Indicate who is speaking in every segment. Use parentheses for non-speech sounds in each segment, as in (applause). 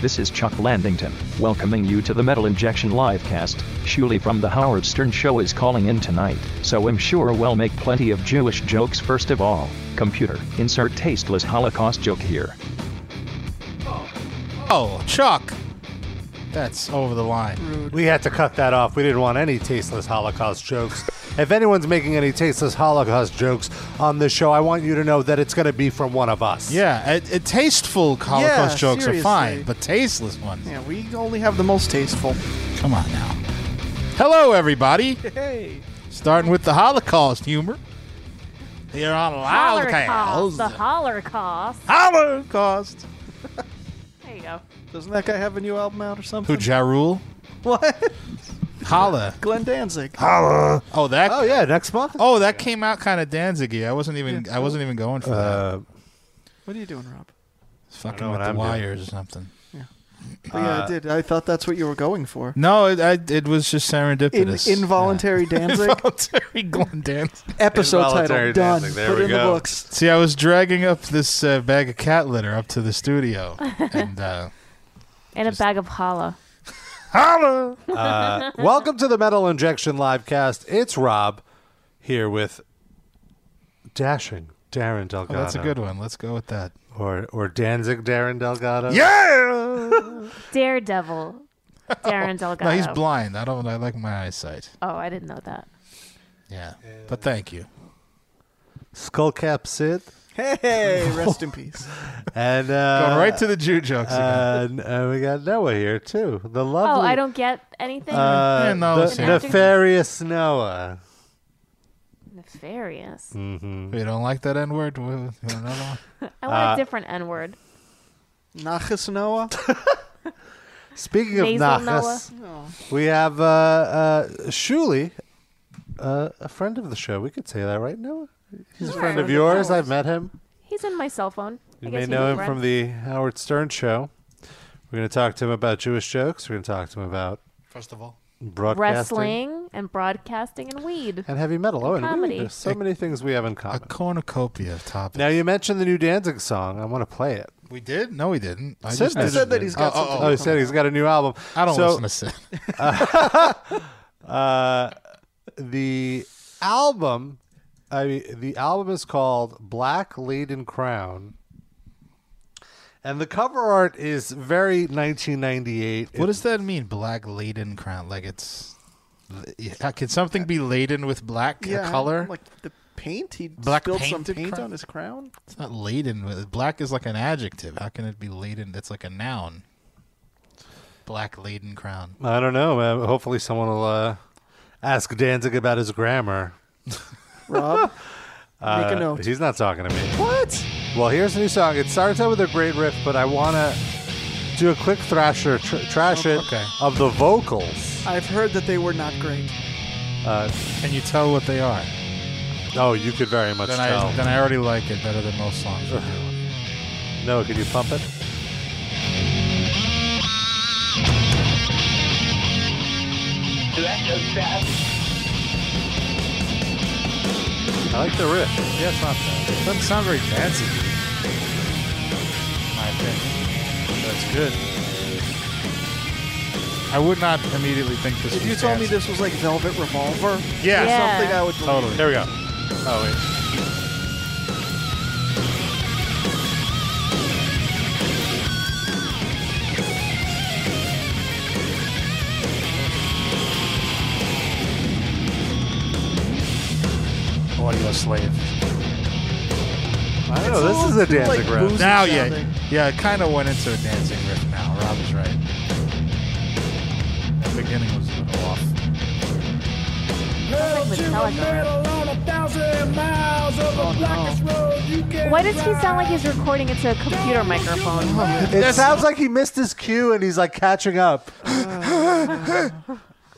Speaker 1: This is Chuck Landington, welcoming you to the Metal Injection Livecast. Shuli from The Howard Stern Show is calling in tonight, so I'm sure we'll make plenty of Jewish jokes first of all. Computer, insert tasteless Holocaust joke here.
Speaker 2: Oh, Chuck. That's over the line.
Speaker 3: We had to cut that off. We didn't want any tasteless Holocaust jokes. If anyone's making any tasteless Holocaust jokes on this show, I want you to know that it's going to be from one of us.
Speaker 2: Yeah, it, it, tasteful Holocaust
Speaker 4: Yeah,
Speaker 2: jokes are fine,
Speaker 4: seriously.
Speaker 2: but tasteless ones.
Speaker 4: Yeah, we only have the most tasteful.
Speaker 2: Come on now. Hello,
Speaker 4: (laughs)
Speaker 2: everybody.
Speaker 4: Hey.
Speaker 2: Starting with the Holocaust humor. Here on
Speaker 5: Holocaust.
Speaker 2: Loudcast.
Speaker 5: The Holocaust.
Speaker 2: Holocaust.
Speaker 5: There you go.
Speaker 4: Doesn't that guy have a new album out or
Speaker 2: Who,
Speaker 4: something?
Speaker 2: Ja Rule?
Speaker 4: What? (laughs)
Speaker 2: Holla.
Speaker 4: Glenn Danzig.
Speaker 2: (laughs) Oh, that.
Speaker 3: Oh yeah, next month.
Speaker 2: Oh, that came out kind of Danzig-y. I wasn't even. I wasn't even going for that.
Speaker 3: Uh,
Speaker 4: What are you doing, Rob?
Speaker 2: It's fucking
Speaker 3: know
Speaker 2: with
Speaker 3: what
Speaker 2: the
Speaker 3: I'm doing. Uh,
Speaker 2: wires or something.
Speaker 4: Oh, yeah, I did. I thought that's what you were going for.
Speaker 2: Uh, No, it, I, it was just
Speaker 4: In,
Speaker 2: serendipitous. (laughs)
Speaker 4: involuntary Danzig
Speaker 2: Terry Glenn Danzig.
Speaker 4: episode title
Speaker 3: Involuntary
Speaker 4: done.
Speaker 3: Danzig, there
Speaker 4: Put
Speaker 3: we
Speaker 4: in the
Speaker 3: go.
Speaker 4: books.
Speaker 2: See, I was dragging up this uh, bag of cat litter up to the studio,
Speaker 3: Oh,
Speaker 2: and uh,
Speaker 5: And a bag of holla.
Speaker 4: (laughs)
Speaker 3: uh, welcome to the Metal Injection Livecast. It's Rob here with dashing Darren Delgado.
Speaker 2: oh, that's a good one. Let's go with that.
Speaker 3: Or or Danzig Darren Delgado.
Speaker 2: Yeah.
Speaker 5: (laughs)
Speaker 2: Oh,
Speaker 5: Daredevil. Darren Delgado.
Speaker 2: No, he's blind. I don't. I like my eyesight.
Speaker 5: Oh, I didn't know that.
Speaker 2: Yeah. But thank you.
Speaker 3: Skullcap Sid.
Speaker 4: Hey, rest
Speaker 2: (laughs)
Speaker 4: in peace.
Speaker 3: And uh,
Speaker 2: Going right to the Jew jokes again.
Speaker 3: uh, and, uh, we got Noah here too. The lovely.
Speaker 5: Oh, I don't get anything.
Speaker 3: Uh,
Speaker 2: Yeah, no,
Speaker 3: the
Speaker 2: it's here.
Speaker 3: nefarious Noah.
Speaker 5: Nefarious.
Speaker 2: We don't like that N word. We- we want another one?
Speaker 5: (laughs) I want
Speaker 3: Uh,
Speaker 5: a different N word.
Speaker 2: (laughs)
Speaker 4: Nachas Noah.
Speaker 3: Speaking of
Speaker 5: Nasal Noah.
Speaker 3: Nachas, we have uh, uh, Shuli, uh, a friend of the show. We could say that, right, Noah? He's a
Speaker 5: Sure.
Speaker 3: friend of yours. I've met him.
Speaker 5: He's in my cell phone.
Speaker 3: You
Speaker 5: I
Speaker 3: may
Speaker 5: guess
Speaker 3: know
Speaker 5: he's
Speaker 3: him
Speaker 5: a
Speaker 3: from
Speaker 5: friend.
Speaker 3: the Howard Stern show. We're going to talk to him about Jewish jokes. We're going to talk to him about
Speaker 2: First of all,
Speaker 3: broadcasting
Speaker 5: wrestling and broadcasting and weed.
Speaker 3: and heavy metal. Oh, and weed.
Speaker 5: Comedy.
Speaker 3: There's so many things we have in
Speaker 2: a
Speaker 3: common.
Speaker 2: cornucopia of topics.
Speaker 3: Now you mentioned the new Danzig song. I want to play it.
Speaker 2: we did? No, we didn't. I
Speaker 3: Sid
Speaker 2: just
Speaker 3: did.
Speaker 2: did
Speaker 4: said
Speaker 2: it.
Speaker 4: that he's got something.
Speaker 3: Oh, he said he's got a new album.
Speaker 2: I don't
Speaker 3: so,
Speaker 2: listen to Sid.
Speaker 3: (laughs) Uh, the album, I mean, the album is called Black Laden Crown, and the cover art is very 1998.
Speaker 2: What does that mean? Black laden crown? Like it's. Yeah, Can something be laden with black a
Speaker 4: yeah,
Speaker 2: color?
Speaker 4: Like the paint. He
Speaker 2: Black
Speaker 4: spilled some
Speaker 2: painted
Speaker 4: paint
Speaker 2: crown?
Speaker 4: on his crown.
Speaker 2: It's not laden with black is like an adjective. How can it be laden? That's like a noun. Black laden crown.
Speaker 3: I don't know. Uh, hopefully, someone will uh, ask Danzig about his grammar.
Speaker 5: (laughs)
Speaker 4: Rob,
Speaker 3: Uh,
Speaker 4: make a note.
Speaker 3: He's not talking to me.
Speaker 4: What?
Speaker 3: Well, here's a new song. It starts out with a great riff, but I want to do a quick thrasher, tr- trash it
Speaker 2: Okay.
Speaker 3: of the vocals.
Speaker 4: I've heard that they were not great.
Speaker 3: Uh,
Speaker 2: Can you tell what they are?
Speaker 3: oh, you could very much
Speaker 2: Then
Speaker 3: tell.
Speaker 2: I then I already like it better than most songs. we
Speaker 3: (sighs)
Speaker 2: do.
Speaker 3: Noah, could you pump it? I like the riff. Yeah, it's not bad.
Speaker 2: It doesn't sound very fancy. in My opinion.
Speaker 3: That's good.
Speaker 2: I would not immediately think this.
Speaker 4: If
Speaker 2: was
Speaker 4: you told me
Speaker 2: fancy.
Speaker 4: this was like Velvet Revolver,
Speaker 2: yeah,
Speaker 5: Yeah.
Speaker 4: something I would believe.
Speaker 2: totally.
Speaker 3: Here we go. Oh,
Speaker 2: Audio slave.
Speaker 3: wait. I don't know. This is a
Speaker 4: It's all
Speaker 3: Danzig
Speaker 4: like
Speaker 3: riff.
Speaker 4: boozy
Speaker 2: Now, yeah,
Speaker 4: sounding.
Speaker 2: yeah, it kind of went into a dancing riff. Now, Rob is right. That beginning was a little off.
Speaker 5: Sounds like Metallica. Why does he sound like he's recording into a computer microphone?
Speaker 3: It
Speaker 2: (laughs)
Speaker 3: sounds like he missed his cue and he's like catching up.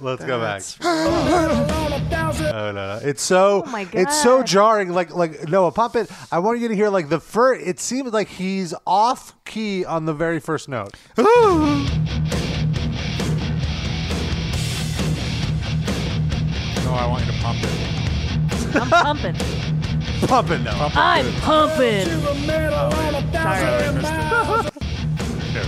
Speaker 3: Let's go back. Oh no, no. It's so
Speaker 5: Oh, my
Speaker 3: it's so
Speaker 5: God.
Speaker 3: jarring. Like like Noah, pump it. I want you to hear like the first. It seems like he's off key on the very first
Speaker 2: (gasps)
Speaker 3: note.
Speaker 2: No, I want you to pump it.
Speaker 5: I'm pumping.
Speaker 3: Pump it, Noah.
Speaker 5: I'm pumping. Sorry.
Speaker 3: There we go.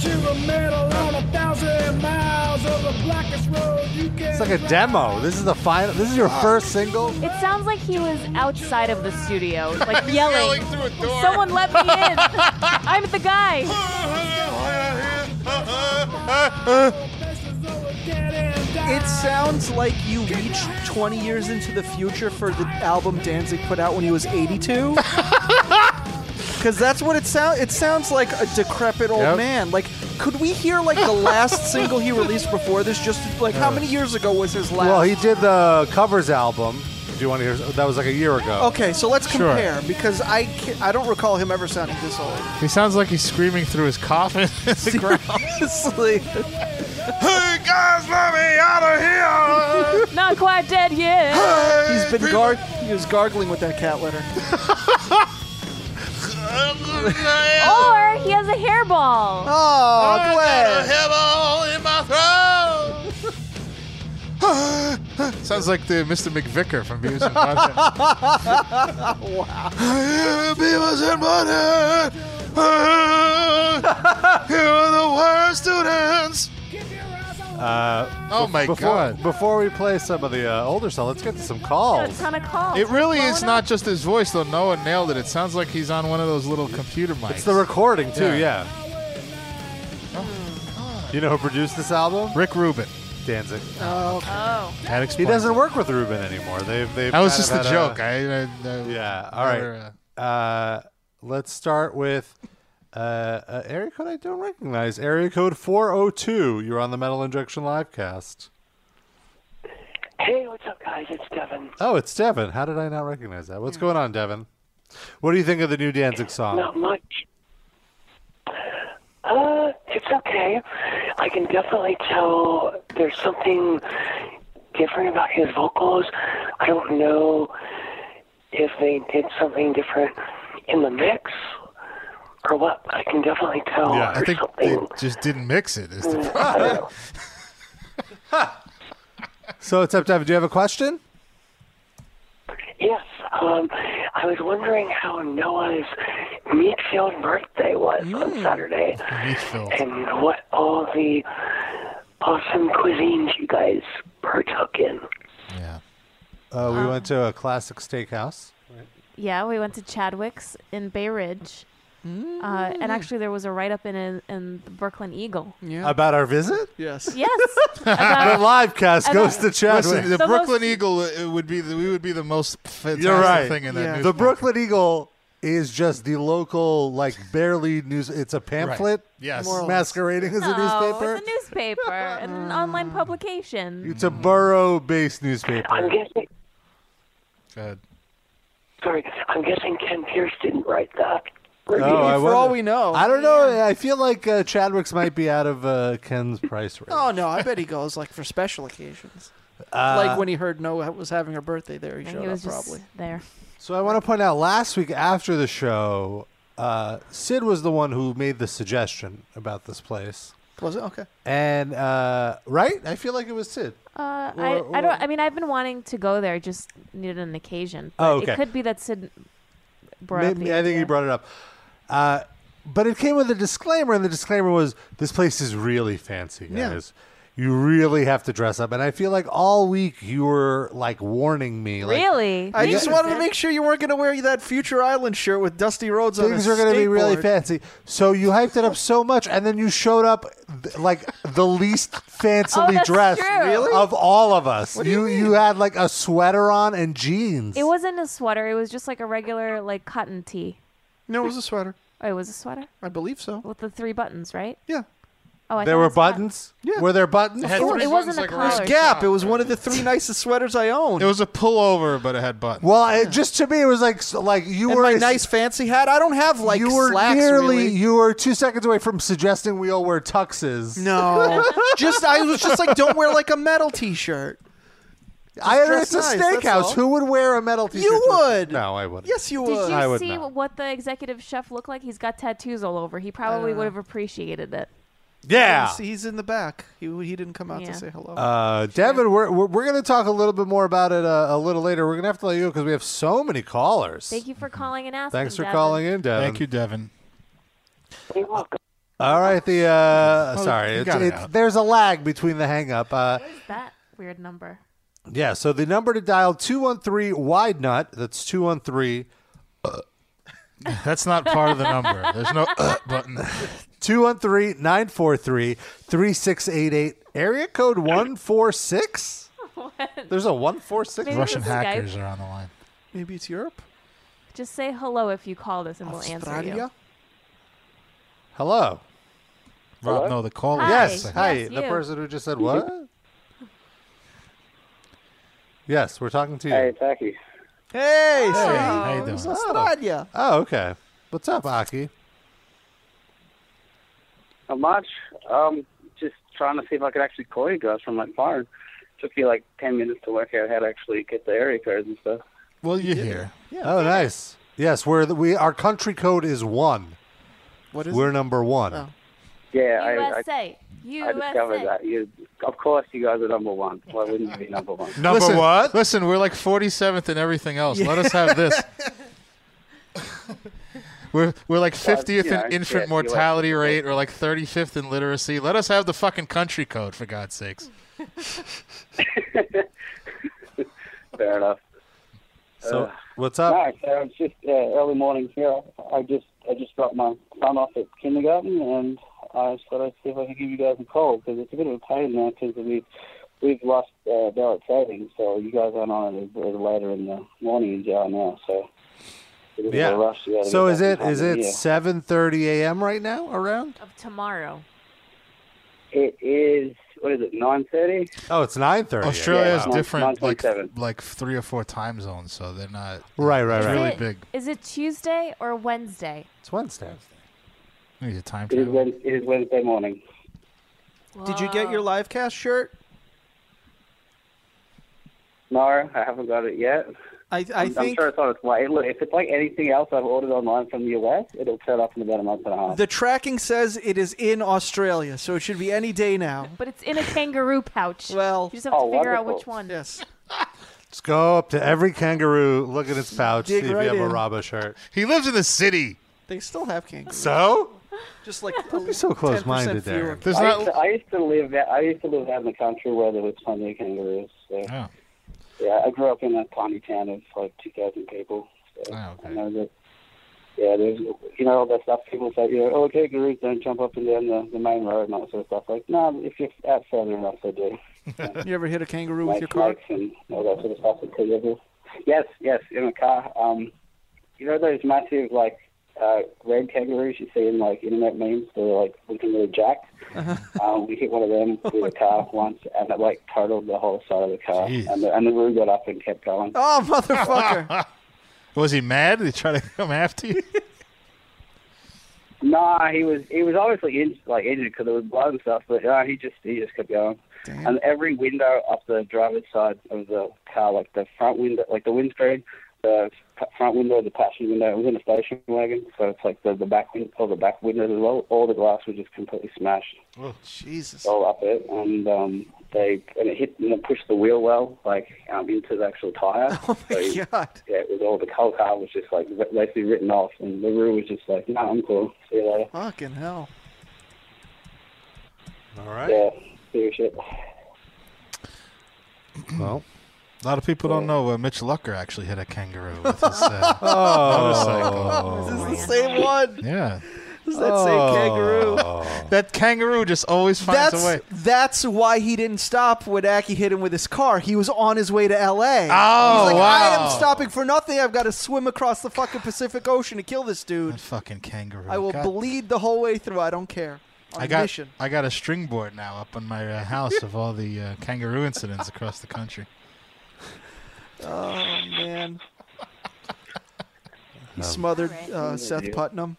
Speaker 6: you a medal on a thousand miles of the blackest road you can.
Speaker 3: It's like a demo. This is the final. This is your first single.
Speaker 5: It sounds like he was outside of the
Speaker 2: (laughs)
Speaker 5: studio, like yelling.
Speaker 2: Yelling through a door.
Speaker 5: Someone let
Speaker 2: (laughs)
Speaker 5: me in. I'm the guy.
Speaker 2: Oh,
Speaker 4: It sounds like you reached 20 years into the future for the album Danzig put out when he
Speaker 3: (laughs)
Speaker 4: was 82. Because that's what it sounds. It sounds like a decrepit old
Speaker 3: Yep.
Speaker 4: man. Like, could we hear like the
Speaker 3: (laughs)
Speaker 4: last single he released before this? Just like how many years ago was his last?
Speaker 3: Well, he did the covers album. Do you want to hear? That was like a year ago.
Speaker 4: Okay, so let's
Speaker 2: Sure.
Speaker 4: compare because I ca- I don't recall him ever sounding this old.
Speaker 3: (laughs)
Speaker 2: He sounds like he's screaming through his coffin. (laughs) in the ground.
Speaker 4: Honestly,
Speaker 2: hey guys, let me out of here!
Speaker 5: (laughs) Not quite dead yet.
Speaker 4: he's been gar- he was gargling with that cat litter.
Speaker 5: Or he has a hairball.
Speaker 4: Oh,
Speaker 2: I
Speaker 4: Glenn.
Speaker 2: got a hairball in
Speaker 6: (laughs)
Speaker 2: my throat. Sounds like the Mr. McVicker from Beavis and Butthead. wow. (laughs) Beavis and (laughs) Butthead. You are the worst students.
Speaker 3: Uh,
Speaker 2: Oh my
Speaker 3: before,
Speaker 2: god.
Speaker 3: Before we play some of the uh, older stuff, let's get to some
Speaker 4: Oh.
Speaker 5: Got a
Speaker 3: calls.
Speaker 5: ton of calls.
Speaker 2: It really
Speaker 5: Blow
Speaker 2: is
Speaker 5: it
Speaker 2: not
Speaker 5: up.
Speaker 2: just his voice, though. Noah nailed it. It sounds like he's on one of those little computer mics.
Speaker 3: It's the recording too.
Speaker 2: Yeah.
Speaker 3: Yeah. You know who produced this album?
Speaker 2: Rick Rubin.
Speaker 3: Danzig.
Speaker 5: Oh.
Speaker 2: That
Speaker 3: He
Speaker 2: explains
Speaker 3: doesn't
Speaker 2: it.
Speaker 3: work with Ruben anymore. They've they've.
Speaker 2: That was
Speaker 3: kind
Speaker 2: just a
Speaker 3: of had
Speaker 2: joke.
Speaker 3: A,
Speaker 2: I, I, I-
Speaker 3: yeah. All
Speaker 2: Or,
Speaker 3: right. Uh, let's start with uh, uh, area code I don't recognize. Area code 402. You're on the Metal Injection Livecast.
Speaker 7: Hey, what's up, guys? It's Devin.
Speaker 3: Oh, it's Devin. How did I not recognize that? What's going on, Devin? What do you think of the new Danzig song?
Speaker 7: Not much. Uh, it's okay. I can definitely tell there's something different about his vocals. I don't know if they did something different in the mix or what. I can definitely tell
Speaker 2: Yeah, I
Speaker 7: (laughs) there's
Speaker 2: think they
Speaker 7: something.
Speaker 2: just didn't mix it. Is the
Speaker 7: I don't know.
Speaker 3: So it's up, Devin. Do you have a question?
Speaker 7: Yes, um, I was wondering how Noah's Meatfield birthday was on Saturday,
Speaker 2: Meatfield.
Speaker 7: and what all the awesome cuisines you guys partook in.
Speaker 2: Yeah.
Speaker 3: Uh, we went to a classic steakhouse.
Speaker 5: Yeah, we went to Chadwick's in Bay Ridge. Uh,
Speaker 2: Mm.
Speaker 5: and actually, there was a write up in, in, in the Brooklyn Eagle.
Speaker 4: Yeah.
Speaker 3: About our visit?
Speaker 4: Yes.
Speaker 2: (laughs)
Speaker 5: Yes.
Speaker 3: (laughs)
Speaker 5: About-
Speaker 3: The livecast
Speaker 5: I
Speaker 3: goes
Speaker 5: know.
Speaker 3: to Chadwick.
Speaker 2: Listen, the
Speaker 5: The
Speaker 2: Brooklyn
Speaker 5: most-
Speaker 2: Eagle uh, it would be the, we would be the most fantastic
Speaker 3: You're right.
Speaker 2: thing in that
Speaker 4: Yeah.
Speaker 2: newspaper.
Speaker 3: the Brooklyn Eagle is just the local, like barely news. It's a pamphlet,
Speaker 2: Yes.
Speaker 4: More or less.
Speaker 3: masquerading as a
Speaker 5: no,
Speaker 3: newspaper.
Speaker 5: it's a newspaper,
Speaker 3: (laughs)
Speaker 5: an online publication.
Speaker 3: It's a borough-based
Speaker 7: I'm
Speaker 3: newspaper.
Speaker 7: guessing.
Speaker 2: Go ahead.
Speaker 7: Sorry, I'm guessing Ken Pierce didn't write that.
Speaker 3: Oh, I
Speaker 4: For
Speaker 3: wonder-
Speaker 4: all we know.
Speaker 3: I don't know. I feel like uh, Chadwick's might be out of uh, Ken's price range.
Speaker 4: Oh no, I bet he goes like for special occasions.
Speaker 3: Uh,
Speaker 4: like when he heard Noah was having her birthday there, he
Speaker 5: And
Speaker 4: showed
Speaker 5: he was
Speaker 4: up
Speaker 5: just
Speaker 4: probably.
Speaker 5: there.
Speaker 3: So I want to point out last week after the show, uh, Sid was the one who made the suggestion about this place.
Speaker 4: Was it okay?
Speaker 3: And uh, right, I feel like it was Sid.
Speaker 5: Uh, I,
Speaker 3: Or-
Speaker 5: I don't.
Speaker 3: or-
Speaker 5: I mean, I've been wanting to go there. Just needed an occasion.
Speaker 3: Oh,
Speaker 5: But
Speaker 3: okay.
Speaker 5: It could be that Sid brought up
Speaker 3: Maybe,
Speaker 5: the
Speaker 3: I think he
Speaker 5: idea.
Speaker 3: brought it up. Uh, but it came with a disclaimer, and the disclaimer was this place is really fancy, guys. You really have to dress up. And I feel like all week you were like warning me. Like,
Speaker 5: Really?
Speaker 4: I just
Speaker 5: Jesus.
Speaker 4: wanted to make sure you weren't going to wear that Future Island shirt with Dusty Rhodes on
Speaker 3: Things are going to be really
Speaker 4: fast.
Speaker 3: fancy. So you hyped it up so much, and then you showed up th- like the
Speaker 5: (laughs)
Speaker 3: least fancily
Speaker 5: Oh, that's
Speaker 3: dressed
Speaker 5: true. Really?
Speaker 3: of all of us. you you, had like a sweater on and jeans.
Speaker 5: It wasn't a sweater. It was just like a regular like cotton tee.
Speaker 4: No, it was a sweater.
Speaker 5: Oh, it was a sweater
Speaker 4: I believe so.
Speaker 5: with the three buttons, right?
Speaker 4: Yeah.
Speaker 5: Oh, I
Speaker 3: there
Speaker 5: thought it
Speaker 3: were
Speaker 5: was a cotton-
Speaker 3: buttons.
Speaker 4: Yeah.
Speaker 3: Were there buttons?
Speaker 2: had
Speaker 5: It
Speaker 2: three
Speaker 5: wa- it wasn't
Speaker 2: buttons
Speaker 5: a
Speaker 2: like
Speaker 5: collar.
Speaker 2: around the
Speaker 4: Gap.
Speaker 2: top.
Speaker 4: It was one of the
Speaker 5: (laughs)
Speaker 4: three nicest sweaters I owned.
Speaker 2: It was a pullover, but it had buttons.
Speaker 3: Well, it, just to me, it was like s- like you
Speaker 4: and
Speaker 3: were
Speaker 4: my
Speaker 3: a-
Speaker 4: nice fancy hat. I don't have like
Speaker 3: you were
Speaker 4: slacks
Speaker 3: nearly
Speaker 4: really.
Speaker 3: you were two seconds away from suggesting we all wear tuxes.
Speaker 4: (laughs) No, (laughs) just I was just like, don't wear like a metal T-shirt.
Speaker 3: (laughs) I it's
Speaker 4: dress
Speaker 3: a
Speaker 4: nice, that's all.
Speaker 3: steakhouse. Who would wear a metal t-shirt?
Speaker 4: You
Speaker 3: to-
Speaker 4: would.
Speaker 3: No, I wouldn't.
Speaker 4: Yes, you
Speaker 5: Did
Speaker 4: would.
Speaker 5: you
Speaker 3: I would
Speaker 5: see
Speaker 3: not.
Speaker 5: what the executive chef looked like? He's got tattoos all over. He probably would have appreciated it.
Speaker 3: Yeah.
Speaker 4: He's, he's in the back. He he didn't come out
Speaker 5: Yeah.
Speaker 4: to say hello.
Speaker 3: Uh, Devin, we're, we're, we're going to talk a little bit more about it uh, a little later. We're going to have to let you go because we have so many callers.
Speaker 5: Thank you for calling and asking.
Speaker 3: Mm-hmm. Thanks for
Speaker 5: Devin.
Speaker 3: calling in, Devin.
Speaker 2: Thank you, Devin.
Speaker 7: You're welcome.
Speaker 3: All right, the uh,
Speaker 2: Oh,
Speaker 3: sorry,
Speaker 2: you
Speaker 3: it's,
Speaker 2: got it
Speaker 3: it's-
Speaker 2: out.
Speaker 3: there's a lag between the hang up. Uh,
Speaker 5: What's that weird number? (laughs)
Speaker 3: yeah, so the number to dial 213 wide nut, that's 213
Speaker 2: (laughs) That's not part of the number. There's no uh, button.
Speaker 3: 213 943 3688 area code 146. There's a 146.
Speaker 5: Maybe
Speaker 2: Russian
Speaker 5: this is Skype.
Speaker 2: hackers are on the line.
Speaker 4: Maybe it's Europe.
Speaker 5: Just say hello if you call this, and we'll answer you.
Speaker 3: Australia? Hello.
Speaker 2: Rob, no, the caller.
Speaker 5: Hi.
Speaker 3: Yes.
Speaker 5: Yes,
Speaker 3: Hi.
Speaker 5: you.
Speaker 3: the person who just said what? yes, we're talking to you.
Speaker 7: Hey, Becky.
Speaker 2: Hey,
Speaker 4: Hey, sweetie.
Speaker 2: how you doing?
Speaker 4: It's Nadia.
Speaker 3: Oh, okay. What's up, Aki?
Speaker 7: Not much. Um, just trying to see if I could actually call you guys from my phone. Took you like ten minutes to work out how to actually get the area codes and stuff.
Speaker 2: Well, you're here.
Speaker 3: oh, nice. Yes, we're the, we our country code is one.
Speaker 4: What is
Speaker 3: We're number one.
Speaker 4: Oh.
Speaker 7: Yeah, I, I,
Speaker 5: USA.
Speaker 7: I discovered
Speaker 5: USA.
Speaker 7: that. You, of course, you guys are number one. Why wouldn't you be number one?
Speaker 3: Number
Speaker 2: listen,
Speaker 3: what?
Speaker 2: Listen, we're like 47th and everything else. Let us have
Speaker 5: (laughs)
Speaker 2: this. we're we're like 50th
Speaker 7: you know,
Speaker 2: in infant
Speaker 7: Uh, yeah,
Speaker 2: mortality rate. We're like 35th in literacy. Let us have the fucking country code for God's sakes.
Speaker 7: Fair enough.
Speaker 3: So
Speaker 7: Uh,
Speaker 3: what's up?
Speaker 7: No, so it's just uh, early morning here. I just I just dropped my son off at kindergarten, and I just thought I'd see if I could give you guys a call because it's a bit of a pain now because we we've lost uh, ballot trading, so you guys aren't on it as- as later in the morning in jail now. So it's a bit of a
Speaker 3: Yeah.
Speaker 7: rush to go to
Speaker 3: So
Speaker 7: get
Speaker 3: is
Speaker 7: back
Speaker 3: it
Speaker 7: in time
Speaker 3: is
Speaker 7: for the
Speaker 3: it
Speaker 7: year.
Speaker 3: 7:30 a.m. right now around?
Speaker 5: Of tomorrow.
Speaker 7: It is what is it nine thirty?
Speaker 3: Oh, it's 9:30.
Speaker 2: Australia
Speaker 7: yeah,
Speaker 2: is
Speaker 7: wow.
Speaker 2: different, like
Speaker 7: 927.
Speaker 2: like three or four time zones, so they're not.
Speaker 3: Right, right,
Speaker 2: It's
Speaker 3: right.
Speaker 2: really
Speaker 5: is it,
Speaker 2: big.
Speaker 5: Is it Tuesday or Wednesday?
Speaker 3: It's Wednesday.
Speaker 2: Need a time
Speaker 7: It is
Speaker 2: travel.
Speaker 7: Wednesday, it is Wednesday morning.
Speaker 4: Did you get your
Speaker 5: Whoa.
Speaker 4: live cast shirt?
Speaker 7: No, I haven't got it yet.
Speaker 4: I, I
Speaker 7: I'm, I'm
Speaker 4: think
Speaker 7: sure it's on its way. Look, if it's like anything else I've ordered online from the US, it'll turn up in about a month and a half.
Speaker 4: the tracking says it is in Australia, so it should be any day now.
Speaker 5: But it's in a kangaroo pouch.
Speaker 4: Well-
Speaker 5: you just have to
Speaker 7: Oh,
Speaker 5: figure out
Speaker 7: wonderful.
Speaker 5: which one.
Speaker 4: Yes.
Speaker 3: Let's go up to every kangaroo, look at its pouch,
Speaker 4: Dig
Speaker 3: see if
Speaker 4: right
Speaker 3: you have
Speaker 4: in.
Speaker 3: a Rabo shirt.
Speaker 2: He lives in the city.
Speaker 4: They still have kangaroos.
Speaker 3: So
Speaker 4: Just like
Speaker 3: Don't be so close-minded there.
Speaker 2: There's
Speaker 7: I used, to,
Speaker 2: not.
Speaker 7: I used to live out, I used to live out in the country where there was plenty of kangaroos. So,
Speaker 2: Oh,
Speaker 7: yeah, I grew up in a tiny town of like 2,000 people. So,
Speaker 2: Oh, okay.
Speaker 7: I know that, yeah, there's you know all that stuff. People say you know, oh, kangaroos don't jump up and down the, the main road and all that sort of stuff. Like, no, if you're out further enough, they do.
Speaker 4: (laughs) You ever hit a kangaroo with
Speaker 7: Like
Speaker 4: your car?
Speaker 7: snakes and all that sort of stuff. That could ever. Yes, yes, in a car. Um, you know those massive like uh, red kangaroos you see in like internet memes? They're like looking really jacked.
Speaker 4: Oh,
Speaker 7: Um, we hit one
Speaker 4: (laughs)
Speaker 7: of them with a car once, and it like totaled the whole side of the car,
Speaker 2: Jeez.
Speaker 7: and the, and the roo got up and kept going.
Speaker 4: Oh, motherfucker.
Speaker 2: (laughs) was he mad? Did he try to come after you?
Speaker 7: Nah, he was he was obviously in, like injured because it was blood and stuff, but uh, he just he just kept going.
Speaker 4: Damn.
Speaker 7: And every window up the driver's side of the car, like the front window, like the windscreen, the p- front window, the passenger window, it was in a station wagon, so it's like the the back window, all the back windows as well. All the glass was just completely smashed
Speaker 8: Oh,
Speaker 4: Jesus.
Speaker 7: all up it, and um, they and it hit and it pushed the wheel well, like um, into the actual tire.
Speaker 4: (laughs) Oh
Speaker 7: So he-
Speaker 4: my god.
Speaker 7: yeah, it was all the whole car was just like ri- basically written off, and the rule was just like, no, I'm cool. See you later.
Speaker 4: Fucking hell.
Speaker 3: all right.
Speaker 7: Yeah, serious shit.
Speaker 3: Well.
Speaker 2: A lot of people don't know uh, Mitch Lucker actually hit a kangaroo with his
Speaker 4: (laughs)
Speaker 2: uh, motorcycle.
Speaker 4: This is the
Speaker 5: Oh,
Speaker 4: same Oh. one.
Speaker 2: Yeah, Oh.
Speaker 4: This is that same kangaroo.
Speaker 2: that kangaroo just always finds a way.
Speaker 4: That's that's why he didn't stop when Aki hit him with his car. He was on his way to L.A.
Speaker 2: Oh,
Speaker 4: He's like, I
Speaker 2: wow.
Speaker 4: am stopping for nothing. I've got to swim across the fucking Pacific Ocean to kill this dude.
Speaker 2: That fucking kangaroo.
Speaker 4: I will
Speaker 2: God.
Speaker 4: bleed the whole way through. I don't care. On
Speaker 2: I got
Speaker 4: mission.
Speaker 2: I got a string board now up in my uh, house of all the uh, kangaroo incidents across the country.
Speaker 4: Oh man. He smothered uh, Seth Putnam.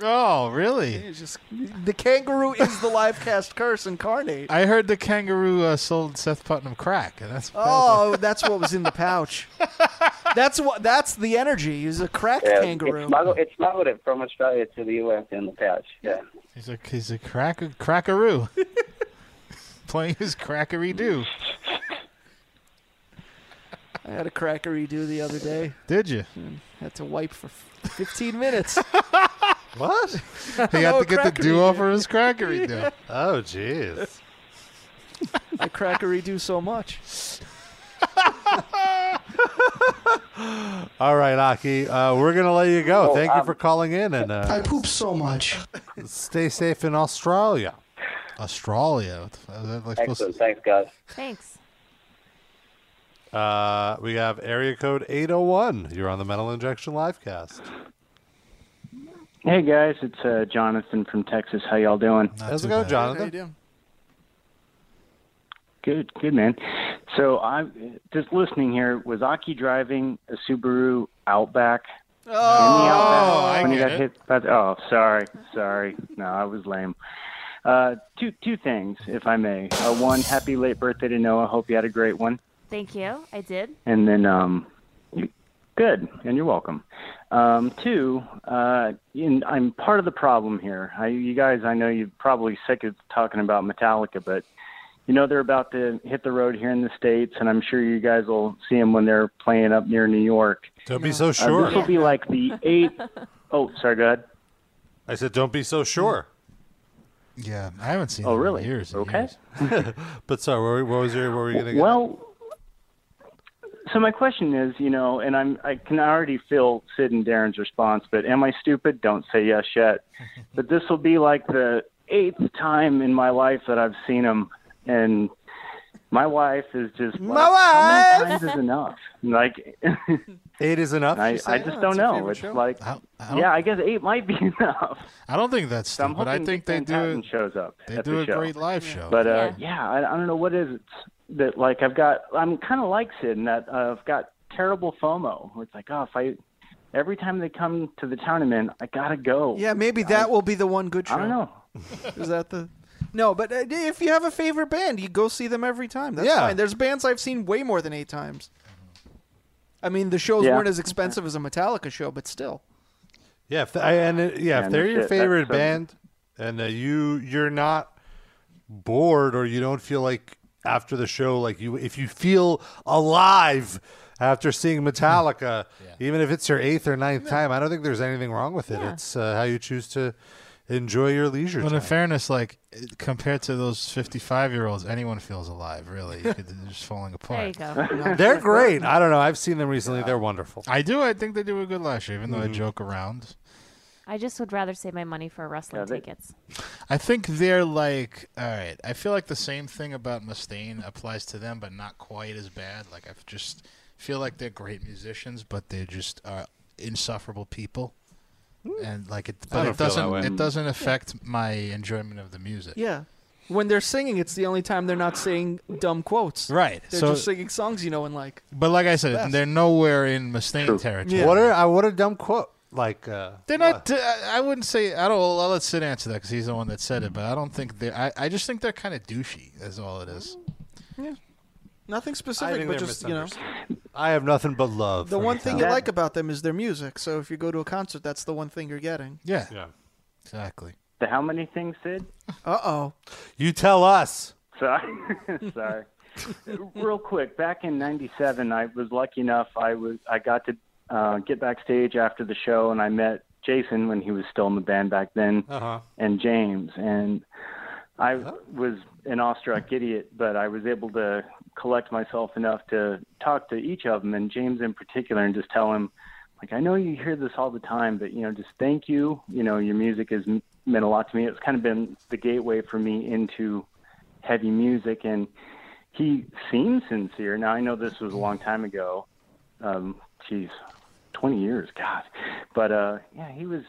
Speaker 2: Oh, really?
Speaker 4: He's just the kangaroo is the live cast curse incarnate.
Speaker 2: I heard the kangaroo uh, sold Seth Putnam crack, and that's
Speaker 4: Oh, that's what was in the pouch. That's what. That's the energy. He's a crack
Speaker 7: Yeah,
Speaker 4: kangaroo.
Speaker 7: It smuggled, it smuggled it from Australia to the US in the pouch. Yeah.
Speaker 2: (laughs) he's a he's a crack crackaroo, (laughs) playing his crackery do.
Speaker 4: I had a crackery do the other day.
Speaker 2: Did you? (laughs)
Speaker 4: Had to wipe for 15 minutes. (laughs)
Speaker 3: What?
Speaker 2: (laughs) He had
Speaker 4: Oh,
Speaker 2: to get the
Speaker 4: crackery
Speaker 2: do over
Speaker 3: (laughs)
Speaker 2: his crackery
Speaker 4: (laughs)
Speaker 2: deal.
Speaker 3: Oh, jeez.
Speaker 4: I crackery do so much.
Speaker 3: All right, Aki. Uh, we're gonna let you go. Thank you for calling in, and uh,
Speaker 2: (laughs)
Speaker 9: I poop so much.
Speaker 3: stay safe in Australia.
Speaker 2: Australia. Is that like supposed
Speaker 8: Excellent.
Speaker 2: to-
Speaker 8: Thanks, guys.
Speaker 5: Thanks.
Speaker 3: Uh, we have area code eight hundred one. You're on the Metal Injection Livecast.
Speaker 8: Hey, guys. It's uh, Jonathan from Texas. How y'all doing?
Speaker 2: Not
Speaker 3: How's it
Speaker 2: too
Speaker 3: going,
Speaker 2: bad.
Speaker 4: How you
Speaker 3: Jonathan?
Speaker 4: doing?
Speaker 8: Good, good, man. So I'm just listening here. Was Aki driving a Subaru Outback?
Speaker 4: Oh,
Speaker 8: oh,
Speaker 2: I
Speaker 8: when you
Speaker 2: get
Speaker 8: got
Speaker 2: it.
Speaker 8: hit by the, oh sorry sorry no i was lame uh, two two things if i may uh, one happy late birthday to noah hope you had a great one
Speaker 5: Thank you. I did.
Speaker 8: and then um you- good and you're welcome um two uh in, i'm part of the problem here I, you guys i know you're probably sick of talking about metallica but you know they're about to hit the road here in the states and i'm sure you guys will see them when they're playing up near new york
Speaker 3: Don't be so
Speaker 8: uh, this
Speaker 3: sure.
Speaker 8: will be like the
Speaker 3: (laughs)
Speaker 8: eighth oh sorry go ahead
Speaker 3: I said, don't be so sure. (laughs)
Speaker 2: Yeah, I haven't seen
Speaker 8: Oh,
Speaker 2: them
Speaker 8: really?
Speaker 2: in years. and
Speaker 8: Okay.
Speaker 2: years.
Speaker 3: But sorry, what were- what was your? What were you gonna? get?
Speaker 8: Well, so my question is, you know, and I'm I can already feel Sid and Darren's response, but am I stupid? Don't say yes
Speaker 3: (laughs)
Speaker 8: yet. but this will be like the eighth time in my life that I've seen him, and my wife is just like, how many times is enough? Like, (laughs)
Speaker 3: eight is
Speaker 8: (laughs)
Speaker 3: enough.
Speaker 8: I,
Speaker 3: you said?
Speaker 8: I just don't know. It's like,
Speaker 2: I, I don't,
Speaker 8: yeah, I guess eight might be (laughs) enough.
Speaker 2: I don't think that's
Speaker 8: So I'm
Speaker 2: stupid.
Speaker 8: hoping
Speaker 2: I think they
Speaker 8: Dan
Speaker 2: do.
Speaker 8: Patton shows up
Speaker 2: They
Speaker 8: at
Speaker 2: do
Speaker 8: the
Speaker 2: a
Speaker 8: show.
Speaker 2: great live show.
Speaker 8: But uh,
Speaker 5: Yeah.
Speaker 8: yeah, I, I don't know what is it that like I've got. I'm kind of like Sid in that uh, I've got terrible FOMO. Where it's like, oh, if I every time they come to the tournament, I gotta go.
Speaker 4: yeah. Maybe that will be the one good show.
Speaker 8: I don't know.
Speaker 4: Is that the? No, but uh, if you have a favorite band, you go see them every time. That's
Speaker 3: Yeah.
Speaker 4: fine. There's bands I've seen way more than eight times. I mean, the shows
Speaker 8: Yeah.
Speaker 4: weren't as expensive as a Metallica show, but still.
Speaker 3: Yeah, if the, I, and it, yeah, if
Speaker 8: no
Speaker 3: they're your
Speaker 8: shit, that's
Speaker 3: favorite
Speaker 8: some-
Speaker 3: band, and uh, you you're not bored or you don't feel like after the show, like you if you feel alive after seeing Metallica, even if it's your eighth or ninth time, I don't think there's anything wrong with it. It's uh, how you choose to enjoy your leisure
Speaker 2: But
Speaker 3: time.
Speaker 2: in fairness, like it- compared to those fifty-five-year-olds, anyone feels alive. Really, you could, they're just falling apart.
Speaker 5: There
Speaker 3: (laughs)
Speaker 5: you go.
Speaker 3: they're great. I don't know. I've seen them recently. They're wonderful. Mm-hmm.
Speaker 2: I do. I think they do a good live show, even though
Speaker 8: Mm-hmm.
Speaker 2: I joke around.
Speaker 5: I just would rather save my money for wrestling
Speaker 8: Yeah, they-
Speaker 5: tickets.
Speaker 2: I think they're like, all right. I feel like the same thing about Mustaine applies to them, but not quite as bad. Like I just feel like they're great musicians, but they're just uh, insufferable people. And like it, but
Speaker 3: don't
Speaker 2: it
Speaker 3: feel that
Speaker 2: doesn't.
Speaker 3: way.
Speaker 2: It doesn't affect my enjoyment of the music.
Speaker 4: Yeah. When they're singing, it's the only time they're not saying dumb quotes.
Speaker 2: Right.
Speaker 4: They're
Speaker 2: so,
Speaker 4: just singing songs you know and like.
Speaker 2: but like I said, they're nowhere in Mustaine territory.
Speaker 4: Yeah.
Speaker 3: What a uh, what a dumb quote. Like uh,
Speaker 2: They're not. I I wouldn't say. I don't. I'll let Sid answer that because he's the one that said it. But I don't think they. I. I just think they're kind of douchey. That's all it is.
Speaker 4: Nothing
Speaker 3: I
Speaker 4: specific,
Speaker 3: think
Speaker 4: but
Speaker 3: they're
Speaker 4: just you know,
Speaker 3: misunderstood. I have nothing but love.
Speaker 4: the
Speaker 3: for
Speaker 4: one thing
Speaker 3: Metallica.
Speaker 4: you
Speaker 8: That-
Speaker 4: like about them is their music. So if you go to a concert, that's the one thing you're getting.
Speaker 2: Yeah.
Speaker 3: Yeah.
Speaker 2: Exactly.
Speaker 8: The how many things, Sid? (laughs)
Speaker 4: Uh oh.
Speaker 3: you tell us.
Speaker 8: Sorry.
Speaker 4: (laughs)
Speaker 8: Sorry. Real quick, back in '97, I was lucky enough. I was I got to uh, get backstage after the show, and I met Jason when he was still in the band back then,
Speaker 3: Uh-huh.
Speaker 8: and James. And I was an awestruck idiot, but I was able to collect myself enough to talk to each of them, and James in particular, and just tell him, like, I know you hear this all the time, but you know, just thank you. You know, your music has m- meant a lot to me. It's kind of been the gateway for me into heavy music and he seemed sincere now i know this was a long time ago um geez 20 years god but uh yeah he was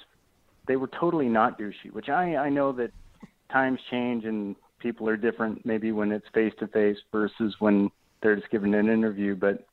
Speaker 8: they were totally not douchey which i i know that times change and people are different maybe when it's face to face versus when they're just giving an interview but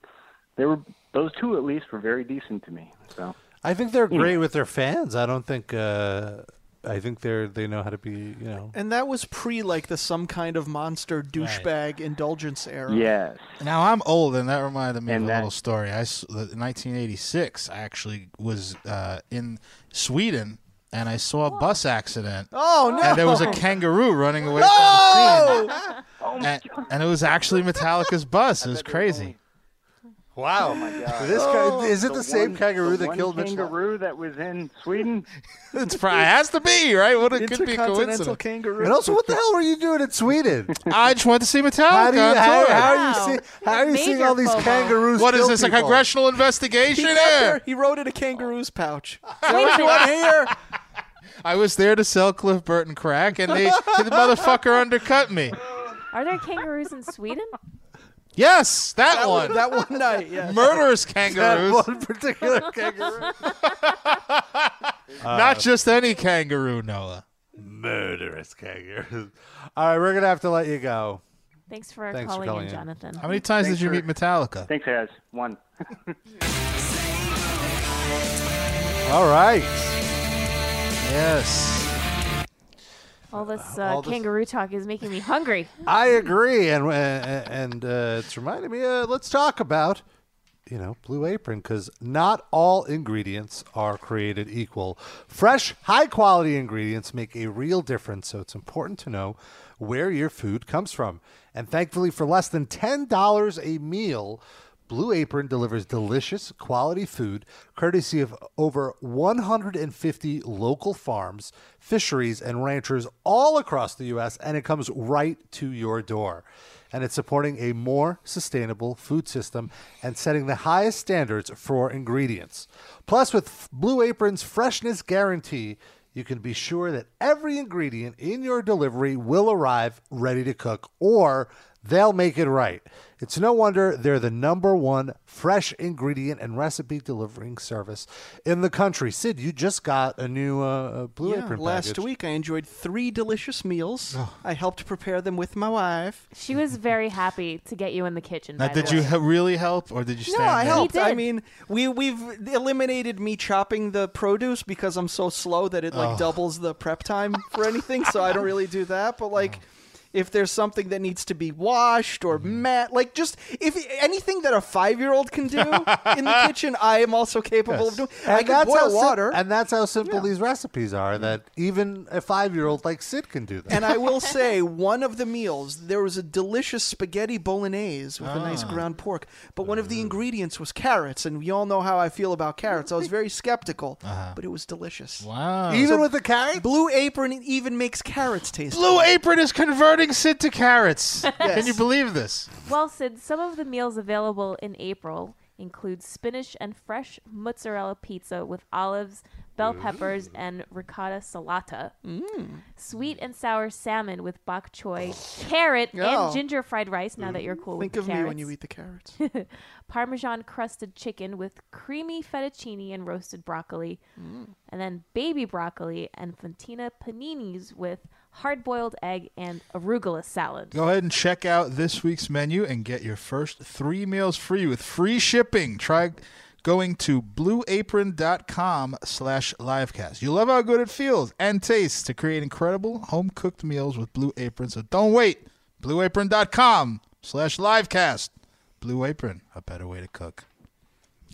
Speaker 8: they were those two at least were very decent to me so
Speaker 3: I think they're great with their fans. I don't think. Uh, I think they're they know how to be. You know.
Speaker 4: And that was pre like the some kind of monster douchebag indulgence era.
Speaker 8: yes
Speaker 2: Now I'm old, and that reminded me
Speaker 8: And
Speaker 2: of a
Speaker 8: that-
Speaker 2: little story. I, s- uh, in 1986, I actually was uh, in Sweden, and I saw a bus accident.
Speaker 4: Oh no.
Speaker 2: And there was a
Speaker 4: (laughs)
Speaker 2: kangaroo running
Speaker 8: (laughs)
Speaker 2: away from the scene,
Speaker 8: oh my
Speaker 2: and, and it was actually Metallica's bus. It was crazy.
Speaker 3: Wow.
Speaker 8: God. Oh.
Speaker 3: This guy is it the, same
Speaker 8: one-
Speaker 3: kangaroo
Speaker 8: the
Speaker 3: that
Speaker 8: one
Speaker 3: killed Mitch? Lo-
Speaker 8: kangaroo that was in Sweden?
Speaker 3: (laughs)
Speaker 2: (laughs) It's probably has to be right. What it could be a
Speaker 4: Intercontinental
Speaker 2: coincidence.
Speaker 4: kangaroo.
Speaker 3: And also, what the hell were you doing in Sweden?
Speaker 2: (laughs) I just want to see Metallica.
Speaker 3: How do you
Speaker 2: on
Speaker 3: how,
Speaker 2: tour.
Speaker 3: how are you
Speaker 5: Wow.
Speaker 3: see, how are you
Speaker 5: Major
Speaker 3: seeing all these
Speaker 5: FOMO.
Speaker 3: kangaroos?
Speaker 2: what is
Speaker 3: kill
Speaker 2: this? A
Speaker 3: people?
Speaker 2: congressional
Speaker 4: He,
Speaker 2: investigation?
Speaker 4: got
Speaker 2: Yeah.
Speaker 4: there, he wrote in a kangaroo's
Speaker 2: (laughs)
Speaker 4: pouch.
Speaker 5: Wait a minute.
Speaker 4: One here.
Speaker 2: I was there to sell Cliff Burton crack, and they the motherfucker undercut me.
Speaker 5: Are there kangaroos in Sweden?
Speaker 3: (laughs)
Speaker 2: Yes, that, one.
Speaker 4: That one night, yeah.
Speaker 2: Murderous
Speaker 3: That
Speaker 2: kangaroos,
Speaker 3: one
Speaker 5: (laughs)
Speaker 3: particular kangaroo.
Speaker 2: (laughs) not just any
Speaker 8: Uh,
Speaker 2: kangaroo, Uh, Noah.
Speaker 3: Murderous kangaroo. All right, we're gonna have to let you go.
Speaker 5: Thanks for
Speaker 3: Thanks for
Speaker 5: calling
Speaker 3: calling
Speaker 5: in,
Speaker 3: in.
Speaker 5: Jonathan.
Speaker 2: How many times did you meet Metallica?
Speaker 8: Thanks, guys.
Speaker 9: (laughs)
Speaker 8: One.
Speaker 3: All right.
Speaker 2: Yes.
Speaker 5: All this uh,
Speaker 3: all this-
Speaker 5: kangaroo talk is making me hungry.
Speaker 3: I agree, and and uh, it's reminded me. Uh, let's talk about you know Blue Apron because not all ingredients are created equal. Fresh, high quality ingredients make a real difference, so it's important to know where your food comes from. And thankfully, for less than ten dollars a meal. Blue Apron delivers delicious, quality food courtesy of over 150 local farms, fisheries, and ranchers all across the U.S., and it comes right to your door. And it's supporting a more sustainable food system and setting the highest standards for ingredients. Plus, with F- Blue Apron's freshness guarantee, you can be sure that every ingredient in your delivery will arrive ready to cook or they'll make it right. It's no wonder they're the number one fresh ingredient and recipe delivering service in the country. Sid, you just got a new uh, uh, Blue
Speaker 4: Yeah,
Speaker 3: Apron
Speaker 4: last
Speaker 3: package.
Speaker 4: week I enjoyed three delicious meals.
Speaker 2: Oh.
Speaker 4: I helped prepare them with my wife.
Speaker 5: She was very happy to get you in the kitchen.
Speaker 2: Now,
Speaker 5: by the
Speaker 2: did you
Speaker 5: way.
Speaker 2: he- really help, or did you stand
Speaker 4: No, I
Speaker 2: there?
Speaker 4: helped.
Speaker 5: He
Speaker 4: I
Speaker 5: did.
Speaker 4: mean, we we've eliminated me chopping the produce because I'm so slow that it like
Speaker 3: Oh.
Speaker 4: doubles the prep time for anything. so I don't really do that. But
Speaker 3: Oh.
Speaker 4: like, if there's something that needs to be washed or
Speaker 3: Mm-hmm.
Speaker 4: mat, like just if anything that a five year old
Speaker 3: (laughs)
Speaker 4: can do in the kitchen, I am also capable of doing. I can
Speaker 3: how
Speaker 4: boil
Speaker 3: sim-
Speaker 4: water.
Speaker 3: and that's how simple these recipes are. That even a five-year-old like Sid can do that.
Speaker 4: and I (laughs) will say, one of the meals, there was a delicious spaghetti bolognese with a nice ground pork, but one of the ingredients was carrots, and we all know how I feel about carrots. I was very skeptical, but it was delicious.
Speaker 2: Wow.
Speaker 3: even with the carrots,
Speaker 4: Uh-huh. Blue Apron even makes carrots taste
Speaker 2: Blue Apron is converting Sid to
Speaker 5: (laughs)
Speaker 2: carrots. Can you believe this?
Speaker 5: Well, Sid, some of the meals available in April include spinach and fresh mozzarella pizza with olives, bell peppers, and ricotta salata.
Speaker 4: Mm.
Speaker 5: Sweet and sour salmon with bok choy, carrot,
Speaker 4: Oh.
Speaker 5: and ginger fried rice. Now that you're cool
Speaker 4: Mm. Think
Speaker 5: with
Speaker 4: of
Speaker 5: the carrots.
Speaker 4: me when you eat the carrots.
Speaker 5: (laughs) Parmesan crusted chicken with creamy fettuccine and roasted broccoli,
Speaker 4: Mm.
Speaker 5: and then baby broccoli and fontina paninis with hard boiled egg and arugula salad.
Speaker 2: Go ahead and check out this week's menu and get your first three meals free with free shipping. Try going to blueapron.com slash livecast. You'll love how good it feels and tastes to create incredible home cooked meals with Blue Apron. So don't wait. Blueapron.com slash livecast. Blue Apron, a better way to cook.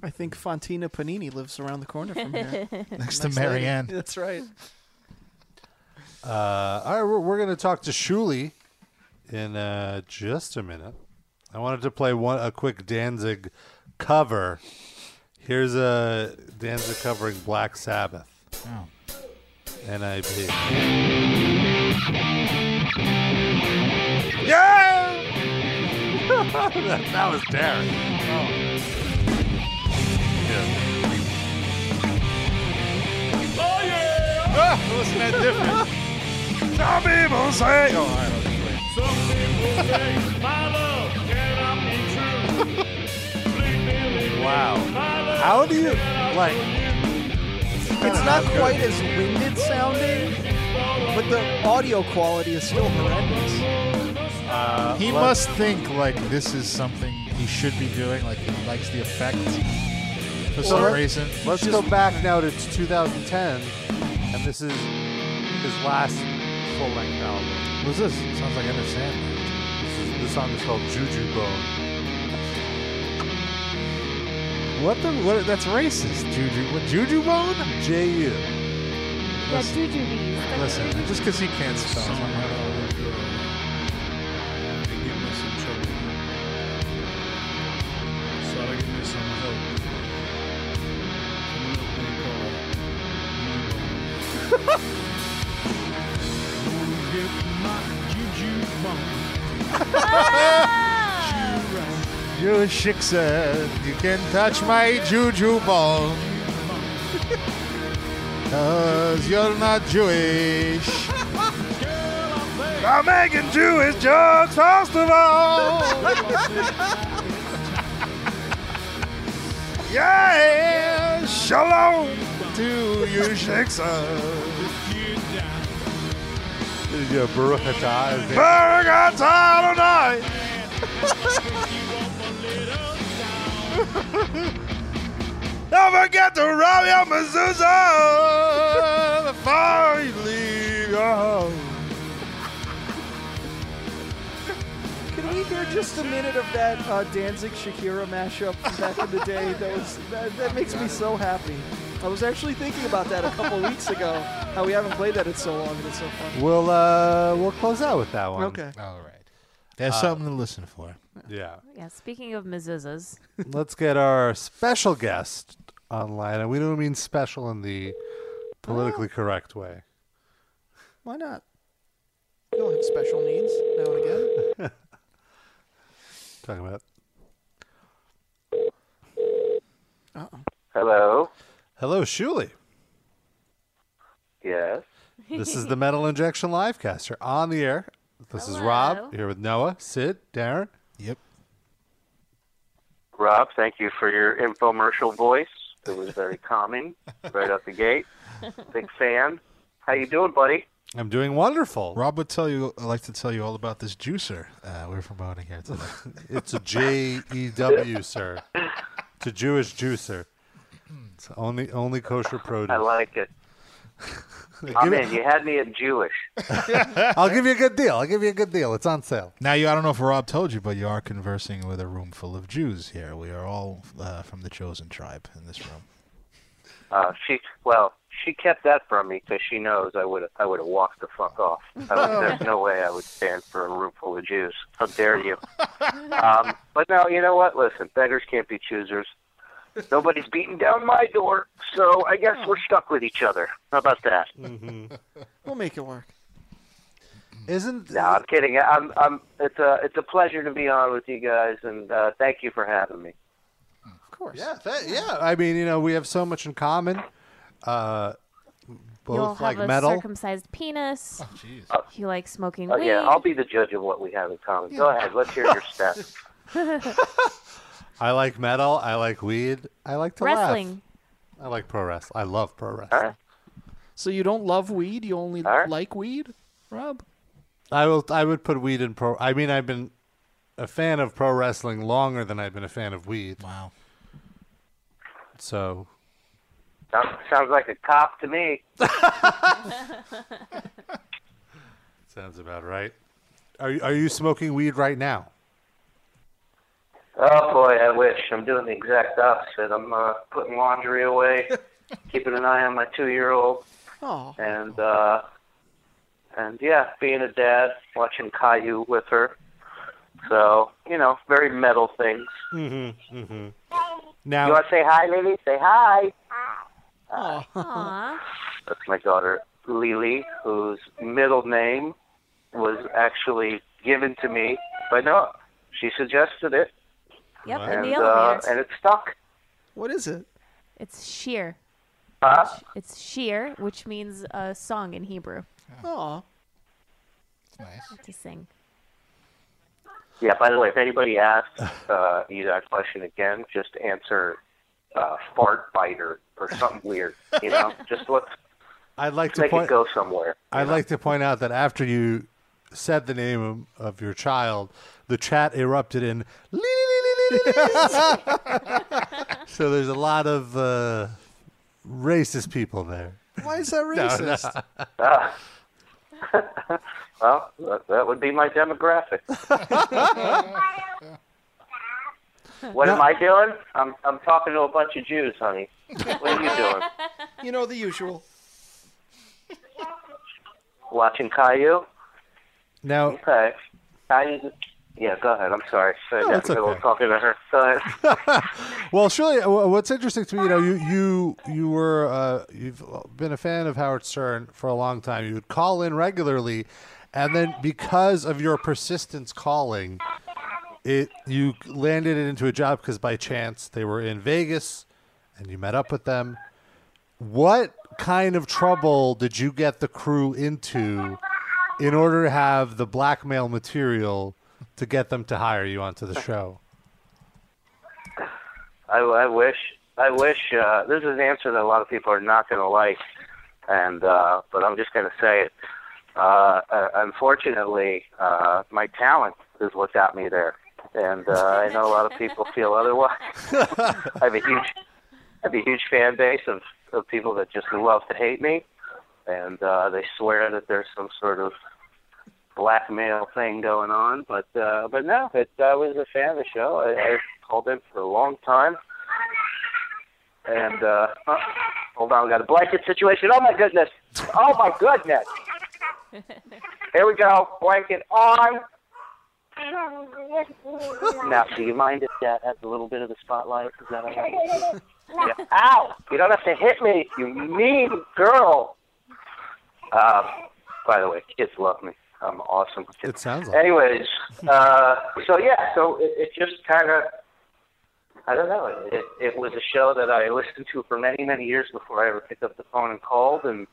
Speaker 4: I think Fontina Panini lives around the corner from (laughs) here.
Speaker 2: Next to Marianne.
Speaker 4: (laughs) That's right.
Speaker 3: Uh, all right, we're, we're going to talk to Shuli in uh, just a minute. I wanted to play one a quick Danzig cover. Here's a Danzig covering Black Sabbath. Oh. NIP.
Speaker 6: (laughs)
Speaker 3: Yeah! that, that was Derek. Yeah.
Speaker 2: Ah, listen, that's different.
Speaker 3: Some people say.
Speaker 6: Oh, Some people say my love cannot be true. (laughs) Believe me, believe me,
Speaker 3: Wow.
Speaker 6: my love
Speaker 3: How do you
Speaker 6: cannot
Speaker 3: like?
Speaker 4: It's not quite as winded sounding, but the audio quality is still horrendous.
Speaker 3: Uh,
Speaker 2: He
Speaker 3: let's-
Speaker 2: must think like this is something he should be doing, like he likes the effect for some
Speaker 3: Or-
Speaker 2: reason.
Speaker 3: Let's go back now to 2010, and this is his last full-length album.
Speaker 2: What's this? Sounds like Enter Sandman.
Speaker 3: This, is, this song is called Juju Bone.
Speaker 2: What the? What? That's racist. Juju. What? Juju bone?
Speaker 3: J.U.
Speaker 5: Yeah, jujubes.
Speaker 2: Listen, just because he can't spell. (laughs)
Speaker 6: Sorry, give me
Speaker 2: Jewish Shiksa, you can touch my juju bone. Cause you're not Jewish. I'm making Jewish jokes, first of all. yeah, shalom to you, Shiksa.
Speaker 3: Yeah, Baruch Atah is there.
Speaker 2: Burger tonight. Don't forget to rob your mezuzah before you leave your home.
Speaker 4: Can we hear just a minute of that uh, Danzig Shakira mashup from back in the day? That was that, that makes me so happy. I was actually thinking about that a couple weeks ago. How we haven't played that in so long, and it's so fun.
Speaker 3: We'll uh, we'll close out with that one.
Speaker 4: Okay.
Speaker 2: All right. There's something to listen for.
Speaker 3: Yeah.
Speaker 5: Yeah, speaking of mezuzahs,
Speaker 3: (laughs) Let's get our special guest online, and we don't mean special in the politically correct way.
Speaker 4: Why not? You don't have special needs now and again.
Speaker 3: Talking about.
Speaker 9: Hello.
Speaker 3: Hello, Shuli. (laughs)
Speaker 2: (laughs)
Speaker 9: Yes.
Speaker 3: This is the Metal Injection Livecast. You're on the air. This is Rob
Speaker 5: Hello.
Speaker 3: here with Noah, Sid, Darren.
Speaker 2: Yep.
Speaker 9: Rob, thank you for your infomercial voice. It was very calming right out the gate. Big fan. How you doing, buddy?
Speaker 3: I'm doing wonderful.
Speaker 2: Rob would tell you, I'd like to tell you all about this juicer uh, we're promoting here today.
Speaker 3: It's a J E
Speaker 9: (laughs)
Speaker 3: W, sir. It's a Jewish juicer. It's only only kosher
Speaker 9: I
Speaker 3: produce.
Speaker 9: like it.
Speaker 3: Give
Speaker 9: I'm
Speaker 3: it-
Speaker 9: in. You had me at Jewish.
Speaker 3: (laughs) I'll give you a (laughs) good deal. I'll give you a good deal. It's on sale.
Speaker 2: now, you, I don't know if Rob told you, but you are conversing with a room full of Jews here. We are all uh, from the chosen tribe in this room.
Speaker 9: Uh, she well, she kept that from me because she knows I would I would have walked the fuck off. I would, there's no way I would stand for a room full of Jews. How dare you? Um, but no, you know what? Listen, beggars can't be choosers. Nobody's beating down my door, so I guess we're stuck with each other. How about that?
Speaker 4: We'll make it work.
Speaker 3: Isn't
Speaker 9: No, I'm kidding. I'm, I'm. It's a, it's a pleasure to be on with you guys, and uh, thank you for having me.
Speaker 4: Of course.
Speaker 3: yeah, that, yeah. I mean, you know, we have so much in common. Uh,
Speaker 5: you'll
Speaker 3: both
Speaker 5: have
Speaker 3: like
Speaker 5: a
Speaker 3: metal.
Speaker 5: circumcised penis.
Speaker 2: Jeez.
Speaker 5: If you like smoking
Speaker 9: Oh
Speaker 5: weed,
Speaker 9: yeah, I'll be the judge of what we have in common. Go ahead, let's hear your
Speaker 3: (laughs)
Speaker 9: stats.
Speaker 3: I like metal. I like weed. I like to
Speaker 5: wrestling.
Speaker 3: laugh. I like pro wrestling. I love pro wrestling.
Speaker 9: All right.
Speaker 4: So you don't love weed? You only
Speaker 9: All right.
Speaker 4: like weed, Rob?
Speaker 3: I will. I would put weed in pro. I mean, I've been a fan of pro wrestling longer than I've been a fan of weed.
Speaker 2: Wow.
Speaker 3: So
Speaker 9: Sounds, sounds like a cop to me.
Speaker 3: (laughs) sounds about right. Are you, are you smoking weed right now?
Speaker 9: Oh boy, I wish. I'm doing the exact opposite. I'm uh, putting laundry
Speaker 3: (laughs)
Speaker 9: away, keeping an eye on my two-year-old,
Speaker 4: Oh,
Speaker 9: and uh, and yeah, being a dad, watching Caillou with her. So you know, very metal things.
Speaker 3: Now,
Speaker 9: You want to say hi, Lily? Say hi.
Speaker 5: Aw.
Speaker 9: That's my daughter Lily, whose middle name was actually given to me by Noah. She suggested it,
Speaker 5: Yep, in
Speaker 9: and
Speaker 5: the
Speaker 9: uh,
Speaker 5: elevator.
Speaker 9: and it stuck.
Speaker 4: what is it?
Speaker 5: it's sheer.
Speaker 9: Huh?
Speaker 5: It's sheer, which means a song in Hebrew
Speaker 4: Oh,
Speaker 2: Nice.
Speaker 5: to sing.
Speaker 9: Yeah, by the way, if anybody asks uh, you that question again, just answer uh, fart biter or something weird. You know, just let's
Speaker 3: I'd like to
Speaker 9: make
Speaker 3: point.
Speaker 9: it go somewhere.
Speaker 3: I'd like to point out that after you said the name of, of your child, the chat erupted in. "Lee, lee, lee, lee, lee, lee." so there's a lot of uh, racist people there.
Speaker 4: why
Speaker 9: (laughs)
Speaker 3: (laughs)
Speaker 4: is that racist?
Speaker 9: Ah. (laughs) Well, that- that would be my
Speaker 4: (laughs)
Speaker 9: demographic. (laughs) what am I doing? I'm I'm talking to a bunch of Jews, honey. What are you doing?
Speaker 4: You know the usual.
Speaker 9: Watching Caillou?
Speaker 3: Now,
Speaker 9: Okay. Caillou. Yeah, go ahead. I'm sorry. I got
Speaker 3: that's
Speaker 9: in the middle of
Speaker 3: okay.
Speaker 9: talking to her. Go ahead.
Speaker 3: Well, surely, wh- what's interesting to me, you know, you you you were uh, you've been a fan of Howard Stern for a long time. You would call in regularly, and then because of your persistence calling, it you landed it into a job because by chance they were in Vegas and you met up with them. What kind of trouble did you get the crew into in order to have the blackmail material to get them to hire you onto the show?
Speaker 9: I, I wish. I wish. Uh, this is an answer that a lot of people are not going to like, and uh, but I'm just going to say it. Uh, uh, unfortunately, uh, my talent is what got me there, and uh, I know a lot of people feel otherwise. I have a huge, I have a huge fan base of of people that just love to hate me, and uh, they swear that there's some sort of blackmail thing going on. But uh, but no, it, I was a fan of the show. I, I called in for a long time, and uh, oh, hold on, we got a blanket situation. Oh my goodness! Oh my goodness! Here we go, blanket on. Now, do you mind if that has a little bit of the spotlight? Is that all right? Yeah. Ow! You don't have to hit me, you mean girl. Uh, by the way, kids love me. I'm awesome. with kids.
Speaker 3: It sounds like
Speaker 9: Anyways, uh, so yeah, so it, it just kind of, I don't know. It, it, it was a show that I listened to for many, many years before I ever picked up the phone and called. And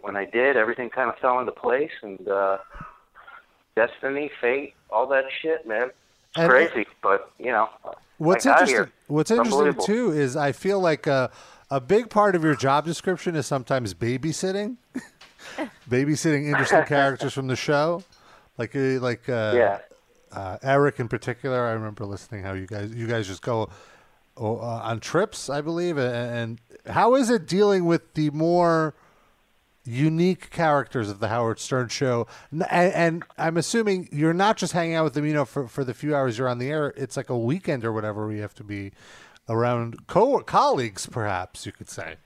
Speaker 9: when I did, everything kind of fell into place. And uh, destiny, fate, all that shit, man. It's
Speaker 3: And-
Speaker 9: crazy, but you know.
Speaker 3: What's
Speaker 9: I got
Speaker 3: interesting?
Speaker 9: here.
Speaker 3: What's
Speaker 9: It's
Speaker 3: interesting
Speaker 9: unbelievable.
Speaker 3: too is I feel like a a big part of your job description is sometimes babysitting, (laughs)
Speaker 9: (laughs)
Speaker 3: babysitting interesting characters from the show, like uh, like uh,
Speaker 9: Yeah.
Speaker 3: uh, Eric in particular. I remember listening how you guys you guys just go oh, uh, on trips, I believe. a- And, and how is it dealing with the more unique characters of the Howard Stern show? N- And, and I'm assuming you're not just hanging out with them, you know, for for the few hours you're on the air. It's like a weekend or whatever. where you have to be around co- colleagues, perhaps you could say.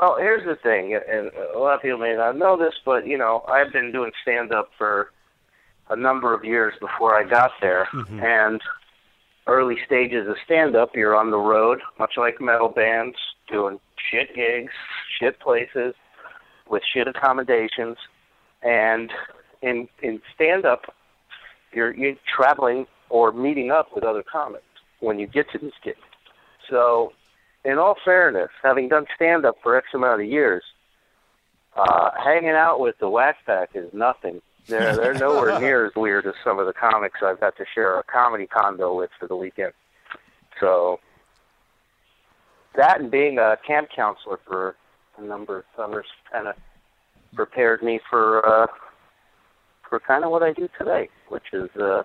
Speaker 9: Well, here's the thing, and a lot of people may not know this, but you know, I've been doing stand up for a number of years before I got there,
Speaker 3: Mm-hmm.
Speaker 6: Mm-hmm.
Speaker 9: and early stages of stand up, you're on the road, much like metal bands, doing shit gigs, shit places, with shit accommodations, and in in stand up, you're you're traveling or meeting up with other comics when you get to these gigs. So in all fairness, having done stand up for X amount of years, uh, hanging out with the Whack Pack is nothing. They're they're nowhere near as weird as some of the comics I've got to share a comedy condo with for the weekend. So that and being a camp counselor for a number of summers kind of prepared me for uh, for kind of what I do today, which is uh,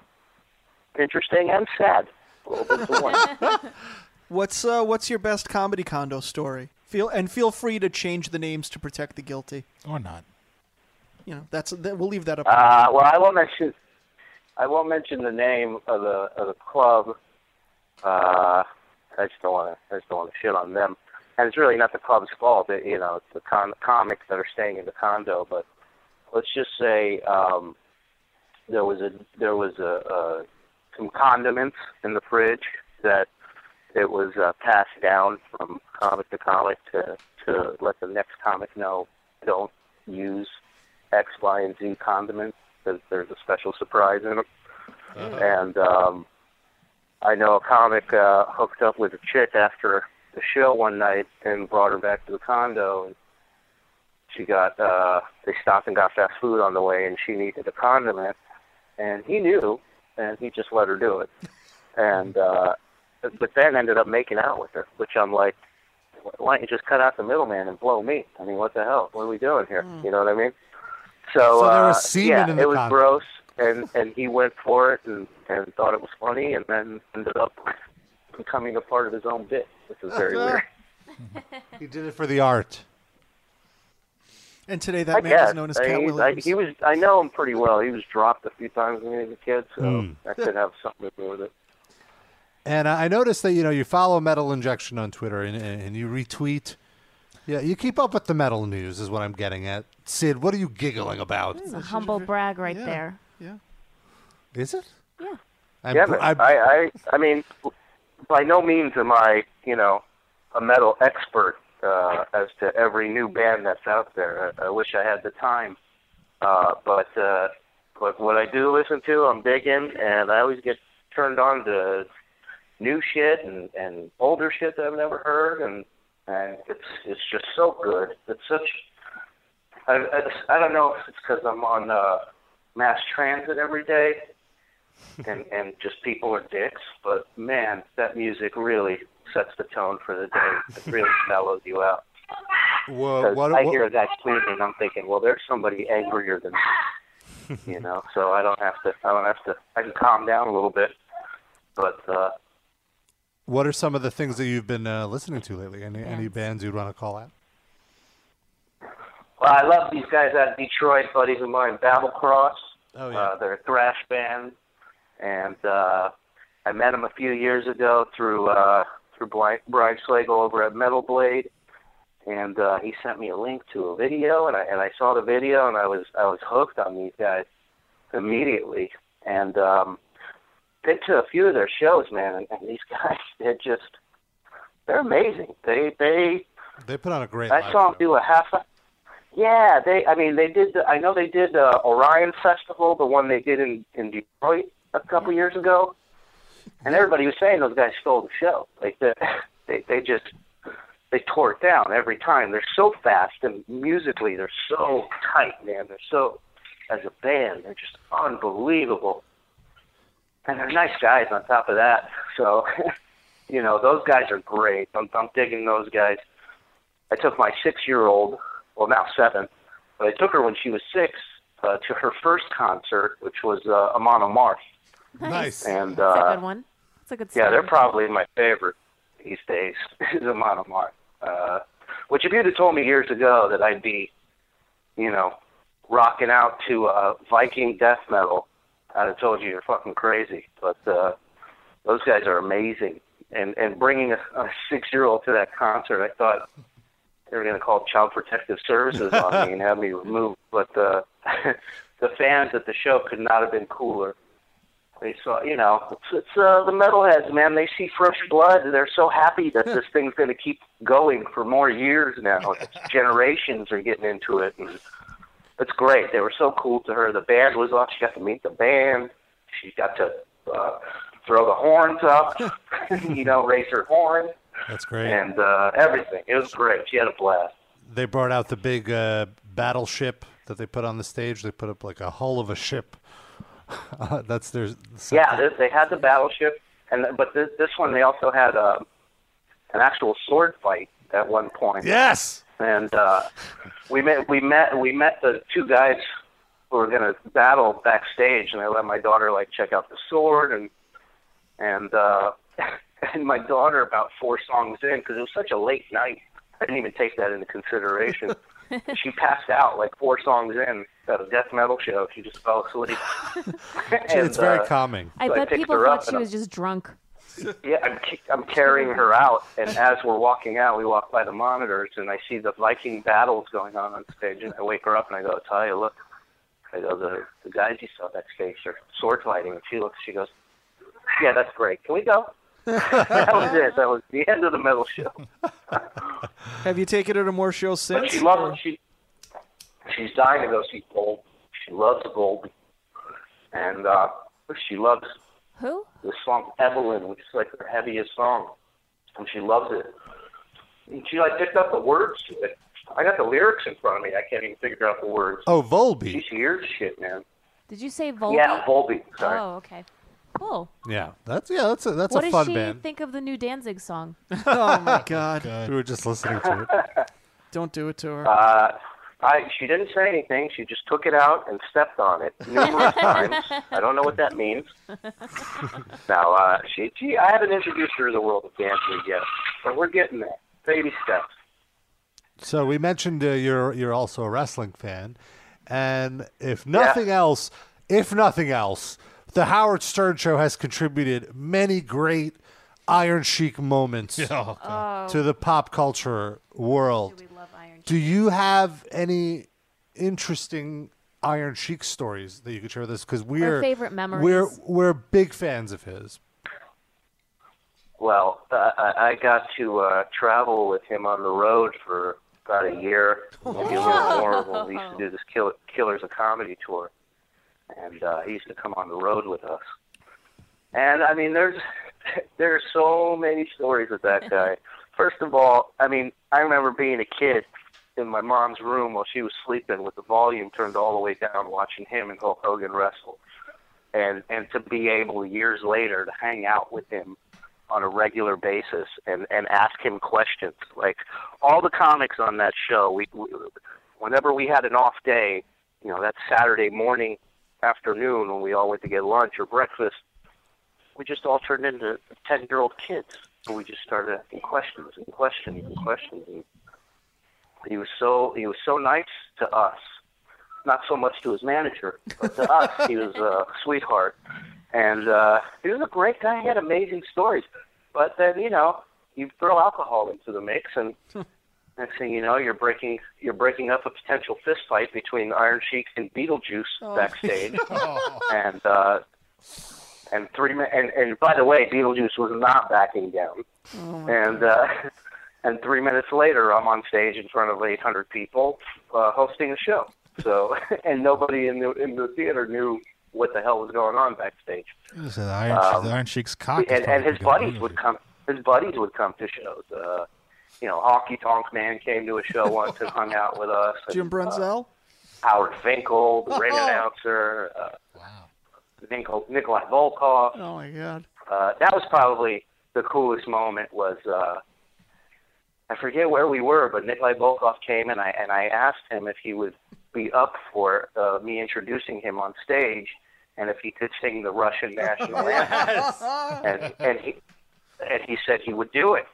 Speaker 9: interesting and sad. A little bit to one.
Speaker 4: What's uh, what's your best comedy condo story? Feel and feel free to change the names to protect the guilty.
Speaker 10: Or not.
Speaker 4: You know, that's that, we'll leave that up.
Speaker 9: Uh, well, I won't mention. I won't mention the name of the of the club. Uh, I just don't want to. I just don't want to shit on them. And it's really not the club's fault. It, you know, it's the con- comics that are staying in the condo. But let's just say um, there was a there was a, a some condiments in the fridge that it was uh, passed down from comic to comic to to let the next comic know don't use X, Y, and Z condiments because there's a special surprise in them. And um, I know a comic uh, hooked up with a chick after the show one night and brought her back to the condo. And she got uh, they stopped and got fast food on the way, and she needed a condiment. And he knew, and he just let her do it. And uh, but then ended up making out with her, which I'm like, why don't you just cut out the middleman and blow me? I mean, what the hell? What are we doing here? You know what I mean? So,
Speaker 3: Hmm. So there
Speaker 9: uh,
Speaker 3: was semen
Speaker 9: yeah,
Speaker 3: in the
Speaker 9: it was
Speaker 3: condom.
Speaker 9: gross, and and he went for it and and thought it was funny, and then ended up becoming a part of his own bit, which is
Speaker 3: (laughs)
Speaker 9: very weird.
Speaker 3: He did it for the art.
Speaker 4: and today
Speaker 9: I
Speaker 4: that man
Speaker 9: guess
Speaker 4: is known as
Speaker 9: I
Speaker 4: Cat
Speaker 9: mean, I,
Speaker 4: Williams.
Speaker 9: he was. I know him pretty well. He was dropped a few times when he was a kid, so that could have something to do with it.
Speaker 3: And I I noticed that you know you follow Metal Injection on Twitter and, and and you retweet. Yeah, you keep up with the metal news is what I'm getting at. Sid, what are you giggling about?
Speaker 5: It's a humble brag right
Speaker 4: Yeah.
Speaker 5: there.
Speaker 4: yeah.
Speaker 3: Is it?
Speaker 5: Yeah.
Speaker 3: I'm,
Speaker 9: Yeah,
Speaker 3: br-
Speaker 9: but I,
Speaker 3: I'm-
Speaker 9: I, I mean, by no means am I, you know, a metal expert uh, as to every new band that's out there. I, I wish I had the time, uh, but uh, But what I do listen to, I'm digging, and I always get turned on to new shit and and older shit that I've never heard, and and it's it's just so good. It's such I I, I don't know if it's because I'm on uh, mass transit every day, and and just people are dicks, but man, that music really sets the tone for the day. It really mellows you out.
Speaker 3: Whoa,
Speaker 9: 'Cause
Speaker 3: what,
Speaker 9: I
Speaker 3: what-
Speaker 9: hear that tweet and I'm thinking, well, there's somebody angrier than me, you know. So I don't have to. I don't have to. I can calm down a little bit. But uh,
Speaker 3: what are some of the things that you've been uh, listening to lately? Any, any bands you'd want to call out?
Speaker 9: well, I love these guys out of Detroit, buddies of mine, Babblecross.
Speaker 3: Oh,
Speaker 9: Uh, they're a thrash band, and uh, I met them a few years ago through uh, through Bli- Brian Slagle over at Metal Blade, and uh, he sent me a link to a video, and I and I saw the video, and I was I was hooked on these guys immediately, and um, been to a few of their shows, man, and, and these (laughs) guys they're just they're amazing. They they
Speaker 3: They put on a great.
Speaker 9: I
Speaker 3: live
Speaker 9: saw them
Speaker 3: show.
Speaker 9: do a half. Yeah, they. I mean, they did. The, I know they did uh, Orion Festival, the one they did in in Detroit a couple years ago, and everybody was saying those guys stole the show. Like the, (laughs) they they just they tore it down every time. They're so fast and musically they're so tight, man. They're so as a band they're just unbelievable, and they're nice guys on top of that. So, (laughs) you know, those guys are great. I'm I'm digging those guys. I took my six year old, well now seven, but I took her when she was six uh, to her first concert, which was uh, Amon Amarth,
Speaker 3: Nice.
Speaker 9: and
Speaker 5: That's a
Speaker 9: uh,
Speaker 5: good one. That's a good.
Speaker 9: yeah, they're
Speaker 5: start.
Speaker 9: probably my favorite these days. (laughs) is Amon Amarth. Uh, which if you'd have told me years ago that I'd be, you know, rocking out to uh, Viking death metal, I'd have told you you're fucking crazy. But uh, those guys are amazing, and and bringing a, a six year old to that concert, I thought they were going to call Child Protective Services on me and have me removed. But uh, (laughs) the fans at the show could not have been cooler. They saw, you know, it's, it's uh, the metalheads, man. They see fresh blood. and They're so happy that
Speaker 3: (laughs)
Speaker 9: this thing's going to keep going for more years now. Generations are getting into it, and it's great. They were so cool to her. The band was on. She got to meet the band. She got to uh, throw the horns
Speaker 3: (laughs)
Speaker 9: up. you know, raise her horn
Speaker 3: That's great.
Speaker 9: and uh, everything. It was great. She had a blast.
Speaker 3: they brought out the big uh, battleship that they put on the stage. They put up like a hull of a ship. (laughs) Uh, That's their
Speaker 9: Yeah, they, they had the battleship, and but this, this one they also had uh, an actual sword fight at one point.
Speaker 3: Yes.
Speaker 9: and uh, we met we met we met the two guys who were going to battle backstage, and I let my daughter like check out the sword and and uh, (laughs) and my daughter about four songs in because it was such a late night, I didn't even take that into
Speaker 3: (laughs)
Speaker 9: consideration. she passed out like four songs in at a death metal show. She just fell
Speaker 3: (laughs)
Speaker 9: asleep. And,
Speaker 3: it's very
Speaker 9: uh,
Speaker 3: calming.
Speaker 5: I
Speaker 9: so I
Speaker 5: bet
Speaker 9: picked
Speaker 5: people
Speaker 9: her up
Speaker 5: thought she
Speaker 9: and
Speaker 5: was just drunk.
Speaker 9: (laughs) yeah, I'm ki- I'm carrying her out, and as we're walking out, we walk by the monitors, and I see the Viking battles going on on stage, and I wake her up, and I go, Talia, look, I go, the the guys you saw backstage are sword fighting, and she looks, she goes, yeah, that's great. Can we go? (laughs) that was it. That was the end of the metal show.
Speaker 4: Have you taken her to more shows
Speaker 9: But
Speaker 4: since?
Speaker 9: she loves it. She she's dying to go see Gold. She loves Gold, and uh, she loves
Speaker 5: Who?
Speaker 9: the song Evelyn, which is like her heaviest song, and she loves it. And she like picked up the words to it. I got the lyrics in front of me. I can't even figure out the words.
Speaker 3: Oh,
Speaker 9: She
Speaker 3: Volbeat.
Speaker 9: hears shit, man.
Speaker 5: Did you say Volbeat?
Speaker 9: Yeah, Volbeat. Sorry.
Speaker 5: Oh, okay. Cool.
Speaker 3: Yeah, that's yeah, that's a that's
Speaker 5: what
Speaker 3: a
Speaker 5: does
Speaker 3: fun
Speaker 5: she
Speaker 3: band. Ah,
Speaker 5: think of the new Danzig song?
Speaker 4: Oh my God!
Speaker 3: we were just listening to it.
Speaker 4: Don't do it to her.
Speaker 9: Uh, I she didn't say anything. She just took it out and stepped on it numerous times. I don't know what that means. now uh, she she I haven't introduced her to the world of dancing yet, but we're getting there. Baby steps.
Speaker 3: (laughs) So we mentioned uh, you're you're also a wrestling fan, and if nothing else, if nothing else, the Howard Stern show has contributed many great Iron Sheik (laughs) moments
Speaker 2: Oh, God.
Speaker 3: to the pop culture world.
Speaker 5: We love Iron.
Speaker 3: Do you have any interesting Iron Sheik stories that you could share with us? Because we're
Speaker 5: favorite memories.
Speaker 3: We're we're big fans of his.
Speaker 9: Well, uh, I I got to uh, travel with him on the road for about a year, maybe a little more when we used to do this kill- Killers of Comedy tour. and uh, he used to come on the road with us. And I mean, there's (laughs) there's so many stories with that guy. First of all, I mean, I remember being a kid in my mom's room while she was sleeping with the volume turned all the way down, watching him and Hulk Hogan wrestle, and and to be able years later to hang out with him on a regular basis and and ask him questions. Like all the comics on that show, we, we whenever we had an off day, you know, that Saturday morning, afternoon when we all went to get lunch or breakfast, we just all turned into ten year old kids. And we just started asking questions and questions and questions and he was so he was so nice to us. Not so much to his manager, but to us, he was a sweetheart. And uh, he was a great guy. He had amazing stories. But then, you know, you throw alcohol into the mix, and next thing you know, you're breaking you're breaking up a potential fist fight between Iron Sheik and Beetlejuice
Speaker 6: Oh. (laughs)
Speaker 4: (laughs)
Speaker 9: backstage.
Speaker 4: Oh.
Speaker 9: and uh, and three mi- and and by the way, Beetlejuice was not backing down.
Speaker 4: Oh
Speaker 2: Oh,
Speaker 9: and uh, (laughs) and three minutes later, I'm on stage in front of 800 people uh, hosting a show. So (laughs) and nobody in the in the theater knew what the hell was going on backstage.
Speaker 2: This is the Iron, the Iron Sheik's cock. is
Speaker 9: Um, And, and
Speaker 2: probably
Speaker 9: his buddies
Speaker 2: gonna be-
Speaker 9: would come. His buddies would come to shows. Uh, you know, Honky Tonk Man came to a
Speaker 2: (laughs)
Speaker 9: show once and hung out with us. and,
Speaker 4: Jim
Speaker 9: Uh,
Speaker 4: Brunzel.
Speaker 9: Howard Finkel, the
Speaker 2: (laughs)
Speaker 9: ring announcer. Uh,
Speaker 2: Wow.
Speaker 9: Nikolai, Nikolai Volkov.
Speaker 4: Oh my god.
Speaker 9: Uh, that was probably the coolest moment. Was uh, I forget where we were, but Nikolai Volkov came and I and I asked him if he would be up for uh, me introducing him on stage, and if he could sing the Russian
Speaker 6: (laughs)
Speaker 9: national anthem. And and he and he said he would do it.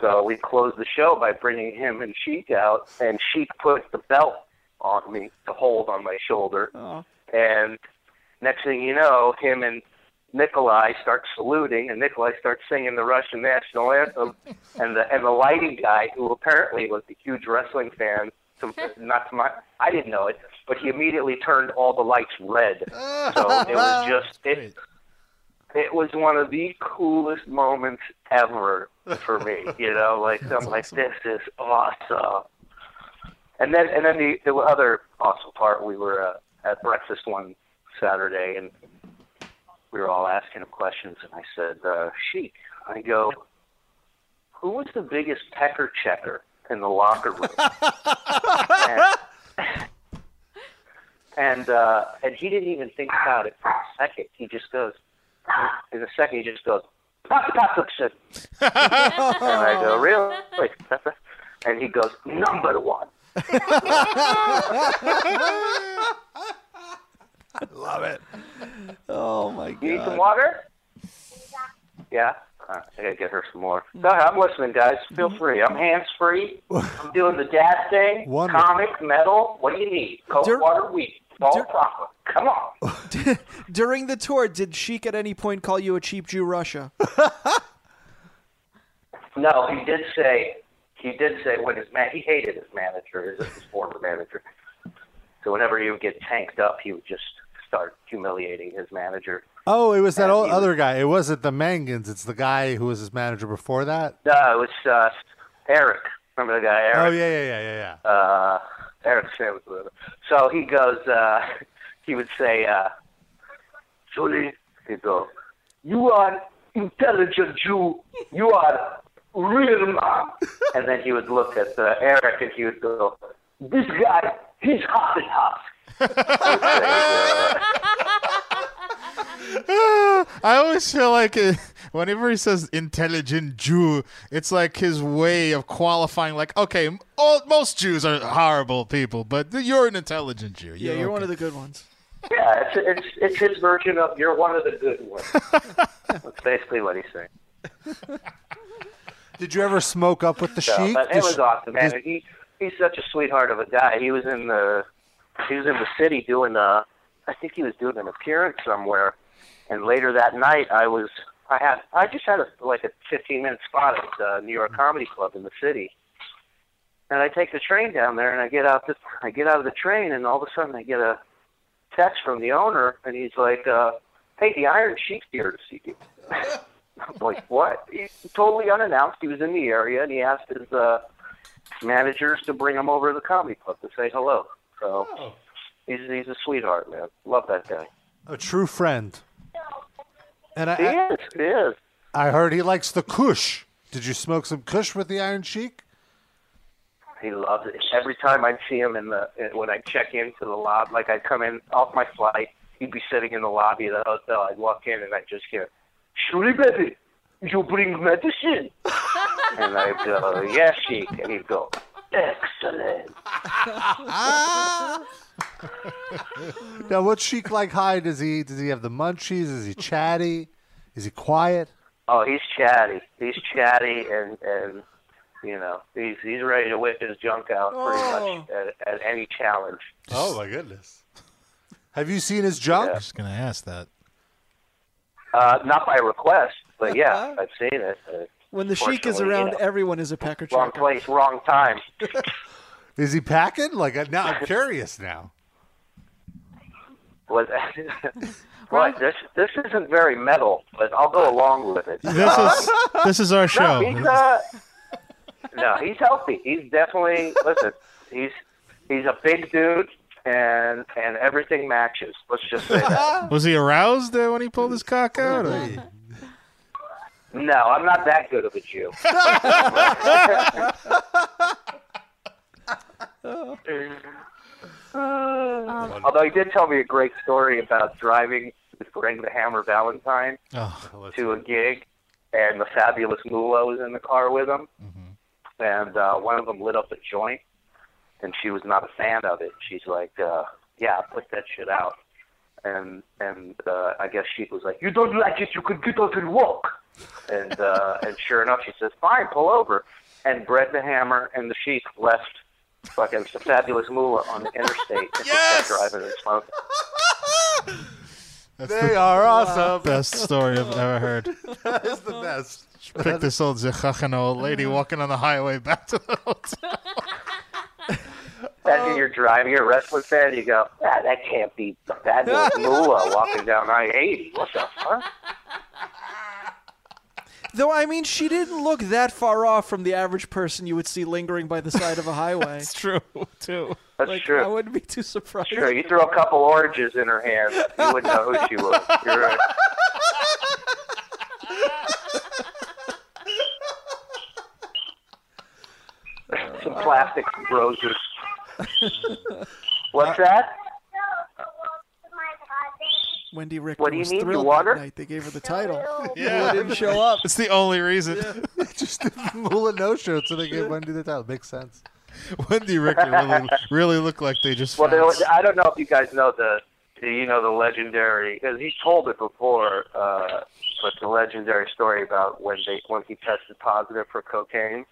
Speaker 9: So we closed the show by bringing him and Sheik out, and Sheik put the belt on me to hold on my shoulder.
Speaker 4: Oh.
Speaker 9: And next thing you know, him and Nikolai start saluting, and Nikolai starts singing the Russian national anthem, and the and the lighting guy, who apparently was a huge wrestling fan, to, not to my, I didn't know it, but he immediately turned all the lights red. So it was just it,
Speaker 2: Great.
Speaker 9: it was one of the coolest moments ever for me. You know, like I'm like, this is awesome. And then and then the, the other awesome part, we were uh, at breakfast one Saturday, and we were all asking him questions, and I said, uh, "Sheik," I go, "Who was the biggest pecker checker in the locker room?" and and, uh, and he didn't even think about it for a second. He just goes, in a second, he just goes, "Pop, pop, pop, shit." and I
Speaker 6: (laughs)
Speaker 9: go,
Speaker 4: (laughs)
Speaker 9: "Really?" (laughs) And he goes, "Number one."
Speaker 4: (laughs) Oh my
Speaker 9: You need some
Speaker 4: god.
Speaker 9: water? Yeah. All right, I gotta get her some more. Go ahead, I'm listening, guys. Feel free. I'm hands free. I'm doing the dad thing.
Speaker 3: Wonderful.
Speaker 9: Comic, metal. What do you need? Cold
Speaker 4: Dur-
Speaker 9: water, wheat, all
Speaker 4: Dur-
Speaker 9: proper. Come on.
Speaker 4: During the tour, did Sheik at any point call you a cheap Jew Russia?
Speaker 9: No, he did say. He did say when his man. He hated his manager, his, his former manager. So whenever he would get tanked up, he would just start humiliating his manager.
Speaker 3: Oh, it was that
Speaker 9: And
Speaker 3: old
Speaker 9: he was-
Speaker 3: other guy. It wasn't the Mangans. It's the guy who was his manager before that.
Speaker 9: No, it was uh, Eric. Remember the guy Eric?
Speaker 3: Oh yeah, yeah, yeah, yeah, yeah.
Speaker 9: uh, Eric Sam was with him. So he goes, uh, (laughs) he would say, uh, Julie, he'd go, you are intelligent Jew. You are real man. and then he would look at uh, Eric and he would go, this guy, he's half and half.
Speaker 2: (laughs) I always feel like it, whenever he says intelligent Jew, it's like his way of qualifying. Like, okay, m- all, most Jews are horrible people, but th- you're an intelligent Jew.
Speaker 4: Yeah, you're
Speaker 2: okay.
Speaker 4: one of the good ones.
Speaker 9: Yeah, it's, it's, it's his version of you're one of the good
Speaker 3: (laughs)
Speaker 9: ones. That's basically what he's saying.
Speaker 3: Did you ever smoke up with the
Speaker 9: So,
Speaker 3: sheik?
Speaker 9: but it
Speaker 3: Does-
Speaker 9: was awesome, man.
Speaker 3: does-
Speaker 9: He he's such a sweetheart of a guy. He was in the he was in the city doing a I think he was doing an appearance somewhere, and later that night I was I had I just had a, like a 15 minute spot at uh, New York Comedy Club in the city, and I take the train down there and I get out the I get out of the train and all of a sudden I get a text from the owner and he's like, uh, "Hey, the Iron Sheik's here to see you." I'm like, what? He, totally unannounced. He was in the area, and he asked his uh, managers to bring him over to the comedy club to say hello. So He's he's a sweetheart, man. Love that guy.
Speaker 3: A true friend. And I,
Speaker 9: He
Speaker 3: I,
Speaker 9: is. He is.
Speaker 3: I heard he likes the Kush. Did you smoke some Kush with the Iron Sheik? (laughs)
Speaker 9: He loves it. Every time I see him in the when I check into the lobby, like I come in off my flight, he'd be sitting in the lobby of the hotel. I'd walk in and I just hear, "Surely, baby, you bring medicine." and I'd go, "Yes, sheik," and he'd go,
Speaker 4: (laughs)
Speaker 9: "Excellent."
Speaker 3: Now, what's Sheik like? High? Does he does he have the munchies? Is he chatty? Is he quiet?
Speaker 9: Oh, he's chatty. He's chatty, and and you know he's he's ready to whip his junk out pretty
Speaker 2: Oh.
Speaker 9: much at, at any challenge.
Speaker 3: Oh my goodness! Have you seen his junk?
Speaker 2: I'm just gonna ask that.
Speaker 9: Uh, not by request, but
Speaker 2: (laughs)
Speaker 9: yeah, I've seen it. Uh,
Speaker 4: When the sheik is
Speaker 9: Fortunately,
Speaker 4: around,
Speaker 9: you know.
Speaker 4: everyone is a pecker
Speaker 9: wrong
Speaker 4: checker.
Speaker 9: place, wrong time. (laughs)
Speaker 3: Is he packing? Like I- (laughs) now, I'm curious now.
Speaker 9: (laughs) Was well, this this isn't very metal, but I'll go along with it.
Speaker 2: (laughs) This
Speaker 3: (laughs)
Speaker 2: is this is our show.
Speaker 9: he's uh, no, he's healthy. He's definitely listen. He's he's a big dude, and and everything matches. Let's just say that.
Speaker 2: (laughs) Was he aroused uh, when he pulled his cock out? or-
Speaker 9: No, I'm not that good of a Jew.
Speaker 3: Um,
Speaker 9: Although he did tell me a great story about driving with Greg the Hammer Valentine
Speaker 2: Oh,
Speaker 9: to a gig, and the fabulous Moolah was in the car with him, and uh, one of them lit up a joint, and she was not a fan of it. She's like, uh, "Yeah, put that shit out," and and uh, I guess she was like, "You don't like it? You could get out and walk." And uh, and sure enough, she says, "Fine, pull over." And Brett the Hammer and the Sheik left fucking fabulous Moolah on the interstate and yes! driving and smoking.
Speaker 2: (laughs) that's
Speaker 3: They
Speaker 2: the
Speaker 3: are awesome.
Speaker 2: best story I've ever
Speaker 4: (laughs)
Speaker 2: heard.
Speaker 5: (laughs)
Speaker 3: That's the best.
Speaker 2: Pick this old Zechachna old lady walking on the highway back to the hotel.
Speaker 4: Oh.
Speaker 9: Imagine you're driving, you're a wrestling fan, you go, ah, that can't be the fabulous
Speaker 4: (laughs)
Speaker 9: Moolah walking down I 80. What the fuck?
Speaker 4: Though I mean, she didn't look that far off from the average person you would see lingering by the side of
Speaker 2: (laughs)
Speaker 4: a highway.
Speaker 2: true, too.
Speaker 9: That's
Speaker 4: like I
Speaker 9: true.
Speaker 4: wouldn't be too surprised.
Speaker 9: Sure, you throw a couple oranges in her hand, you wouldn't know who she was. You're
Speaker 4: (laughs)
Speaker 9: right. Some plastic
Speaker 4: (laughs)
Speaker 9: roses. What's that?
Speaker 4: Wendy Richter
Speaker 9: What do you
Speaker 4: was
Speaker 9: need,
Speaker 4: thrilled that
Speaker 9: water?
Speaker 4: night. They gave her the title.
Speaker 2: Yeah. (laughs)
Speaker 4: Didn't (laughs) show up.
Speaker 2: It's the only reason. (laughs)
Speaker 3: Just the Mula no (laughs) show, so they gave Wendy the title. Makes sense.
Speaker 2: Wendy Richter really, really looked like they just.
Speaker 9: Well, there
Speaker 2: found-
Speaker 9: was, I don't know if you guys know the, the you know the legendary because he told it before, uh, but the legendary story about when they when he tested positive for cocaine.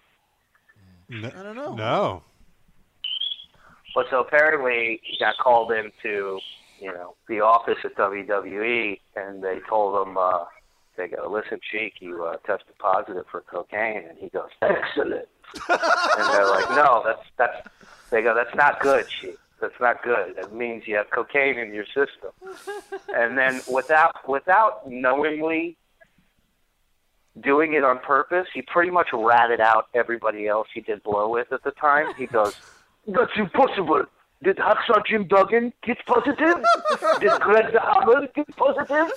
Speaker 4: I don't know.
Speaker 3: No.
Speaker 9: But so apparently he got called into you know the office at WWE, and they told him uh, they go, "Listen, Sheik, you uh, tested positive for cocaine," and he goes, "Excellent." and they're like, "No, that's that's." They go, "That's not good, Sheik. That's not good. That means you have cocaine in your system." and then without without knowingly doing it on purpose, he pretty much ratted out everybody else he did blow with at the time. He goes, "That's impossible." Did Hacksaw Jim Duggan get positive? Did Greg the Hammer get positive?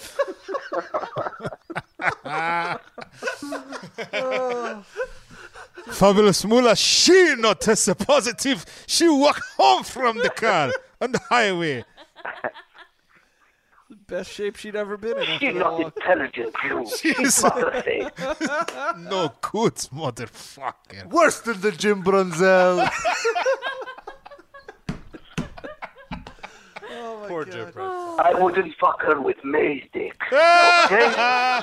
Speaker 2: Fabulous Mula, she not tested positive. She walked home from the
Speaker 5: (laughs)
Speaker 2: car on the highway.
Speaker 4: Best shape she'd ever been in.
Speaker 9: She's
Speaker 4: After that
Speaker 9: not
Speaker 4: walk.
Speaker 9: intelligent, you.
Speaker 2: (laughs) She's-
Speaker 9: She's motherfucker.
Speaker 2: No good, motherfucker.
Speaker 3: Worse than the Jim Brunzel. Poor Jim Brunzel.
Speaker 9: I wouldn't fuck her with May's dick.
Speaker 3: All right.
Speaker 5: Uh,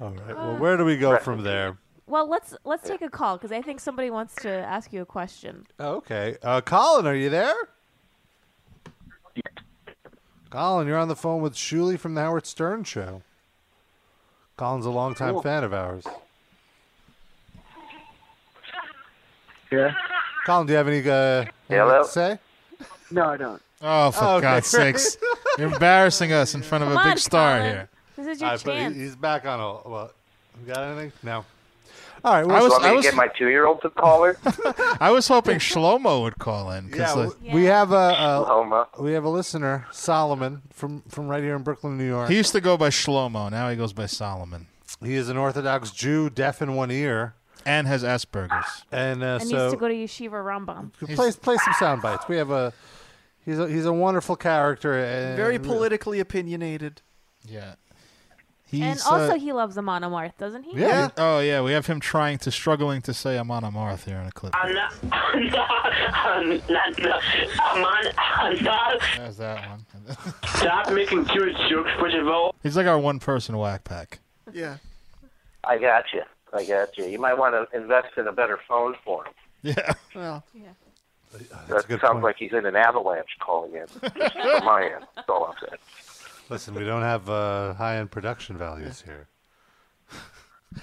Speaker 3: Well, where do we go from there?
Speaker 5: Well, let's let's take a call because I think somebody wants to ask you a question.
Speaker 3: Okay. Uh, Colin, are you there? Colin, you're on the phone with Shuli from the Howard Stern Show. Colin's a longtime fan of ours.
Speaker 8: Yeah.
Speaker 3: Colin, do you have any uh,
Speaker 9: Hello?
Speaker 3: anything to say?
Speaker 8: No, I don't.
Speaker 2: Oh, for
Speaker 3: Okay, (laughs)
Speaker 2: God's
Speaker 3: great.
Speaker 2: sakes. You're embarrassing us in front of a
Speaker 5: Come on,
Speaker 2: big star
Speaker 5: Colin.
Speaker 2: here.
Speaker 5: This is your
Speaker 3: All right, but he-
Speaker 5: chance.
Speaker 3: he's back on a. Well, you got anything? No. All right. Well,
Speaker 2: I
Speaker 9: Do you
Speaker 2: was-
Speaker 9: want me to get my two-year-old to call her?
Speaker 3: (laughs)
Speaker 2: I was hoping Shlomo would call in. 'cause,
Speaker 3: yeah,
Speaker 2: like,
Speaker 3: w- we have a, a
Speaker 9: Homa.
Speaker 3: we have a listener, Solomon from from right here in Brooklyn, New York.
Speaker 2: he used to go by Shlomo. Now he goes by Solomon.
Speaker 3: He is an Orthodox Jew, deaf in one ear,
Speaker 2: And has Asperger's.
Speaker 3: and uh,
Speaker 5: And
Speaker 3: so
Speaker 5: used to go to Yeshiva Rambam.
Speaker 3: play play some sound bites. We have a he's a, he's a wonderful character. And
Speaker 4: (laughs) Very politically opinionated.
Speaker 2: Yeah. He's,
Speaker 5: and also,
Speaker 2: uh,
Speaker 5: he loves Amon Amarth, doesn't he?
Speaker 3: Yeah.
Speaker 2: Oh yeah, we have him trying to struggling to say Amon Amarth here in a clip. There's that one.
Speaker 8: Stop making Jewish jokes, first of all.
Speaker 2: He's like our one person whack pack.
Speaker 4: Yeah.
Speaker 9: I got you. I got you. You might want to invest in a better phone for him.
Speaker 2: Yeah.
Speaker 4: Well,
Speaker 9: That
Speaker 3: good
Speaker 9: sounds
Speaker 3: point.
Speaker 9: like he's in an avalanche calling in. (laughs) Just from my end. That's all I'm saying.
Speaker 3: Listen, we don't have uh, high end production values here.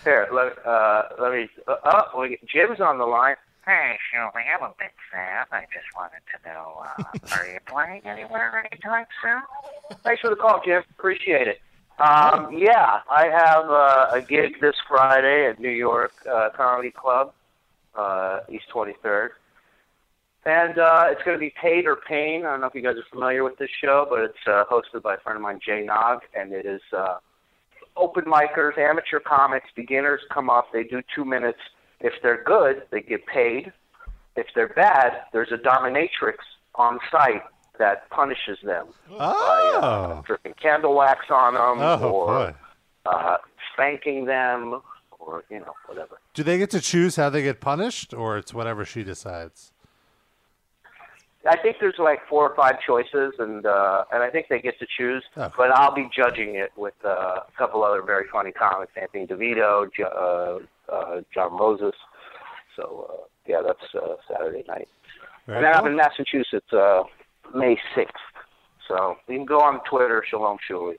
Speaker 9: Here, let, uh, let me. Uh, oh, we, Jim's on the line. Hey, sure. We have a big fan. I just wanted to know uh, are you playing anywhere anytime soon? Thanks for the call, Jim. Appreciate it. Um, yeah, I have uh, a gig this Friday at New York uh, Comedy Club, uh, East 23rd. And uh, it's going to be Paid or Pain. I don't know if you guys are familiar with this show, but it's uh, hosted by a friend of mine, Jay Nog, and it is. Uh, open micers, amateur comics, beginners come up. They do two minutes. If they're good, they get paid. If they're bad, there's a dominatrix on site that punishes them by uh,
Speaker 3: Oh,
Speaker 9: dripping candle wax on them
Speaker 3: oh
Speaker 9: or
Speaker 3: boy.
Speaker 9: uh, spanking them or, you know, whatever.
Speaker 3: Do they get to choose how they get punished, or it's whatever she decides?
Speaker 9: I think there's like four or five choices, and uh, and I think they get to choose.
Speaker 3: Okay.
Speaker 9: But I'll be judging it with uh, a couple other very funny comics: Anthony DeVito, jo- uh, uh, John Moses. So uh, yeah, that's uh, Saturday night.
Speaker 3: Very
Speaker 9: And then I'm
Speaker 3: cool.
Speaker 9: in Massachusetts uh, May sixth. So you can go on Twitter, Shalom Shuli,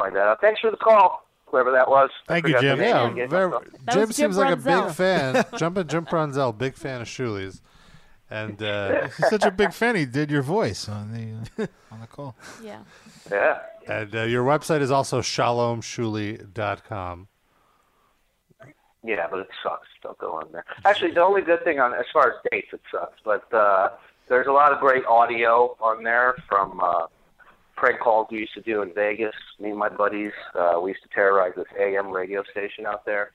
Speaker 9: find that out. Thanks for the call, whoever that was. I
Speaker 2: Thank you,
Speaker 9: forgot the
Speaker 2: Jim.
Speaker 9: name.
Speaker 3: Yeah,
Speaker 9: Yeah.
Speaker 3: very,
Speaker 5: That
Speaker 3: Jim
Speaker 5: was Jim
Speaker 3: seems like a big
Speaker 5: Brunzell. (laughs)
Speaker 3: fan. Jumpin' Jim Brunzel, big fan of Shuli's. And uh,
Speaker 2: He's such a big fan. He did your voice on the (laughs) uh, on the call.
Speaker 5: Yeah.
Speaker 9: Yeah.
Speaker 3: and uh, your website is also shalomshuli.com.
Speaker 9: Yeah, but it sucks. Don't go on there. Actually, the only good thing on as far as dates, it sucks. But uh, there's a lot of great audio on there from uh, prank calls we used to do in Vegas. Me and my buddies, uh, we used to terrorize this AM radio station out there,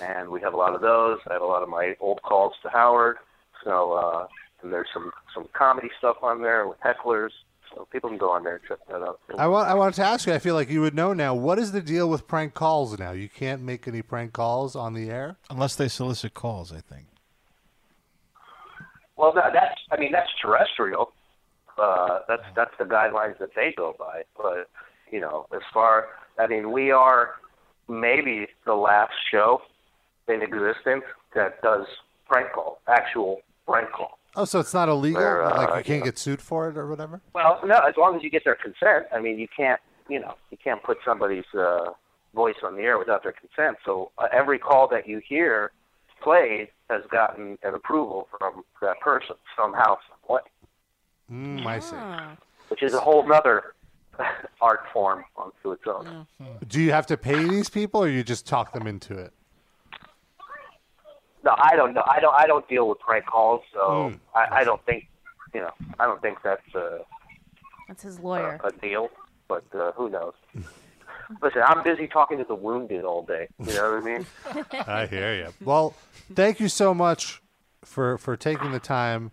Speaker 9: and we have a lot of those. I have a lot of my old calls to Howard. So uh, and there's some some comedy stuff on there with hecklers. So people can go on there and check that out.
Speaker 3: I, wa- I wanted to ask you, I feel like you would know now, what is the deal with prank calls now? You can't make any prank calls on the air?
Speaker 2: Unless they solicit calls, I think.
Speaker 9: Well, that, that's I mean that's terrestrial. Uh, that's that's the guidelines that they go by. But you know, as far I mean, we are maybe the last show in existence that does prank call, actual prank call.
Speaker 3: Oh, so it's not illegal?
Speaker 9: They're, uh,
Speaker 3: like you can't
Speaker 9: yeah.
Speaker 3: get sued for it or whatever?
Speaker 9: Well, no, as long as you get their consent. I mean, you can't you know you can't put somebody's uh, voice on the air without their consent. So uh, every call that you hear played has gotten an approval from that person somehow, some way.
Speaker 3: Mm, I see.
Speaker 9: which is a whole nother (laughs) art form onto its own.
Speaker 3: Do you have to pay these people or you just talk them into it?
Speaker 9: No, I don't know. I don't. I don't deal with prank calls, so
Speaker 3: Hmm.
Speaker 9: I, I don't think, you know, I don't think that's a,
Speaker 5: That's his
Speaker 9: a,
Speaker 3: Uh,
Speaker 5: lawyer.
Speaker 9: a deal. But uh, who knows? Listen, I'm busy talking to the wounded all day. You know what I mean?
Speaker 3: I hear you. Well, thank you so much for for taking the time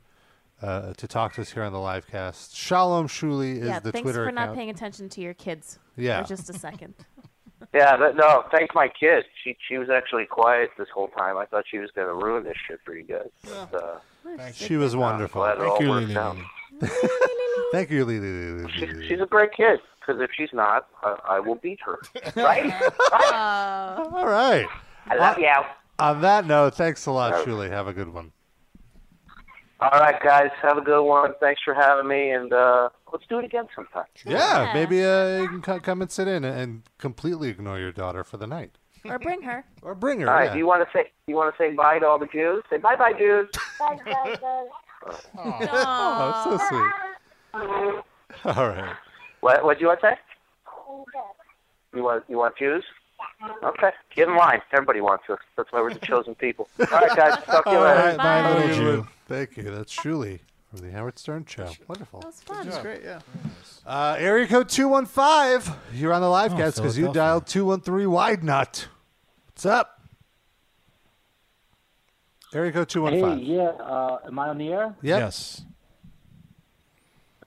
Speaker 3: uh, to talk to us here on the live cast. Shalom Shuli is
Speaker 5: yeah,
Speaker 3: the
Speaker 5: thanks
Speaker 3: Twitter
Speaker 5: for
Speaker 3: account.
Speaker 5: not paying attention to your kids
Speaker 3: Yeah.
Speaker 5: for just a second.
Speaker 9: Yeah, but no. Thank my kid. She she was actually quiet this whole time. I thought she was gonna ruin this shit for you guys. But, uh,
Speaker 3: she was wonderful.
Speaker 9: glad it all
Speaker 2: Thank you,
Speaker 9: worked
Speaker 2: Lily.
Speaker 9: out.
Speaker 2: Lily.
Speaker 3: (laughs) Thank you, Lily. Lily, Lily,
Speaker 9: She,
Speaker 3: Lily.
Speaker 9: she's a great kid. Because if she's not, I, I will beat her. Right? right?
Speaker 3: All right.
Speaker 9: I love you.
Speaker 3: On that note, thanks a lot, Shuli. Have a good one.
Speaker 9: All right, guys. Have a good one. Thanks for having me, and uh, let's do it again sometime.
Speaker 3: Yeah,
Speaker 5: Yeah.
Speaker 3: maybe uh, you can co- come and sit in and, and completely ignore your daughter for the night,
Speaker 5: or bring her.
Speaker 3: or bring her.
Speaker 9: All right.
Speaker 3: yeah.
Speaker 9: Do you want to say you want to say bye to all the Jews? Say bye, bye, Jews.
Speaker 3: (laughs) oh, so sweet. All right.
Speaker 9: What What do you want to say? You want you want Jews? Okay, get in line. Everybody wants us. That's why we're the chosen people. All right, guys. Talk to you later.
Speaker 2: bye, little Jew.
Speaker 3: Thank you. That's Shuli from the Howard Stern Show. Wonderful.
Speaker 5: That was fun.
Speaker 6: It's great, yeah.
Speaker 3: Uh, area code 215. You're on the live cast because you
Speaker 2: Philadelphia.
Speaker 3: dialed 213 Wide Nut. What's up? Area code 215.
Speaker 11: Hey, yeah. Uh, am I on the air?
Speaker 3: Yep.
Speaker 2: Yes.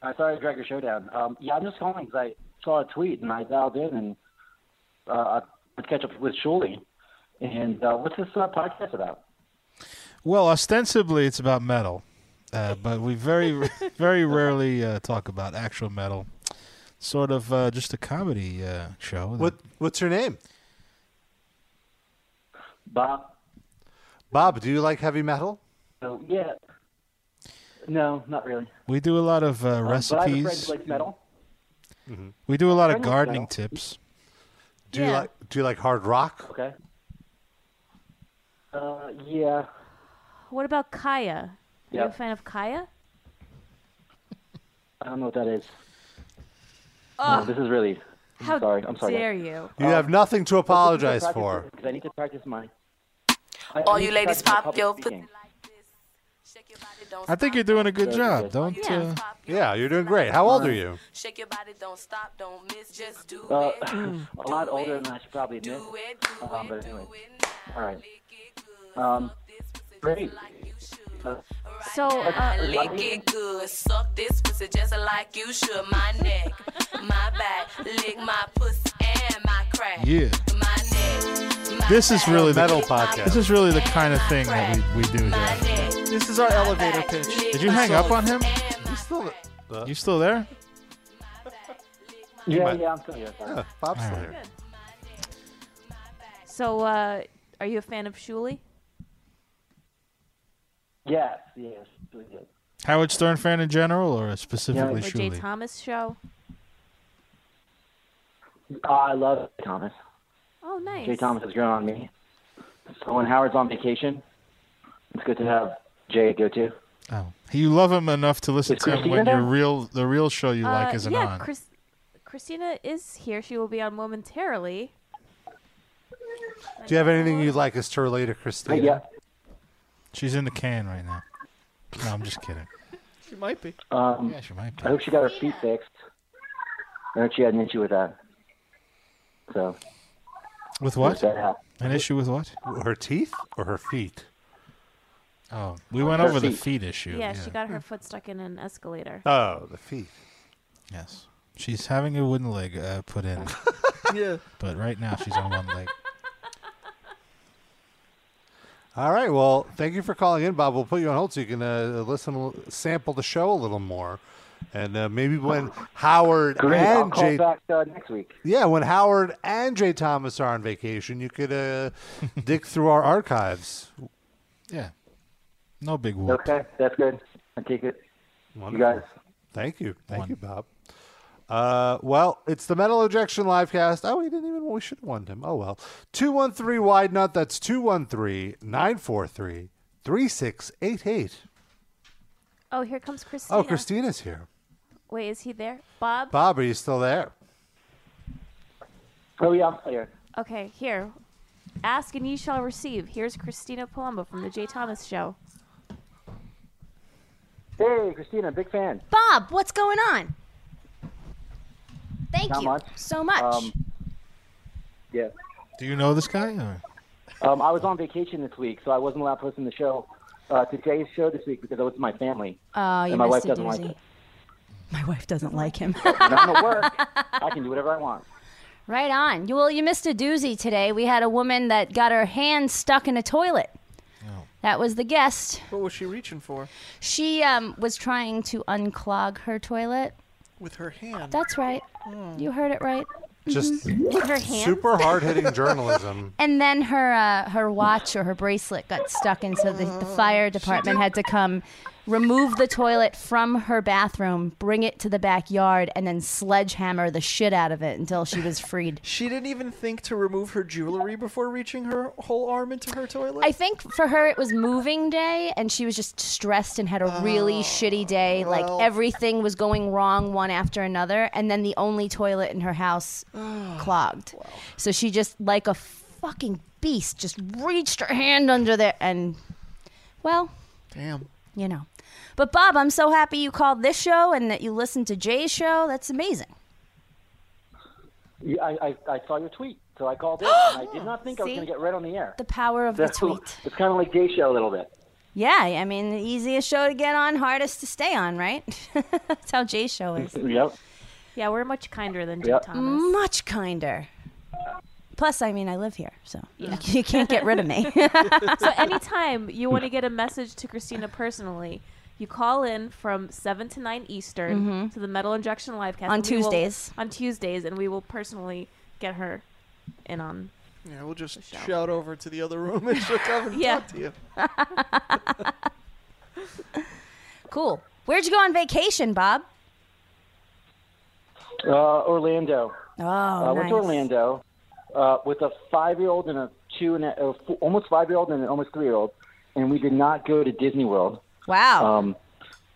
Speaker 11: I sorry to drag your show down. Um, yeah, I'm just calling because I saw a tweet and I dialed in and uh, I would catch up with Shuli. And uh, what's this uh, podcast about?
Speaker 2: Well, ostensibly it's about metal, uh, but we very, very rarely uh, talk about actual metal. Sort of uh, just a comedy uh, show.
Speaker 3: What, what's her name?
Speaker 11: Bob?
Speaker 3: Bob, do you like heavy metal?
Speaker 11: So yeah. No, not really.
Speaker 2: We do a lot of uh,
Speaker 11: Um, But I have a friend
Speaker 2: recipes.
Speaker 11: who likes metal.
Speaker 2: we do a lot of
Speaker 11: friend who
Speaker 2: gardening
Speaker 11: likes
Speaker 2: tips.
Speaker 3: Do you
Speaker 5: Yeah.
Speaker 3: like do you like hard rock?
Speaker 11: Okay. Uh, yeah.
Speaker 5: What about Kaya? Are
Speaker 11: Yeah.
Speaker 5: you a fan of Kaya?
Speaker 11: I don't know what that is.
Speaker 5: Oh,
Speaker 11: No, this is really. I'm
Speaker 5: how
Speaker 11: sorry. I'm sorry.
Speaker 5: dare you?
Speaker 3: You have nothing to apologize
Speaker 11: Practice
Speaker 3: for.
Speaker 11: this, 'cause I need to practice my. I
Speaker 12: All
Speaker 11: need
Speaker 12: you
Speaker 11: to
Speaker 12: ladies
Speaker 11: practice my
Speaker 12: pop
Speaker 11: public
Speaker 12: your
Speaker 11: speaking.
Speaker 2: I think you're doing a good job. Don't. Uh,
Speaker 5: Yeah.
Speaker 3: Yeah, you're doing great. How old are you?
Speaker 12: Shake your body, don't stop, don't miss, just do
Speaker 11: Uh,
Speaker 12: it.
Speaker 11: (clears throat)
Speaker 12: Mm.
Speaker 11: a lot older than I should probably
Speaker 12: Do
Speaker 11: admit.
Speaker 12: it, do
Speaker 11: Um,
Speaker 12: it,
Speaker 11: but
Speaker 12: do
Speaker 11: anyway.
Speaker 12: it now.
Speaker 11: All right.
Speaker 12: Lick it good.
Speaker 11: Um,
Speaker 12: Suck this pussy just
Speaker 11: great.
Speaker 12: like you should.
Speaker 11: Uh,
Speaker 12: Right
Speaker 5: So,
Speaker 12: now,
Speaker 5: uh,
Speaker 12: lick it good. Suck this pussy just like you should. My neck, my back, lick my pussy and my crack.
Speaker 2: Yeah.
Speaker 12: My neck, my
Speaker 2: This is
Speaker 12: back,
Speaker 2: really the-
Speaker 3: Metal
Speaker 12: lick my
Speaker 3: podcast.
Speaker 2: This is really the kind of thing that we, we do
Speaker 12: My
Speaker 2: here.
Speaker 12: neck,
Speaker 6: This is our elevator
Speaker 12: back,
Speaker 6: pitch.
Speaker 12: lick
Speaker 2: Did you
Speaker 12: my
Speaker 2: hang up on him?
Speaker 12: pussy and my
Speaker 3: Still,
Speaker 12: crack.
Speaker 3: uh,
Speaker 2: You still there?
Speaker 11: yeah,
Speaker 3: might-
Speaker 11: yeah, I'm still here. Sorry.
Speaker 3: yeah, Bob's still here.
Speaker 5: So, uh, are you a fan of Shuli?
Speaker 11: Yes, yes, really good.
Speaker 2: Howard Stern fan in general, or specifically
Speaker 5: Or Jay
Speaker 2: Shuli?
Speaker 5: Thomas show?
Speaker 11: Uh, I love Thomas.
Speaker 5: Oh, nice.
Speaker 11: Jay Thomas has grown on me. So when Howard's on vacation, it's good to have Jay go to.
Speaker 2: Oh, you love him enough to listen
Speaker 11: Is
Speaker 2: to him when
Speaker 11: Christina
Speaker 2: your
Speaker 11: there?
Speaker 2: real the real show you like
Speaker 5: Uh,
Speaker 2: isn't
Speaker 5: yeah,
Speaker 2: on.
Speaker 5: Chris- Christina is here. She will be on momentarily.
Speaker 3: Do you have anything you'd like us to relay to Christina?
Speaker 11: But yeah,
Speaker 2: She's in the can right now. No, I'm just kidding.
Speaker 6: She might be.
Speaker 11: um,
Speaker 2: Yeah, she might be.
Speaker 11: I hope she got her feet fixed. I hope she had an issue with that. So
Speaker 2: With
Speaker 11: if
Speaker 2: what?
Speaker 11: that happened.
Speaker 2: An issue with what?
Speaker 3: Her teeth or her feet?
Speaker 2: Oh, we went
Speaker 11: Her
Speaker 2: over the
Speaker 11: feet.
Speaker 2: feet issue.
Speaker 5: Yeah, she got
Speaker 13: Hmm.
Speaker 5: her foot stuck in an escalator.
Speaker 3: Oh, the feet.
Speaker 2: Yes. She's having a wooden leg uh, put in,
Speaker 6: Yeah.
Speaker 2: but right now she's on one leg.
Speaker 3: All right. Well, thank you for calling in, Bob. We'll put you on hold so you can uh, listen, sample the show a little more, and uh, maybe when Howard
Speaker 11: Great. I'll
Speaker 3: and
Speaker 11: call
Speaker 3: Jay,
Speaker 11: back uh, next week.
Speaker 3: yeah, when Howard and Jay Thomas are on vacation, you could uh,
Speaker 2: (laughs)
Speaker 3: dig through our archives.
Speaker 2: Yeah. No big whoop.
Speaker 11: Okay, that's good. I take it.
Speaker 3: Wonderful.
Speaker 11: guys.
Speaker 3: Thank you. Thank you, Bob. Uh, well, it's the Metal Ejection Livecast. Oh, we didn't even, well, we should have won him. Oh, well. 213 Wide Nut. That's 213 943 3688.
Speaker 5: Oh, here comes Christina.
Speaker 3: Oh, Christina's here.
Speaker 5: Wait, is he there? Bob?
Speaker 3: Bob, are you still there?
Speaker 11: Oh yeah, I'm still here.
Speaker 5: Okay, here. Ask and ye shall receive. Here's Christina Palumbo from the Jay Thomas show.
Speaker 11: Hey, Christina, big fan.
Speaker 14: Bob, what's going on? Thank
Speaker 11: Not
Speaker 14: you
Speaker 11: much.
Speaker 14: so much.
Speaker 11: Um, yeah.
Speaker 2: Do you know this guy? Or?
Speaker 11: Um, I was on vacation this week, so I wasn't allowed to listen to the show uh, today's show this week because I was with my family.
Speaker 12: Oh,
Speaker 11: And my wife doesn't like it.
Speaker 12: My wife doesn't like
Speaker 11: (laughs)
Speaker 12: him.
Speaker 11: When I'm at work, I can do whatever I want.
Speaker 14: right on. You, well, you missed a doozy today. We had a woman that got her hand stuck in a toilet. That was the guest.
Speaker 6: What was she reaching for
Speaker 14: She um, was trying to unclog her toilet.
Speaker 6: with her hand? Hmm.
Speaker 14: That's right. You heard it right.
Speaker 3: Just
Speaker 5: Her hand?
Speaker 3: super hard hitting
Speaker 2: (laughs)
Speaker 3: journalism.
Speaker 14: And then
Speaker 6: Oh.
Speaker 14: her uh, her watch or her bracelet got stuck, and so the, the fire department had to come
Speaker 13: remove the toilet from her bathroom, bring it to the backyard, and then sledgehammer the shit out of it until she was freed.
Speaker 4: She didn't even think to remove her jewelry before reaching her whole arm into her toilet.
Speaker 13: I think for her it was moving day, and she was just stressed and had a really shitty day.
Speaker 4: Oh. well.
Speaker 13: like everything was going wrong one after another, and then the only toilet in
Speaker 4: (sighs)
Speaker 13: her house clogged. So she just, like a fucking beast, just reached her hand under there, and well,
Speaker 4: Damn.
Speaker 13: you know. But Bob, I'm so happy you called this show and that you listened to Jay's show. That's amazing.
Speaker 11: Yeah, I, I, I saw your tweet, so I called in. and I did not think I was
Speaker 13: See?
Speaker 11: going to get read on the air.
Speaker 13: The power of the
Speaker 11: So,
Speaker 13: tweet.
Speaker 11: It's kind of like Jay Show a little bit.
Speaker 13: Yeah, I mean, the easiest show to get on, hardest to stay on, right? (laughs) That's how Jay's show is.
Speaker 11: Mm, Yep.
Speaker 13: Yeah, we're much kinder than
Speaker 11: Jay Yep. Thomas.
Speaker 13: Much kinder. Plus, I mean, I live here, so (laughs) you, you can't get rid of me. (laughs)
Speaker 5: so anytime you want to get a message to Christina personally, you call in from seven to nine Eastern
Speaker 13: Mhm.
Speaker 5: to the Metal Injection Livecast
Speaker 13: On
Speaker 5: and we will-
Speaker 13: Tuesdays.
Speaker 5: on Tuesdays, and we will personally get her in on.
Speaker 4: Yeah, we'll just shout over to the other room and she'll come
Speaker 13: (laughs)
Speaker 4: and
Speaker 5: Yeah.
Speaker 4: talk to you.
Speaker 13: cool. Where'd you go on vacation, Bob?
Speaker 11: Uh, Orlando.
Speaker 13: Oh,
Speaker 11: uh, went to
Speaker 13: nice.
Speaker 11: Orlando uh, with a five-year-old and a two and a, a f- almost five-year-old and an almost three-year-old, and we did not go to Disney World.
Speaker 13: Wow.
Speaker 11: Um,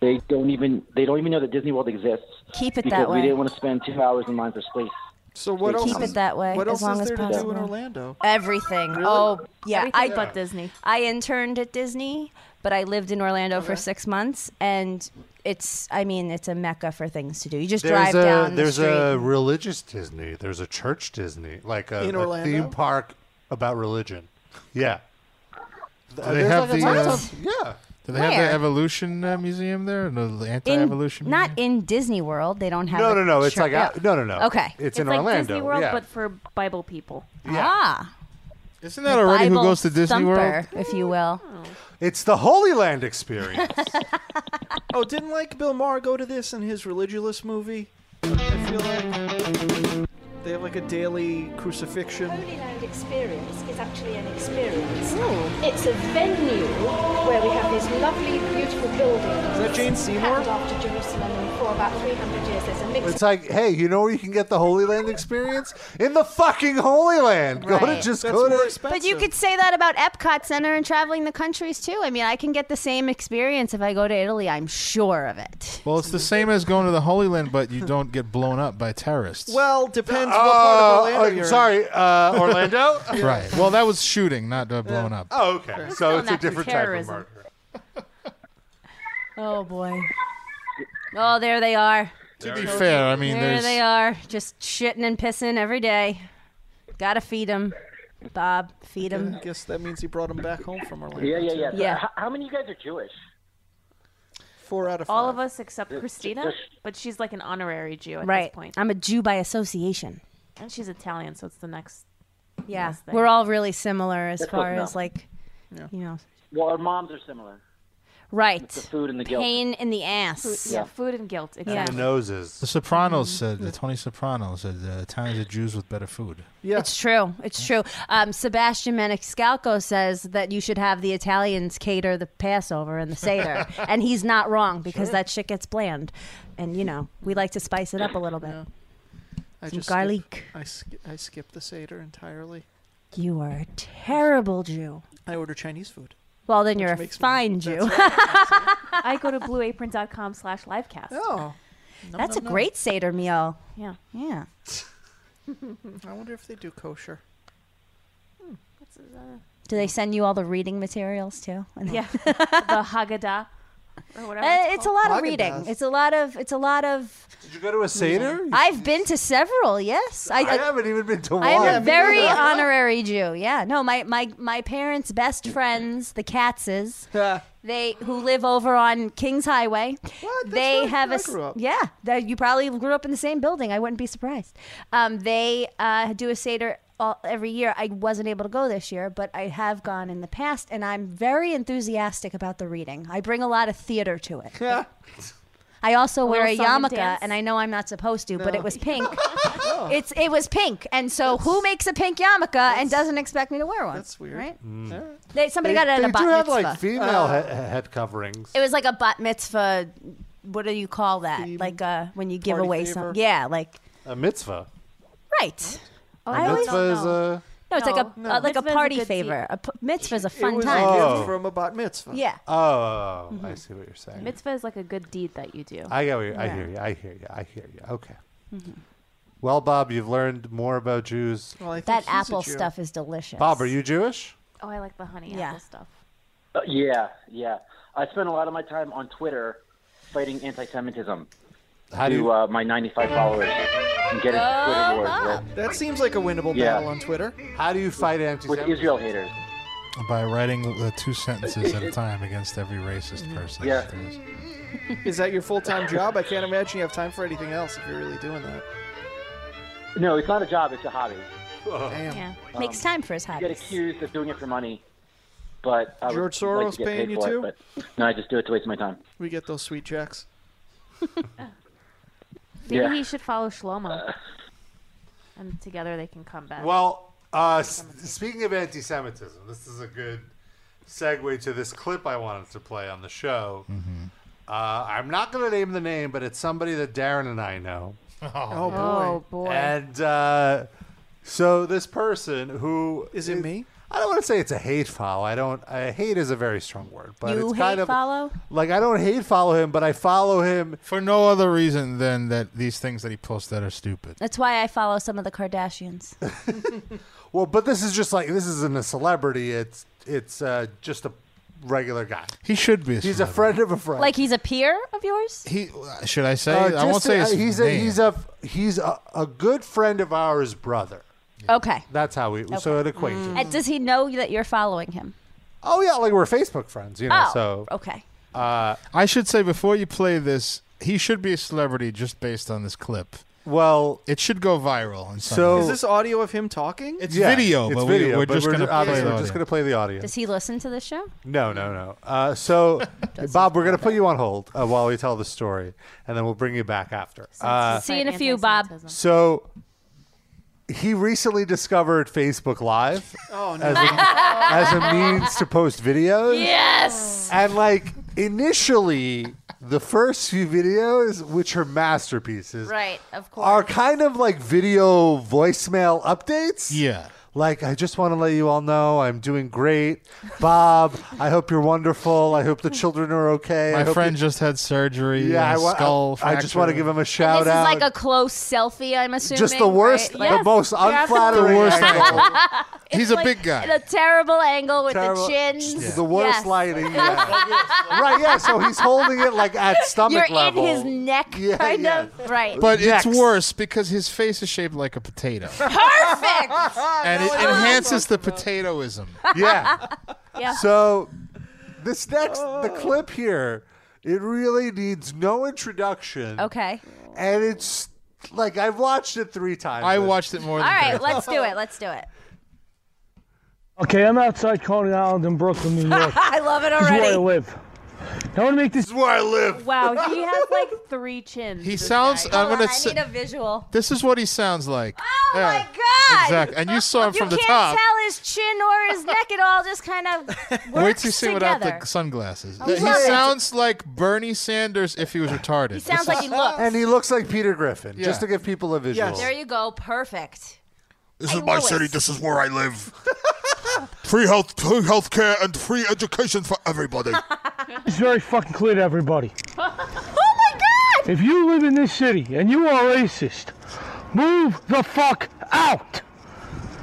Speaker 11: they don't even they don't even know that Disney World exists.
Speaker 13: Keep it
Speaker 11: because
Speaker 13: that
Speaker 11: We
Speaker 13: way.
Speaker 11: didn't want to spend two hours in line for space.
Speaker 4: So
Speaker 13: what else Keep is- it that way,
Speaker 4: What
Speaker 13: as
Speaker 4: else
Speaker 13: long
Speaker 4: is there
Speaker 13: as
Speaker 4: to do in
Speaker 13: possible.
Speaker 4: Orlando?
Speaker 13: Everything.
Speaker 4: Really?
Speaker 13: Oh, yeah.
Speaker 5: Everything but Disney.
Speaker 13: I interned at Disney, but I lived in Orlando for six months, and it's. I mean, it's a mecca for things to do. You just drive
Speaker 3: a,
Speaker 13: down
Speaker 3: There's
Speaker 13: the street.
Speaker 3: a religious Disney. There's a church Disney, like a,
Speaker 13: In
Speaker 3: a
Speaker 13: Orlando?
Speaker 3: theme park about religion. Yeah.
Speaker 2: Uh,
Speaker 3: they
Speaker 2: there's
Speaker 3: have
Speaker 2: like a
Speaker 3: the
Speaker 2: lot
Speaker 3: uh,
Speaker 2: of-
Speaker 3: yeah.
Speaker 2: Do they have
Speaker 13: Where?
Speaker 2: the evolution uh, museum there? No, the
Speaker 13: in,
Speaker 2: anti-evolution.
Speaker 13: Not in Disney World. They don't have.
Speaker 2: No,
Speaker 13: a
Speaker 2: no, no, it's
Speaker 13: church-
Speaker 2: like out- no, no, no.
Speaker 13: Okay.
Speaker 2: It's in like Orlando,
Speaker 5: Disney World,
Speaker 2: yeah.
Speaker 5: but for Bible people.
Speaker 13: Ah.
Speaker 2: Isn't
Speaker 13: The
Speaker 3: who
Speaker 13: Bible
Speaker 3: goes to Disney
Speaker 13: thumper, if you will.
Speaker 3: It's the Holy Land experience.
Speaker 4: Oh, didn't like Bill Maher go to this in his religious movie? I feel like they have like a daily crucifixion.
Speaker 15: Holy Land Experience is actually an experience. It's a venue where we have these lovely, beautiful buildings.
Speaker 4: Is that Jane Seymour?
Speaker 15: Named after Jerusalem, and for about 300 years there's a mix.
Speaker 3: It's like, hey, you know where you can get the Holy Land experience? In the fucking Holy Land. Go to
Speaker 13: Right.
Speaker 3: just go to
Speaker 13: But you could say that about Epcot Center and traveling the countries too. I mean, I can get the same experience if I go to Italy. I'm sure of it.
Speaker 2: well, it's the same as going to the Holy Land, but you don't get blown up by terrorists.
Speaker 4: Well, depends
Speaker 3: what part of
Speaker 6: oh,
Speaker 3: Orlando you're in. uh, sorry, uh, Orlando?
Speaker 2: (laughs) right. Well, that was shooting, not uh, blown up.
Speaker 3: Oh, okay.
Speaker 2: still
Speaker 3: So it's a
Speaker 2: not through
Speaker 3: different type of
Speaker 2: terrorism.
Speaker 3: murder.
Speaker 13: Oh boy. Oh, there they are.
Speaker 2: To be fair, I mean,
Speaker 13: there
Speaker 2: there's-
Speaker 13: they are, just shitting and pissing every day. Gotta feed them, Bob. Feed them.
Speaker 4: I guess that means he brought him back home from Orlando.
Speaker 11: Yeah, yeah,
Speaker 4: too.
Speaker 11: yeah. How, how many of you guys are Jewish?
Speaker 4: Four out of
Speaker 5: All
Speaker 4: five.
Speaker 5: of us except Christina, but she's like an honorary Jew at
Speaker 13: Right.
Speaker 5: this point.
Speaker 13: I'm a Jew by association.
Speaker 5: And she's Italian, so it's the next.
Speaker 13: Yeah,
Speaker 5: best thing.
Speaker 13: we're all really similar as
Speaker 11: That's
Speaker 13: far
Speaker 11: what- no.
Speaker 13: as like, you know,
Speaker 11: Well, our moms are similar.
Speaker 13: right.
Speaker 11: The food and the guilt.
Speaker 13: Pain
Speaker 5: (laughs)
Speaker 13: in the ass.
Speaker 11: Food- yeah, Yeah.
Speaker 5: food and guilt.
Speaker 13: Exactly.
Speaker 3: noses.
Speaker 2: The Sopranos said, the Tony Soprano said, the Italians are Jews with better food.
Speaker 13: It's true. It's true. Um, Sebastian Maniscalco says that you should have the Italians cater the Passover and
Speaker 4: (laughs)
Speaker 13: the Seder, and he's not wrong because that shit gets bland, and you know we like to spice it up a little bit.
Speaker 4: I
Speaker 13: Some
Speaker 4: just
Speaker 13: garlic.
Speaker 4: skip- I, sk- I skipped the Seder
Speaker 15: (laughs)
Speaker 4: entirely.
Speaker 13: You are a terrible Jew.
Speaker 4: I order Chinese food.
Speaker 13: Well, then
Speaker 4: Which
Speaker 13: you're a
Speaker 4: makes me-
Speaker 13: fine Jew. (laughs)
Speaker 5: I go to blueapron.com slash livecast.
Speaker 4: Oh.
Speaker 13: That's a
Speaker 4: nom.
Speaker 13: great Seder meal.
Speaker 5: Yeah.
Speaker 13: Yeah.
Speaker 4: I wonder if they do kosher.
Speaker 5: What's his,
Speaker 13: (laughs)
Speaker 5: uh,
Speaker 13: Do they send you all the reading materials too?
Speaker 4: (laughs)
Speaker 13: And
Speaker 5: yeah. the Haggadah or whatever.
Speaker 13: Uh,
Speaker 5: it's,
Speaker 13: it's a lot of
Speaker 5: Haagen-Dazs.
Speaker 13: reading. It's a lot of. It's a lot of.
Speaker 3: Did you go to a Seder?
Speaker 13: I've been to several. Yes, I.
Speaker 3: I haven't even been to one.
Speaker 13: I am a very
Speaker 15: (laughs)
Speaker 13: honorary Jew. Yeah, no, my my my parents' best friends, the
Speaker 15: (laughs)
Speaker 13: Katzes, they who live over on Kings Highway. What?
Speaker 15: That's
Speaker 13: they
Speaker 15: where
Speaker 13: have a
Speaker 15: I
Speaker 13: s-
Speaker 15: grew up.
Speaker 13: yeah. that- you probably grew up in the same building. I wouldn't be surprised. Um, they uh, do a seder. All, every year, I wasn't able to go this year, but I have gone in the past, and I'm very enthusiastic about the reading. I bring a lot of theater to
Speaker 15: (laughs)
Speaker 13: it. I also
Speaker 5: A
Speaker 13: wear a
Speaker 5: little song and
Speaker 13: yarmulke,
Speaker 5: dance?
Speaker 13: and I know I'm not supposed to, but
Speaker 15: (laughs)
Speaker 5: No.
Speaker 13: it was pink. Oh. It's it was pink, and so who makes a pink yarmulke and doesn't expect me to wear one? That's weird, right? They, somebody
Speaker 3: they,
Speaker 13: got it at
Speaker 3: they
Speaker 13: a bat
Speaker 3: do have
Speaker 13: mitzvah.
Speaker 3: like female he- head coverings.
Speaker 13: It was like a bat mitzvah. What do you call that? Like uh, when you give
Speaker 3: Party
Speaker 13: away
Speaker 3: favor?
Speaker 13: something. Yeah, like
Speaker 3: A mitzvah.
Speaker 13: right.
Speaker 3: Oh, A
Speaker 13: I always-
Speaker 3: mitzvah is a.
Speaker 13: No, it's like a
Speaker 3: No.
Speaker 13: uh, like a
Speaker 3: Mitzvah's a
Speaker 13: party
Speaker 3: good
Speaker 13: favor.
Speaker 3: deed.
Speaker 13: A p- mitzvah's a
Speaker 4: it
Speaker 13: fun
Speaker 4: was
Speaker 13: time.
Speaker 4: a gift
Speaker 3: Oh.
Speaker 4: from a bat mitzvah.
Speaker 13: Yeah.
Speaker 3: Oh, I
Speaker 13: Mm-hmm.
Speaker 5: Mhm.
Speaker 3: see what you're saying.
Speaker 5: Mitzvah is like a good deed that you do. Mm-hmm.
Speaker 3: I, get what you, I hear you. I hear you. I hear you. Okay. Well, Bob, you've learned more about Jews.
Speaker 13: that apple stuff is delicious.
Speaker 3: Bob, are you Jewish?
Speaker 5: Oh, I like the honey apple stuff.
Speaker 11: Uh, yeah, yeah. I spend a lot of my time on Twitter fighting anti-Semitism
Speaker 3: How
Speaker 11: to
Speaker 3: do you-
Speaker 11: uh, my 95 followers and get into Twitter wars with,
Speaker 4: That seems like a winnable
Speaker 11: Yeah.
Speaker 4: battle on Twitter.
Speaker 3: How do you fight
Speaker 11: with
Speaker 3: anti-Semitism?
Speaker 11: Israel haters.
Speaker 2: By writing the two sentences at a time against every racist person.
Speaker 4: Yeah. Is that your full time job? I can't imagine you have time for anything else if you're really doing that.
Speaker 11: No, it's not a job. It's a hobby.
Speaker 4: Damn.
Speaker 13: Yeah.
Speaker 11: Um,
Speaker 13: Makes time for his
Speaker 11: You get
Speaker 13: hobbies.
Speaker 11: accused of doing it for money, but I would
Speaker 4: George
Speaker 11: like
Speaker 4: Soros
Speaker 11: to get
Speaker 4: paying
Speaker 11: paid
Speaker 4: you
Speaker 11: for it,
Speaker 4: too?
Speaker 11: but no, I just do it to waste my time.
Speaker 4: We get those sweet checks.
Speaker 5: Maybe
Speaker 11: Yeah.
Speaker 5: he should follow Shlomo.
Speaker 11: (laughs)
Speaker 5: and together they can come back.
Speaker 3: Well, uh, s- speaking of anti Semitism, this is a good segue to this clip I wanted to play on the show. Uh, I'm not going to name the name, but it's somebody that Darren and I know.
Speaker 2: (laughs) Oh,
Speaker 4: boy. Oh, boy.
Speaker 3: And uh, so this person who. Is
Speaker 4: it me?
Speaker 3: I don't want to say it's a hate follow. I don't. I, hate is a very strong word, but
Speaker 13: you
Speaker 3: it's
Speaker 13: hate
Speaker 3: kind of
Speaker 13: follow?
Speaker 3: like I don't hate follow him, but I follow him
Speaker 2: for no other reason than that these things that he posts that are stupid.
Speaker 13: That's why I follow some of
Speaker 3: (laughs)
Speaker 13: the Kardashians.
Speaker 3: Well, but this is just like this isn't a celebrity. It's it's uh, just a regular guy.
Speaker 2: He should be. A
Speaker 3: He's a friend of a friend.
Speaker 13: like he's a peer of yours?
Speaker 2: He should I say?
Speaker 3: Uh,
Speaker 2: I won't
Speaker 3: just
Speaker 2: say
Speaker 3: a-
Speaker 2: his
Speaker 3: he's a,
Speaker 2: name.
Speaker 3: he's a he's a, a good friend of ours, brother.
Speaker 13: Okay. Mm.
Speaker 3: That's how we so an acquaintance.
Speaker 13: And does he know that you're following him?
Speaker 3: Oh yeah, like we're Facebook friends, you know.
Speaker 13: oh,
Speaker 3: So
Speaker 13: okay.
Speaker 3: uh,
Speaker 2: I should say before you play this, he should be a celebrity just based on this clip.
Speaker 3: Well,
Speaker 2: it should go viral. In some
Speaker 3: So-
Speaker 2: way.
Speaker 4: Is this audio of him talking?
Speaker 2: Oh. It's Yeah. video,
Speaker 3: it's
Speaker 2: but we-
Speaker 3: video,
Speaker 2: we're
Speaker 3: but
Speaker 2: just
Speaker 3: we're
Speaker 2: gonna
Speaker 3: ju-
Speaker 2: play
Speaker 3: obviously
Speaker 2: the
Speaker 3: we're just
Speaker 2: audio.
Speaker 3: gonna play the audio.
Speaker 13: Does he listen to the show?
Speaker 3: No, no, no. Uh, so, Bob, we're going to put you on hold uh, while we tell the story, and then we'll bring you back after. Uh,
Speaker 13: See you in a few, Bob.
Speaker 3: so, he recently discovered Facebook Live
Speaker 13: Oh,
Speaker 3: as, a, as a means to post videos.
Speaker 13: Yes!
Speaker 3: And, like, initially, the first few videos, which are masterpieces,
Speaker 13: Right, of course.
Speaker 3: are kind of like video voicemail updates.
Speaker 2: Yeah.
Speaker 3: Like, I just want to let you all know I'm doing great. Bob, I hope you're wonderful. I hope the children are okay. I
Speaker 2: My
Speaker 3: hope
Speaker 2: friend
Speaker 3: you-
Speaker 2: just had surgery.
Speaker 3: Yeah,
Speaker 2: Yeah,
Speaker 3: I wa-
Speaker 2: skull.
Speaker 3: I- I just wanna
Speaker 2: fracture.
Speaker 3: give him a shout
Speaker 13: this
Speaker 3: out.
Speaker 13: is like a close selfie, I'm assuming.
Speaker 3: Just the worst,
Speaker 13: right?
Speaker 3: the
Speaker 13: Yes.
Speaker 3: most unflattering.
Speaker 2: The worst
Speaker 3: angle.
Speaker 2: angle.
Speaker 13: It's
Speaker 3: He's a
Speaker 13: like
Speaker 3: big guy.
Speaker 13: The terrible angle with
Speaker 3: Terrible-
Speaker 13: the chins.
Speaker 3: The worst
Speaker 13: Yes.
Speaker 3: lighting. yeah. right, yeah. So he's holding it like at stomach
Speaker 13: You're
Speaker 3: level.
Speaker 13: in his neck, kind
Speaker 3: yeah.
Speaker 13: of. Right.
Speaker 2: But it's worse because his face is shaped like a
Speaker 13: (laughs)
Speaker 2: potato,
Speaker 6: (laughs)
Speaker 13: perfect.
Speaker 2: and it enhances the potatoism.
Speaker 3: yeah.
Speaker 13: Yeah. Oh.
Speaker 3: So this next the clip here, it really needs no introduction.
Speaker 13: Okay.
Speaker 3: And it's like I've watched it three times.
Speaker 2: I watched it
Speaker 13: All
Speaker 2: more
Speaker 13: right, let's do it. Let's do
Speaker 2: (laughs)
Speaker 13: it.
Speaker 16: Okay, I'm outside Coney Island in Brooklyn, New York.
Speaker 13: (laughs) I love it
Speaker 16: This is where I
Speaker 13: already.
Speaker 16: live. I want to make this.
Speaker 3: This is where I live.
Speaker 5: Wow, he has like three chins.
Speaker 2: He
Speaker 5: this
Speaker 2: sounds-
Speaker 5: guy.
Speaker 2: I'm gonna s-
Speaker 13: I need a visual.
Speaker 2: (laughs) This is what he sounds like.
Speaker 13: Oh
Speaker 2: Yeah,
Speaker 13: my god!
Speaker 2: Exactly. And you saw him
Speaker 13: You
Speaker 2: from the
Speaker 13: can't
Speaker 2: top.
Speaker 13: tell his chin or his neck at all. Just kind of.
Speaker 2: (laughs) Wait
Speaker 13: works
Speaker 2: till you see
Speaker 13: together.
Speaker 2: without the sunglasses.
Speaker 13: Oh,
Speaker 2: he
Speaker 13: yeah.
Speaker 2: sounds like Bernie Sanders if he was retarded. He
Speaker 13: sounds like he looks.
Speaker 3: And he looks like Peter Griffin,
Speaker 2: Yeah.
Speaker 3: just to give people a visual.
Speaker 13: There you go. Perfect.
Speaker 6: This
Speaker 13: I
Speaker 6: is my
Speaker 13: knew
Speaker 6: city.
Speaker 13: it.
Speaker 6: This is where I live. (laughs) free health, free health care, and free education for
Speaker 13: (laughs)
Speaker 6: everybody.
Speaker 16: (laughs) It's very fucking clear to everybody.
Speaker 13: oh my god!
Speaker 16: If you live in this city and you are racist, move the fuck out.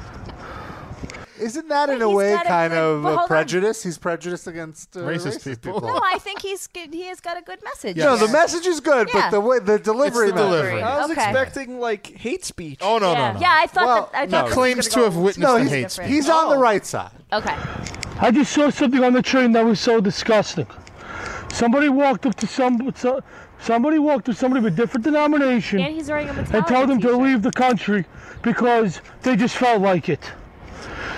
Speaker 3: (laughs) Isn't that in a way
Speaker 13: got a
Speaker 3: kind
Speaker 13: good-
Speaker 3: of
Speaker 13: but hold
Speaker 3: a
Speaker 13: on.
Speaker 3: prejudice? He's prejudiced against uh,
Speaker 2: Racist
Speaker 3: racist,
Speaker 2: people.
Speaker 3: people.
Speaker 13: No, I think he's good- he has got a good message.
Speaker 3: No, the
Speaker 13: here.
Speaker 3: message is good,
Speaker 13: Yeah.
Speaker 3: but the way the delivery.
Speaker 2: the
Speaker 3: matters.
Speaker 2: delivery.
Speaker 4: I was
Speaker 13: Okay.
Speaker 4: expecting like hate speech.
Speaker 2: Oh no,
Speaker 13: yeah.
Speaker 2: no, no.
Speaker 13: Yeah, I thought
Speaker 3: Well,
Speaker 13: that. I
Speaker 3: no. He
Speaker 13: thought this was
Speaker 2: claims
Speaker 13: gonna
Speaker 2: to have
Speaker 13: go-
Speaker 2: witnessed
Speaker 3: No,
Speaker 2: the
Speaker 3: he's,
Speaker 2: hate speech.
Speaker 3: he's on the right side.
Speaker 13: Okay.
Speaker 16: I just saw something on the train that was so disgusting. Somebody walked up to some, so, somebody walked up to somebody of a different denomination
Speaker 5: And he's wearing a
Speaker 16: and told
Speaker 5: Metallica
Speaker 16: them to
Speaker 5: t-shirt.
Speaker 16: leave the country because they just felt like it.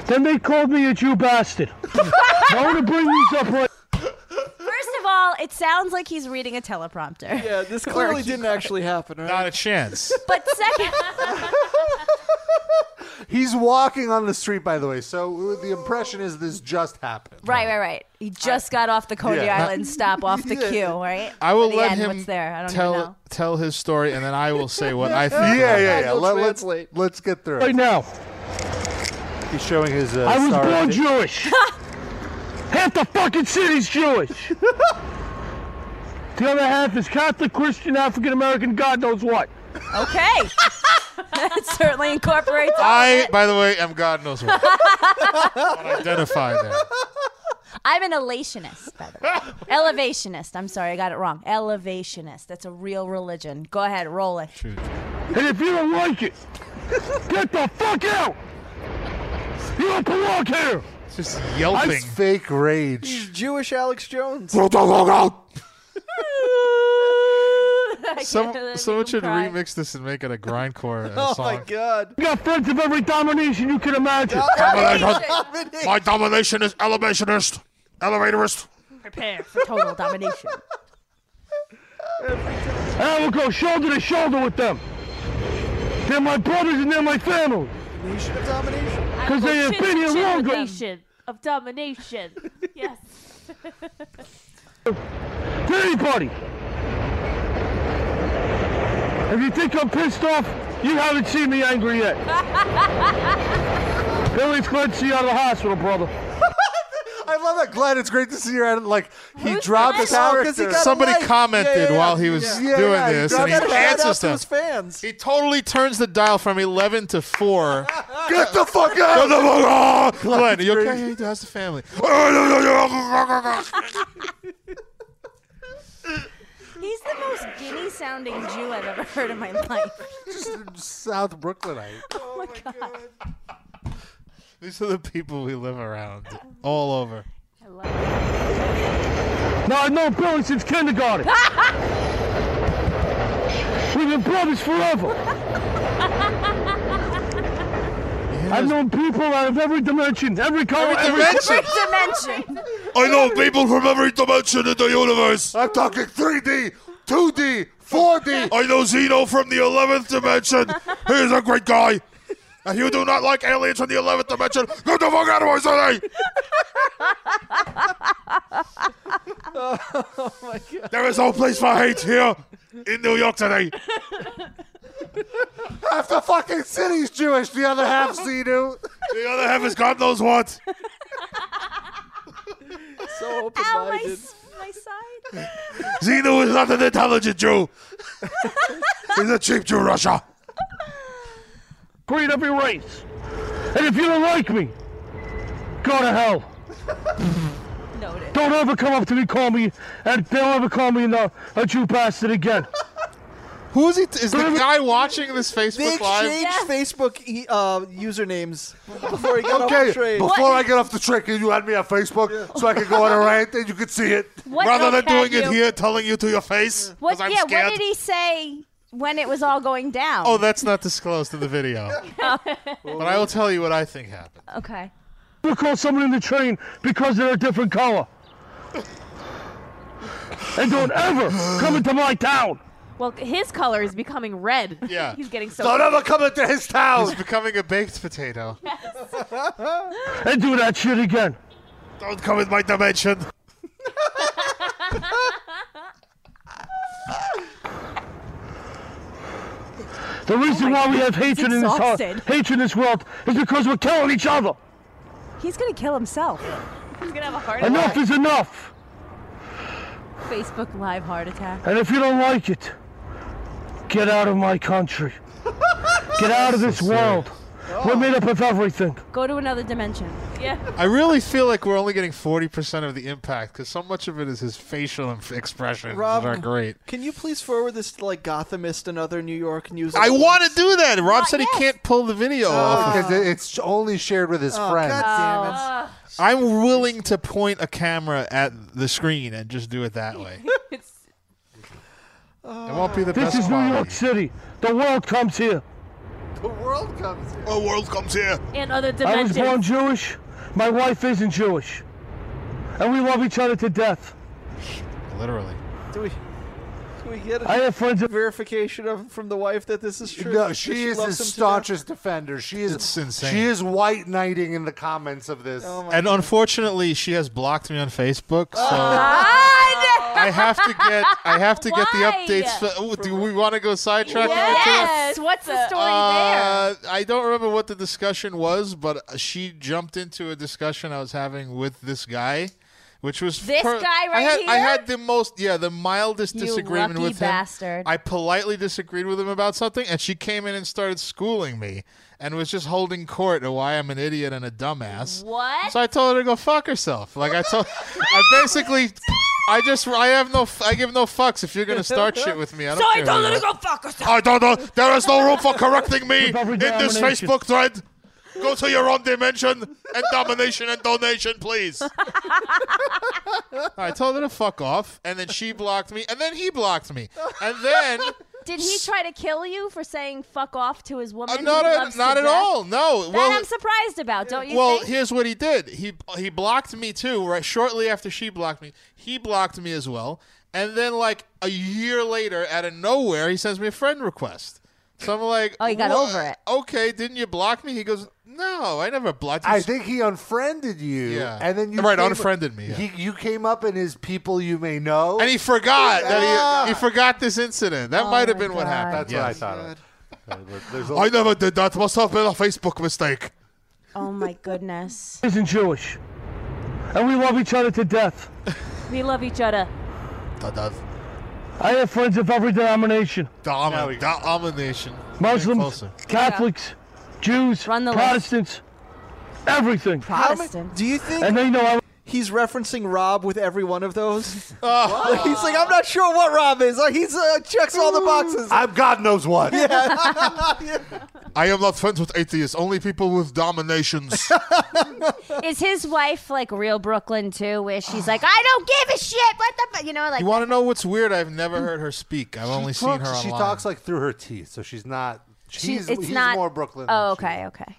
Speaker 16: Then
Speaker 5: (laughs)
Speaker 16: they called me a Jew bastard. I want to bring these up right.
Speaker 13: First of all, it sounds like he's reading a teleprompter.
Speaker 4: Yeah,
Speaker 13: (laughs)
Speaker 4: this clearly didn't actually happen, right? Not
Speaker 2: a chance.
Speaker 13: But second,
Speaker 3: He's walking on the street, by the way. So uh, the impression is this just happened.
Speaker 13: right, right, right. He just got off the Coney
Speaker 2: Yeah.
Speaker 13: Island stop off
Speaker 3: (laughs)
Speaker 13: the
Speaker 2: Yeah.
Speaker 13: queue, right?
Speaker 2: I will
Speaker 13: Or the
Speaker 2: let
Speaker 13: end,
Speaker 2: him
Speaker 13: What's there? I don't
Speaker 2: tell
Speaker 13: even know.
Speaker 2: tell his story, and then I will say what
Speaker 3: (laughs)
Speaker 2: I think.
Speaker 3: Yeah, yeah, yeah.
Speaker 2: about it.
Speaker 3: Let, us let's get through
Speaker 16: Right now.
Speaker 3: He's showing his. Uh,
Speaker 16: I was
Speaker 3: star
Speaker 16: born
Speaker 3: ID.
Speaker 16: Jewish. half the fucking city's Jewish. the other half is Catholic, Christian, African American, God knows what.
Speaker 13: Okay. (laughs) that certainly incorporates. all
Speaker 2: (laughs)
Speaker 13: of
Speaker 2: I,
Speaker 13: it.
Speaker 2: by the way, am God knows what. Identify
Speaker 13: (laughs)
Speaker 2: there.
Speaker 13: (laughs) I'm an elationist, by the (laughs) way. Elevationist. I'm sorry, I got it wrong. Elevationist. That's a real religion. Go ahead, roll it.
Speaker 16: And if you don't like it, get the fuck out! You don't belong here!
Speaker 2: Just
Speaker 3: It's fake rage.
Speaker 4: Jewish Alex Jones.
Speaker 2: (laughs) Some, someone should remix this and make it a grindcore uh,
Speaker 4: Oh my
Speaker 2: song.
Speaker 4: god.
Speaker 16: You got friends of every domination you can (laughs) imagine.
Speaker 13: (laughs)
Speaker 2: My domination is elevationist, elevatorist.
Speaker 13: Prepare for total domination.
Speaker 16: And I will go shoulder to shoulder with them. They're my brothers and they're my family.
Speaker 4: Nation of domination.
Speaker 16: Because they have been here longer.
Speaker 5: Nation of domination. yes. (laughs)
Speaker 16: to anybody. If you think I'm pissed off, you haven't seen me angry yet. Billy's glad to see you out of the hospital, brother.
Speaker 3: (laughs) I love that, Glenn. It's great to see you. And like, he dropped his
Speaker 4: Oh,
Speaker 3: out
Speaker 2: Somebody commented while he was doing this, and he answers them.
Speaker 4: his fans.
Speaker 2: He totally turns the dial from 11 to 4.
Speaker 3: Get the fuck
Speaker 2: (laughs) Get the fuck
Speaker 3: out!
Speaker 2: out! Glenn, you okay? How's the family?
Speaker 13: He's the most guinea sounding Jew I've ever heard in my (laughs) life.
Speaker 3: South Brooklynite.
Speaker 13: Oh my god.
Speaker 2: These are the people we live around, all over.
Speaker 16: Now I've known Billy since (laughs) kindergarten. We've been brothers forever. I've known people out of every dimension, every color, every,
Speaker 13: (laughs) dimension.
Speaker 2: I know people from every dimension in the universe.
Speaker 3: I'm talking 3D, 2D, 4D.
Speaker 2: (laughs) I know Zeno from the 11th dimension. He is a great guy. If you do not like aliens from the 11th dimension, get the fuck out of my city.
Speaker 4: oh my god.
Speaker 2: There is no place for hate here in New York today.
Speaker 3: Half (laughs) the fucking city's Jewish. The other half,
Speaker 4: (laughs)
Speaker 3: Zenu.
Speaker 2: The other half is God knows what.
Speaker 4: So
Speaker 13: Ow, my,
Speaker 4: open-minded.
Speaker 13: s- my side.
Speaker 2: Zeno is not an intelligent Jew. He's a cheap (laughs) Jew, Russia.
Speaker 16: creed, every race. And if you don't like me, go to hell.
Speaker 13: (laughs) Noted.
Speaker 16: Don't ever come up to me, call me, and don't ever call me no, a Jew
Speaker 2: (laughs)
Speaker 16: bastard again.
Speaker 2: Who is he? Is the guy watching this
Speaker 4: They
Speaker 2: Facebook
Speaker 4: exchanged
Speaker 2: Live?
Speaker 4: Facebook e- uh, usernames before he got off
Speaker 3: Okay,
Speaker 4: the train.
Speaker 3: before I get off the train, can you add me on Facebook so I can go on a rant and you can see
Speaker 4: (laughs)
Speaker 3: it?
Speaker 13: What Rather than vocab doing it you- here,
Speaker 2: telling you to your face.
Speaker 13: What, yeah, what did he say when it was all going down?
Speaker 2: Oh, that's (laughs) not disclosed in the video. but I will tell you what I think happened.
Speaker 13: okay.
Speaker 16: Never call someone in the train because they're a different color. And don't ever come into my town.
Speaker 5: Well, his color is becoming red.
Speaker 2: Yeah.
Speaker 5: He's getting so.
Speaker 3: Don't ever come into his
Speaker 2: He's
Speaker 3: town.
Speaker 2: becoming a baked potato.
Speaker 16: And do that shit again.
Speaker 2: Don't come in my dimension.
Speaker 16: The
Speaker 13: Oh
Speaker 16: reason why we have hatred in this heart,
Speaker 13: exhausted.
Speaker 16: hatred in this world is because we're killing each other.
Speaker 13: He's gonna kill himself.
Speaker 5: He's gonna have a heart
Speaker 16: Enough
Speaker 5: attack.
Speaker 16: is enough.
Speaker 13: Facebook Live heart attack.
Speaker 16: And if you don't like it, get out of my country. (laughs) Get out of this world. We're made up of everything.
Speaker 13: Go to another dimension.
Speaker 5: Yeah. (laughs)
Speaker 2: I really feel like we're only getting 40% of the impact because so much of it is his facial inf- expressions
Speaker 4: Rob-
Speaker 2: are great.
Speaker 4: Can you please forward this to like Gothamist and other New York news?
Speaker 2: I
Speaker 4: outlets?
Speaker 2: want to do that. Rob said he can't pull the video off.
Speaker 3: Because it- it's only shared with his
Speaker 4: Oh,
Speaker 3: friends.
Speaker 4: God
Speaker 2: Ah. I'm willing to point a camera at the screen and just do it that way.
Speaker 5: (laughs) It's
Speaker 2: It won't be the
Speaker 16: This
Speaker 2: best
Speaker 16: is New York City. The world comes
Speaker 4: damn
Speaker 16: here.
Speaker 4: it! The world comes in.
Speaker 2: The world comes here.
Speaker 5: in other
Speaker 16: I was
Speaker 5: dimensions.
Speaker 16: born Jewish. My wife isn't Jewish. And we love each other to death.
Speaker 2: literally.
Speaker 4: Do we? Can we get a
Speaker 3: I have friends
Speaker 4: verification of, from the wife that this is true?
Speaker 3: No,
Speaker 4: That
Speaker 3: she, is
Speaker 4: loves
Speaker 3: his
Speaker 4: him to death?
Speaker 3: staunchest defender. She is
Speaker 2: It's insane.
Speaker 3: She is white knighting in the comments of this.
Speaker 4: Oh
Speaker 2: And unfortunately, she has blocked me on Facebook, so
Speaker 4: (laughs) Ah,
Speaker 2: I have to get I have to get the updates. For, oh, do we want to go sidetrack? now, too?
Speaker 13: Yes. What's the story
Speaker 2: Uh, I don't remember what the discussion was, but she jumped into a discussion I was having with this guy, which was
Speaker 13: This guy
Speaker 2: I
Speaker 13: right
Speaker 2: had, I
Speaker 13: here?
Speaker 2: had the most yeah the mildest
Speaker 13: You
Speaker 2: disagreement
Speaker 13: lucky
Speaker 2: with him.
Speaker 13: bastard.
Speaker 2: I politely disagreed with him about something, and she came in and started schooling me and was just holding court on why I'm an idiot and a dumbass.
Speaker 5: What?
Speaker 2: So I told her to go fuck herself. Like I told, I basically. I just I have no f- I give no fucks if you're gonna start shit with me. I don't
Speaker 6: So I
Speaker 2: care who
Speaker 6: told
Speaker 2: you
Speaker 6: her to
Speaker 2: are.
Speaker 6: go fuck herself.
Speaker 2: I don't know. There is no room for correcting me in this
Speaker 6: domination.
Speaker 2: Facebook thread. Go to your own dimension and domination and donation, please. I told her to fuck off, and then she blocked me, and then he blocked me, and then
Speaker 13: Did he try to kill you for saying "fuck off" to his woman?
Speaker 2: Uh, not
Speaker 13: who he
Speaker 2: at-
Speaker 13: loves to
Speaker 2: not at
Speaker 13: death?
Speaker 2: all, no.
Speaker 13: That
Speaker 2: Well-
Speaker 13: I'm surprised about. Don't you
Speaker 2: well,
Speaker 13: think?
Speaker 2: here's what he did. He he blocked me too. Right shortly after she blocked me, he blocked me as well. And then like a year later, out of nowhere, he sends me a friend request. So I'm like,
Speaker 13: Oh, he got
Speaker 2: "Wha-
Speaker 13: over it.
Speaker 2: Okay, didn't you block me? He goes, No, Oh, I never blocked you.
Speaker 3: I think he unfriended you,
Speaker 2: Yeah.
Speaker 3: and then you
Speaker 2: Right,
Speaker 3: came-
Speaker 2: unfriended me, yeah.
Speaker 3: He, you came up in his people you may know,
Speaker 2: and he forgot that he,
Speaker 3: Yeah.
Speaker 2: he forgot this incident. That
Speaker 3: Oh
Speaker 2: might have
Speaker 3: my
Speaker 2: been what
Speaker 3: God.
Speaker 2: happened.
Speaker 3: That's what I thought of. Uh, There's a-
Speaker 2: I never did that. Must have been a Facebook mistake.
Speaker 13: oh my goodness.
Speaker 16: Isn't Jewish. And we love each other to death.
Speaker 5: We love each other.
Speaker 16: I have friends of every denomination.
Speaker 2: Domin- domination.
Speaker 16: Muslims,
Speaker 2: Closer.
Speaker 16: Catholics, Jews, Protestants, everything.
Speaker 4: Protestant. Do you think?
Speaker 16: And they know I.
Speaker 4: He's referencing Rob with every one of
Speaker 16: (laughs)
Speaker 4: those. Like,
Speaker 2: (laughs)
Speaker 4: he's like, I'm not sure what Rob is. Like, he's uh, checks all the boxes.
Speaker 3: I'm God knows what. (laughs)
Speaker 4: Yeah.
Speaker 2: I am not friends with atheists. Only people with dominations.
Speaker 13: (laughs) Is his wife like real Brooklyn too, where she's like, I don't give a shit. What the, fu-" you know, like
Speaker 2: you want to know what's weird? I've never heard her speak. I've only seen her
Speaker 3: talks-
Speaker 2: online.
Speaker 3: she talks like through her teeth, so she's not.
Speaker 13: she-
Speaker 3: She's,
Speaker 13: it's
Speaker 3: he's
Speaker 13: not
Speaker 3: more Brooklyn.
Speaker 13: Oh, okay, okay,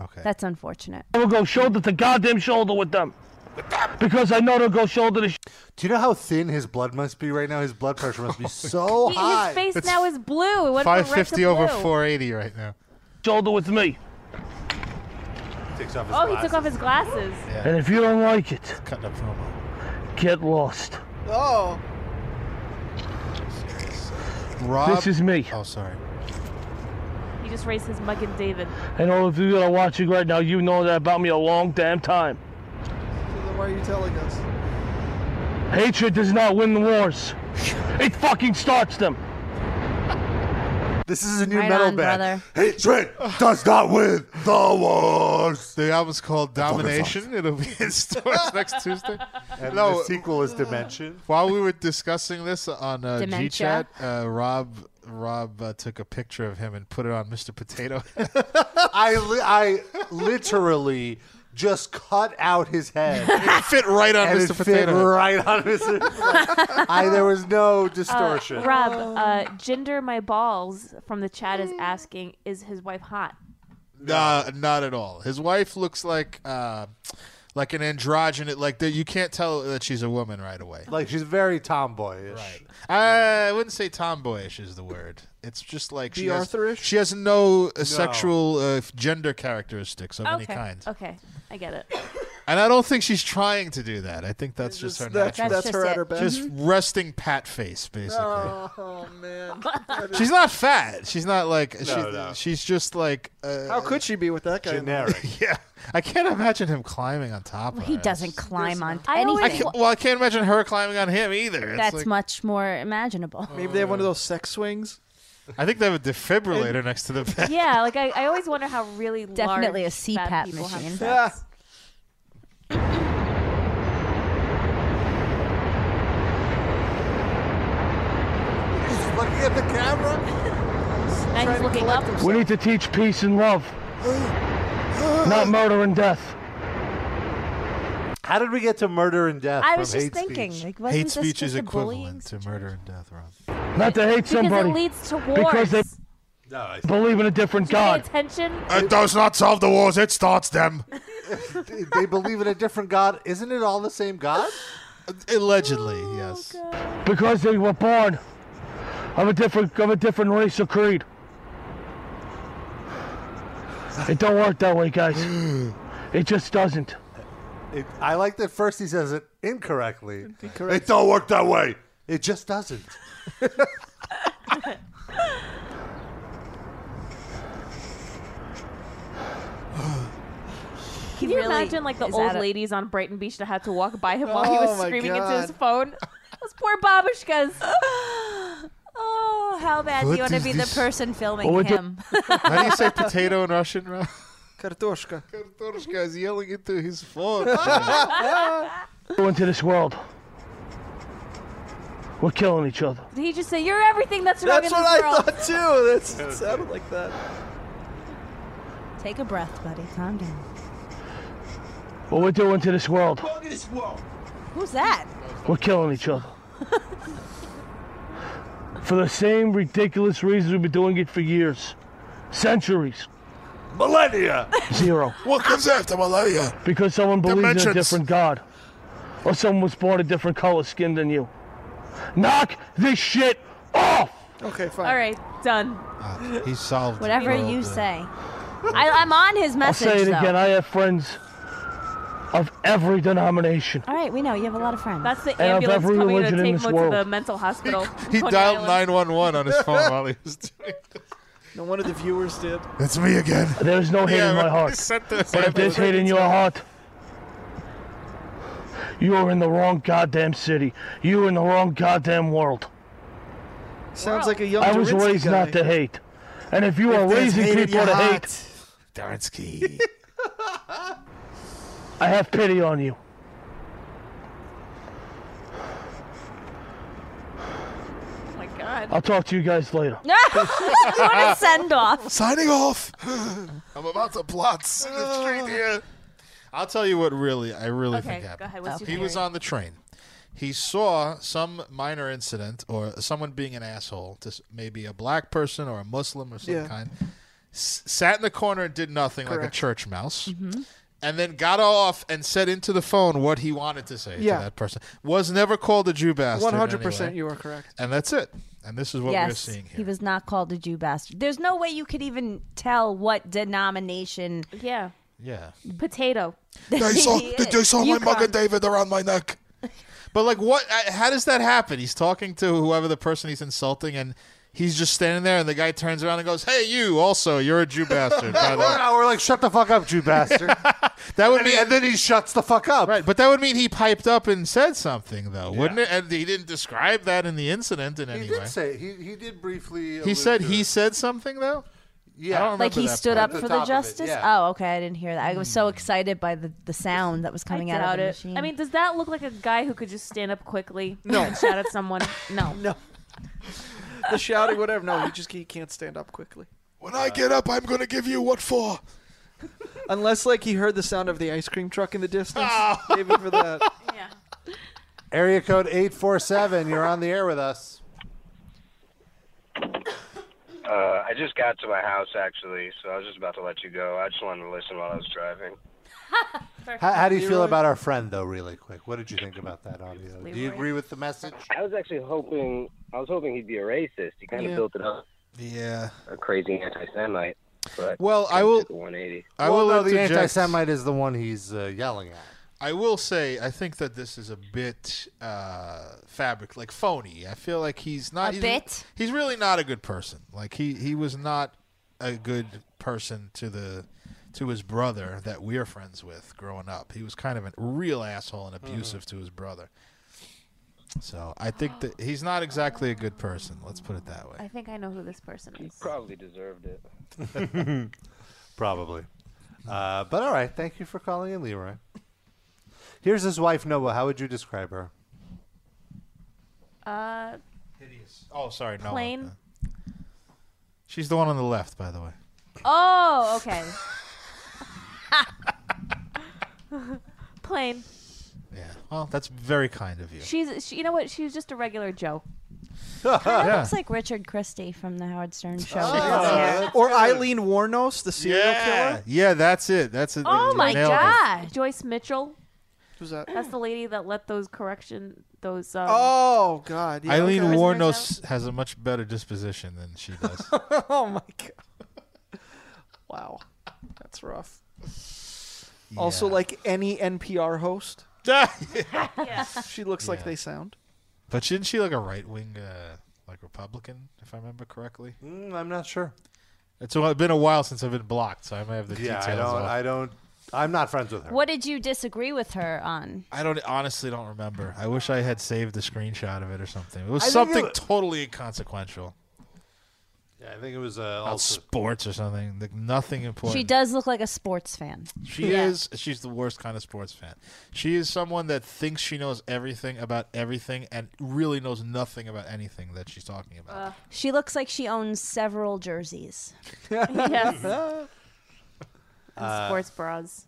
Speaker 2: okay.
Speaker 13: That's unfortunate.
Speaker 16: I will go shoulder to goddamn shoulder with them. Because I know they'll go shoulder to sh-
Speaker 3: Do you know how thin his blood must be right now? His blood pressure must
Speaker 2: (laughs)
Speaker 3: be so
Speaker 5: He-
Speaker 3: high.
Speaker 5: his face now is blue. It went from red to blue.
Speaker 2: 480 right now.
Speaker 16: Shoulder with me.
Speaker 3: Takes off
Speaker 5: Oh, he took off his glasses.
Speaker 16: And if you don't like it,
Speaker 2: cut the promo.
Speaker 16: Get lost.
Speaker 4: Oh.
Speaker 2: Rob.
Speaker 16: This is me.
Speaker 2: Oh, sorry.
Speaker 5: He just raised his mug and David.
Speaker 16: And all of you that are watching right now, you know that about me a long damn time.
Speaker 4: Then why are you telling us?
Speaker 16: Hatred does not win the wars. It fucking starts them.
Speaker 3: This is a new
Speaker 16: Right
Speaker 3: metal
Speaker 16: on,
Speaker 3: band. Hatred does not win the wars.
Speaker 2: Oh, The album's called Domination. It'll be in stores next Tuesday.
Speaker 3: And
Speaker 2: No.
Speaker 3: the sequel is Dimension.
Speaker 2: (laughs) While we were discussing this on uh,
Speaker 3: Dementia.
Speaker 2: GChat, uh, Rob Rob uh, took a picture of him and put it on Mr. Potato. (laughs)
Speaker 3: I li- I literally just cut out his
Speaker 2: (laughs)
Speaker 3: head. It
Speaker 2: fit right on
Speaker 3: and
Speaker 2: Mr.
Speaker 3: It
Speaker 2: Potato
Speaker 3: Fit
Speaker 2: Head.
Speaker 3: right on Mr. I there was no distortion.
Speaker 5: Uh, Rob,
Speaker 13: Oh.
Speaker 5: uh, Ginger My Balls from the chat
Speaker 13: Mm.
Speaker 5: is asking, is his wife hot?
Speaker 2: Nah, not at all. His wife looks like uh, like an androgynous. Like that, you can't tell that she's a woman right away.
Speaker 3: Like she's very tomboyish.
Speaker 2: I wouldn't say tomboyish is the word. It's just like
Speaker 4: B.
Speaker 2: she has,
Speaker 4: Arthur-ish?
Speaker 2: she has no, uh, sexual uh, f- gender characteristics of any
Speaker 5: okay.
Speaker 2: kind,
Speaker 5: Okay, I get it.
Speaker 13: (laughs)
Speaker 2: and I don't think she's trying to do that. I think that's just, her
Speaker 4: that's-
Speaker 2: natural.
Speaker 4: that's That's her just at her it. best. Mm-hmm.
Speaker 2: Just resting pat face, basically.
Speaker 4: Oh man. That
Speaker 2: (laughs)
Speaker 4: is-
Speaker 2: She's not fat. She's not like she,
Speaker 4: no.
Speaker 2: she's just like uh,
Speaker 4: How could she be with that guy? (laughs)
Speaker 2: yeah, I can't imagine him climbing on top of her.
Speaker 13: He doesn't climb on
Speaker 5: I always-
Speaker 2: I
Speaker 13: anything.
Speaker 2: can't, well, I can't imagine her climbing on him either. It's
Speaker 13: That's
Speaker 2: like-
Speaker 13: much more imaginable.
Speaker 4: Maybe they have one of those sex swings.
Speaker 2: I think they have a defibrillator next to the
Speaker 4: (laughs)
Speaker 2: bed.
Speaker 5: yeah, like I, I always wonder how really
Speaker 13: Definitely a
Speaker 5: large fat
Speaker 13: CPAP
Speaker 5: people have
Speaker 13: machine.
Speaker 5: sex.
Speaker 13: Yeah.
Speaker 3: He's looking at the camera.
Speaker 5: Now he's looking up.
Speaker 16: We need to teach peace and love, not (laughs) murder and death.
Speaker 3: How did we get to murder and death?
Speaker 13: I
Speaker 3: from
Speaker 13: was just
Speaker 3: hate
Speaker 13: thinking,
Speaker 3: speech?
Speaker 13: like, wasn't Hate this speech is just a equivalent bullying
Speaker 2: to murder and death, Rob.
Speaker 16: Not to hate
Speaker 5: Because it
Speaker 16: somebody.
Speaker 5: leads to
Speaker 16: Because they
Speaker 5: wars.
Speaker 16: believe in a different
Speaker 5: Pay
Speaker 16: God.
Speaker 5: attention.
Speaker 2: It does not solve the wars. It starts them.
Speaker 3: they believe in a different god. Isn't it all the same god?
Speaker 2: Allegedly, yes.
Speaker 13: Oh,
Speaker 16: because they were born of a different of a different race or creed. It don't work that way, guys. It just doesn't.
Speaker 3: It, I like that first he says it incorrectly.
Speaker 16: Incorrect.
Speaker 3: It don't work that way. It just doesn't.
Speaker 5: Can
Speaker 13: He
Speaker 5: you
Speaker 13: really
Speaker 5: imagine like the
Speaker 13: is
Speaker 5: old
Speaker 13: at it.
Speaker 5: ladies on Brighton Beach that had to walk by him while he was
Speaker 13: Oh, my
Speaker 5: screaming into his
Speaker 13: God.
Speaker 5: phone? (laughs) Those poor babushkas.
Speaker 13: Oh, how bad
Speaker 2: What
Speaker 13: do you want to
Speaker 2: is
Speaker 13: be
Speaker 2: this?
Speaker 13: the person filming
Speaker 2: What would you- (laughs)
Speaker 13: him?
Speaker 2: How do you
Speaker 13: (laughs)
Speaker 2: say potato in Russian? Ra?
Speaker 4: Kartoshka.
Speaker 2: Kartoshka is yelling into his phone.
Speaker 16: Go into this world. We're killing each other.
Speaker 5: Did he just say, You're everything that's wrong
Speaker 4: That's
Speaker 5: in
Speaker 4: what I
Speaker 5: this world?
Speaker 4: thought too. (laughs) That's, it sounded like that.
Speaker 13: (laughs) Take a breath, buddy. Calm down.
Speaker 16: What we're doing to this world.
Speaker 13: Who's that?
Speaker 16: We're killing each other. for the same ridiculous reasons we've been doing it for years. Centuries.
Speaker 6: Millennia.
Speaker 16: Zero.
Speaker 6: What comes after millennia?
Speaker 16: Because someone believes in a
Speaker 6: Dimensions.
Speaker 16: different God. Or someone was born a different color skin than you. Knock this shit off!
Speaker 4: Okay, fine.
Speaker 5: All right, done.
Speaker 2: he solved
Speaker 13: Whatever
Speaker 2: all
Speaker 13: you
Speaker 2: the-
Speaker 13: say. I, I'm on his message.
Speaker 16: Oh, I'll say it
Speaker 13: though.
Speaker 16: again. I have friends of every denomination.
Speaker 13: All right, we know you have a lot of friends.
Speaker 5: That's the
Speaker 16: And of
Speaker 5: ambulance
Speaker 16: every
Speaker 5: coming to
Speaker 16: religion in
Speaker 5: take
Speaker 16: this
Speaker 5: him to
Speaker 16: world.
Speaker 5: the mental hospital.
Speaker 2: He
Speaker 5: Coney
Speaker 2: dialed
Speaker 5: Island.
Speaker 2: 911 on his phone while he was doing
Speaker 4: No wonder the viewers did.
Speaker 2: It's me again.
Speaker 16: There's no hate
Speaker 4: Yeah,
Speaker 16: in my
Speaker 4: (laughs) but
Speaker 16: heart.
Speaker 4: they sent the
Speaker 16: But if there's hate in your heart, you are in the wrong goddamn city. You are in the wrong goddamn world.
Speaker 4: Sounds like a young.
Speaker 16: I was
Speaker 4: Dorinsky
Speaker 16: raised not
Speaker 4: guy.
Speaker 16: to hate. And if you
Speaker 4: If
Speaker 16: are
Speaker 4: there's
Speaker 16: raising
Speaker 4: hate in
Speaker 16: people
Speaker 4: your
Speaker 16: to
Speaker 4: heart.
Speaker 16: hate,
Speaker 2: Darnsky.
Speaker 16: I have pity on you.
Speaker 5: Oh my
Speaker 2: (laughs)
Speaker 5: god.
Speaker 16: I'll talk to you guys later.
Speaker 13: what a send off.
Speaker 2: Signing off. (laughs) I'm about to plot in the (laughs) street here. I'll tell you what really I really
Speaker 5: Okay,
Speaker 2: think
Speaker 5: go
Speaker 2: happened.
Speaker 5: ahead. What's your
Speaker 2: he was
Speaker 5: theory?
Speaker 2: on the train. He saw some minor incident or someone being an asshole to s- maybe a black person or a Muslim or some
Speaker 6: Yeah.
Speaker 2: kind. S- sat in the corner and did nothing like a
Speaker 6: Correct.
Speaker 2: church mouse.
Speaker 5: Mm-hmm.
Speaker 2: And then got off and said into the phone what he wanted to say
Speaker 4: Yeah.
Speaker 2: to that person. Was never called a Jew bastard. in
Speaker 4: One
Speaker 2: any
Speaker 4: hundred percent,
Speaker 2: way.
Speaker 4: you are correct.
Speaker 2: And that's it. And this is what
Speaker 13: yes,
Speaker 2: we're seeing here.
Speaker 13: he was not called a Jew bastard. There's no way you could even tell what denomination.
Speaker 5: Yeah.
Speaker 2: Yeah.
Speaker 13: (laughs)
Speaker 5: Potato.
Speaker 2: (laughs) They saw, they, they saw my mug and David around my neck. (laughs) But like, what? I- How does that happen? He's talking to whoever the person he's insulting, and he's just standing there, and the guy turns around and goes, "Hey, you! Also, you're a Jew
Speaker 3: (laughs)
Speaker 2: bastard." (laughs) by the way."
Speaker 3: we're like, shut the fuck up, Jew bastard.
Speaker 2: (laughs) that would
Speaker 3: and,
Speaker 2: mean,
Speaker 3: he- and then he shuts the fuck up.
Speaker 2: right, but that would mean he piped up and said something, though, wouldn't it? And he didn't describe that in the incident in
Speaker 3: He
Speaker 2: any way.
Speaker 3: did say he he did briefly.
Speaker 2: he
Speaker 3: allude
Speaker 2: said
Speaker 3: to
Speaker 2: he
Speaker 3: it.
Speaker 2: said something though.
Speaker 3: Yeah.
Speaker 2: I don't
Speaker 13: Like he
Speaker 2: remember that
Speaker 13: stood
Speaker 2: part.
Speaker 13: up for the justice. Oh, okay. I didn't hear that. I was
Speaker 2: Hmm.
Speaker 13: so excited by the, the sound that was
Speaker 5: I
Speaker 13: coming out
Speaker 5: doubt
Speaker 13: of the
Speaker 5: it.
Speaker 13: machine.
Speaker 5: I mean, does that look like a guy who could just stand up quickly and shout at
Speaker 4: (laughs)
Speaker 5: someone? No.
Speaker 4: No. The shouting, whatever. No, he just he can't stand up
Speaker 2: (laughs)
Speaker 4: quickly.
Speaker 2: When I get up, I'm gonna give you what for.
Speaker 4: Unless like he heard the sound of the ice cream truck in the distance,
Speaker 2: Oh.
Speaker 4: maybe for
Speaker 2: (laughs)
Speaker 4: that.
Speaker 3: Area code eight four seven. You're on the air with us.
Speaker 9: Uh, I just got to my house actually, so I was just about to let you go. I just wanted to listen while I was driving.
Speaker 3: How, how do you feel about our friend, though? Really quick, what did you think about that audio? Do you agree with the message?
Speaker 9: I was actually hoping I was hoping he'd be a racist. He kind of
Speaker 2: Yeah.
Speaker 9: built it up,
Speaker 2: Yeah.
Speaker 9: a crazy anti-Semite. But
Speaker 2: Well, I
Speaker 9: kinda
Speaker 2: will-
Speaker 9: took a 180.
Speaker 2: I
Speaker 3: well,
Speaker 2: will
Speaker 3: no, the
Speaker 2: interject.
Speaker 3: anti-Semite is the one he's uh, yelling at.
Speaker 2: I will say, I think that this is a bit uh, fabric, like phony. I feel like he's not
Speaker 13: A
Speaker 2: he's,
Speaker 13: bit?
Speaker 2: He's really not a good person. Like he he was not a good person to the to his brother that we're friends with growing up. He was kind of a real asshole and abusive to his brother. So I think that he's not exactly a good person. Let's put it that way.
Speaker 5: I think I know who this person is.
Speaker 9: Probably deserved it.
Speaker 3: (laughs) Probably. Uh, but all right, thank you for calling in, Leroy. Here's his wife, Noah. How would you describe her?
Speaker 5: Uh,
Speaker 2: Oh, sorry, no.
Speaker 5: plain.
Speaker 2: She's the one on the left, by the way.
Speaker 5: (laughs) Oh,
Speaker 9: (laughs)
Speaker 5: okay. plain.
Speaker 2: Well, that's very kind of you.
Speaker 5: She's, she, you know what? She's just a regular Joe.
Speaker 13: Kind
Speaker 2: (laughs)
Speaker 13: of
Speaker 2: Yeah. Oh.
Speaker 13: looks like Richard Christie from the Howard Stern show.
Speaker 2: (laughs)
Speaker 4: or Eileen Warnos, the serial
Speaker 2: Yeah,
Speaker 4: killer.
Speaker 2: yeah, that's it. That's it.
Speaker 5: Oh
Speaker 2: You
Speaker 5: my
Speaker 2: nailed it.
Speaker 5: God, Joyce Mitchell.
Speaker 4: Who's that?
Speaker 5: That's the lady that let those correction those. Um,
Speaker 4: Oh God! yeah,
Speaker 2: Eileen
Speaker 4: okay.
Speaker 2: Warnos has a much better disposition than
Speaker 3: (laughs)
Speaker 2: she does.
Speaker 4: oh my god! (laughs) Wow, that's rough. Also, like any
Speaker 2: (laughs)
Speaker 4: NPR host, she looks like
Speaker 2: Yeah.
Speaker 4: they sound.
Speaker 2: but shouldn't she like a right wing, uh, like Republican, if I remember correctly?
Speaker 3: Mm, I'm not sure.
Speaker 2: It's a- been a while since I've been blocked, so I might have the
Speaker 3: Yeah, I
Speaker 2: details.
Speaker 3: don't-
Speaker 2: off.
Speaker 3: I don't. I'm not friends with her.
Speaker 13: What did you disagree with her on?
Speaker 2: I don't honestly don't remember. I wish I had saved a screenshot of it or something. It was
Speaker 13: I think
Speaker 2: something
Speaker 13: it-
Speaker 2: totally inconsequential
Speaker 3: Yeah, I think it was uh,
Speaker 2: about sports or something. Like nothing important.
Speaker 13: She does look like a sports fan.
Speaker 2: She is. She's the worst kind of sports fan. She is someone that thinks she knows everything about everything and really knows nothing about anything that she's talking about.
Speaker 13: She looks like she owns several (laughs) jerseys.
Speaker 3: (laughs)
Speaker 5: Yes.
Speaker 3: Uh,
Speaker 5: sports bras.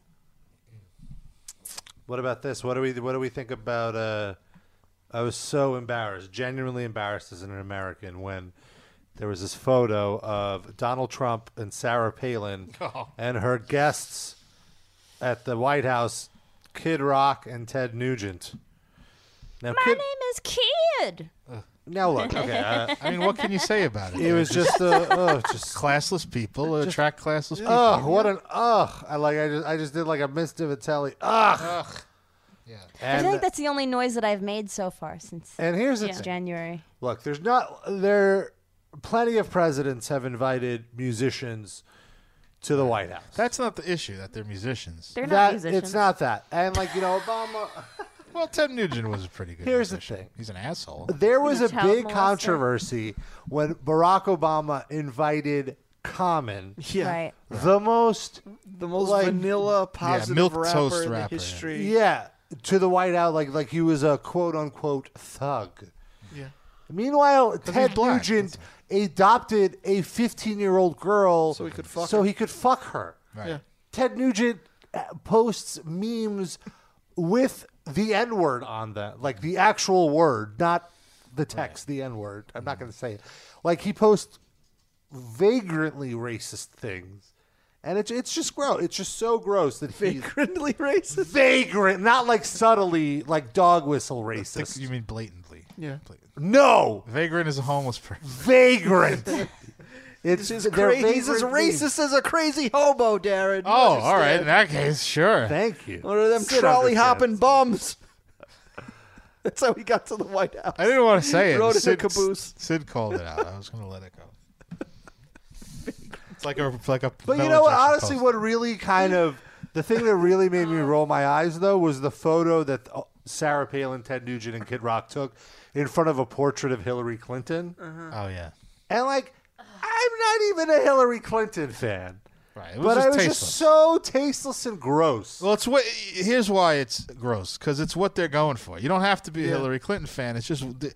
Speaker 3: What about this? What do we what do we think about uh I was so embarrassed, genuinely embarrassed as an American when there was this photo of Donald Trump and Sarah Palin
Speaker 2: (laughs) Oh.
Speaker 3: and her guests at the White House, Kid Rock and Ted Nugent. Now
Speaker 13: My
Speaker 3: Kid
Speaker 13: name is Kid.
Speaker 3: now look, okay. uh,
Speaker 2: I mean, what can you say about it?
Speaker 3: It was just uh, (laughs) oh, just
Speaker 2: classless people uh, attract classless people.
Speaker 3: Oh, what an ugh! I like I just I just did like a Miss Divitelli. Ugh.
Speaker 2: Ugh. Yeah.
Speaker 13: I feel like that's the only noise that I've made so far since.
Speaker 3: And here's the
Speaker 13: since
Speaker 3: thing.
Speaker 13: January.
Speaker 3: Look, there's not there. Plenty of presidents have invited musicians to the White House.
Speaker 2: That's not the issue. That they're musicians.
Speaker 3: They're not That- it's musicians. not that. And like you know, Obama. (laughs)
Speaker 2: well, Ted Nugent was a pretty good.
Speaker 3: Here's the
Speaker 2: musician.
Speaker 3: thing.
Speaker 2: He's an asshole.
Speaker 3: There was a
Speaker 2: He's a child
Speaker 3: big
Speaker 2: molester.
Speaker 3: controversy when Barack Obama invited Common.
Speaker 4: Yeah. Right.
Speaker 3: The most
Speaker 4: The most
Speaker 3: like-
Speaker 4: vanilla positive rapper in the history.
Speaker 3: Yeah, to the White House, like like he was a quote unquote thug.
Speaker 2: Yeah.
Speaker 3: Meanwhile,
Speaker 2: he's
Speaker 3: Ted
Speaker 2: black,
Speaker 3: Nugent adopted a 15 year old girl so he could
Speaker 4: fuck
Speaker 3: so
Speaker 4: her.
Speaker 3: he could fuck her.
Speaker 2: Right. Yeah.
Speaker 3: Ted Nugent uh, posts memes with the N word on them, like the actual word, not the text, the N word. I'm not going to say it. Like he posts vagrantly racist things. And it's it's just gross. It's just so gross that he's
Speaker 4: vagrantly racist.
Speaker 3: Vagrant, not like subtly, like dog whistle racist.
Speaker 2: you mean blatantly?
Speaker 4: Yeah.
Speaker 3: No,
Speaker 2: vagrant is a homeless person. (laughs)
Speaker 3: Vagrant. it's
Speaker 4: He's,
Speaker 3: they're
Speaker 4: cra- he's as
Speaker 3: vagrantly-
Speaker 4: racist as a crazy hobo, Darren. You
Speaker 2: Oh, all right. In
Speaker 4: understand.
Speaker 2: that case, sure.
Speaker 3: Thank you.
Speaker 4: One of them
Speaker 2: Sid
Speaker 4: trolley
Speaker 2: understands.
Speaker 4: hopping bums. (laughs) That's how he got to the White House.
Speaker 2: I didn't want to say it.
Speaker 4: Rode in a
Speaker 2: Sid,
Speaker 4: caboose.
Speaker 2: Sid called it out. I was going to let it go. It's like a it's like a.
Speaker 3: But you know what? Honestly, what really kind of the thing that really made me roll my eyes though was the photo that uh, Sarah Palin, Ted Nugent, and Kid Rock took in front of a portrait of Hillary Clinton.
Speaker 2: Oh yeah.
Speaker 3: And like, I'm not even a Hillary Clinton fan.
Speaker 2: Right.
Speaker 3: But I was just so tasteless and gross.
Speaker 2: Well, it's what. Here's why it's gross. Because it's what they're going for. You don't have to be a
Speaker 3: Yeah.
Speaker 2: Hillary Clinton fan. It's just the,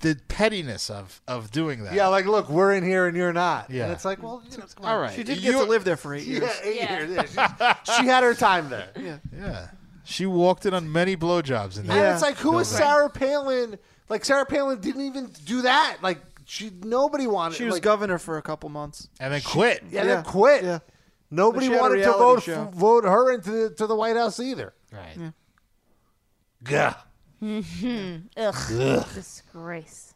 Speaker 2: the pettiness of of doing that.
Speaker 3: Yeah, like look, we're in here and you're not.
Speaker 2: Yeah.
Speaker 3: And it's like, well, you know, come on.
Speaker 2: All right.
Speaker 4: She did get to live there for eight years.
Speaker 3: Yeah, eight years. Yeah, she, she had her time (laughs) there.
Speaker 4: Yeah.
Speaker 2: Yeah. She walked in on many blowjobs in there.
Speaker 3: And it's like, who is Sarah Palin? Like Sarah Palin didn't even do that. Like she, nobody wanted.
Speaker 4: She was
Speaker 3: like,
Speaker 4: governor for a couple months.
Speaker 2: And then quit.
Speaker 3: Yeah, they quit. Nobody
Speaker 4: But she had a
Speaker 3: wanted to
Speaker 4: reality
Speaker 3: vote
Speaker 4: show.
Speaker 3: f- vote her into the, to the White House either.
Speaker 2: Right.
Speaker 3: Gah.
Speaker 13: Mm-hmm. Ugh.
Speaker 3: Ugh.
Speaker 13: Disgrace.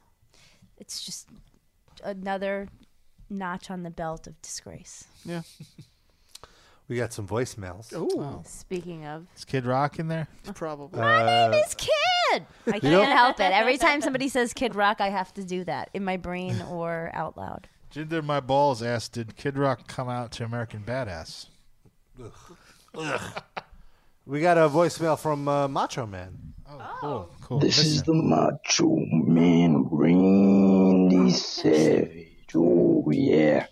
Speaker 13: It's just another notch on the belt of disgrace.
Speaker 4: Yeah.
Speaker 3: We got some voicemails.
Speaker 4: Ooh.
Speaker 5: Speaking of,
Speaker 2: Is Kid
Speaker 3: (laughs)
Speaker 2: Rock in there?
Speaker 4: Probably.
Speaker 13: My name is Kid. I
Speaker 3: Uh, You
Speaker 13: can't
Speaker 3: know-
Speaker 13: help it. (laughs) Every time somebody says Kid Rock, I have to do that in my brain or out loud.
Speaker 2: Jinder My Balls asked, did Kid Rock come out to American Badass?
Speaker 3: We got a voicemail from uh, Macho Man.
Speaker 2: Cool.
Speaker 17: This is the Macho Man Randy Savage. Oh yeah.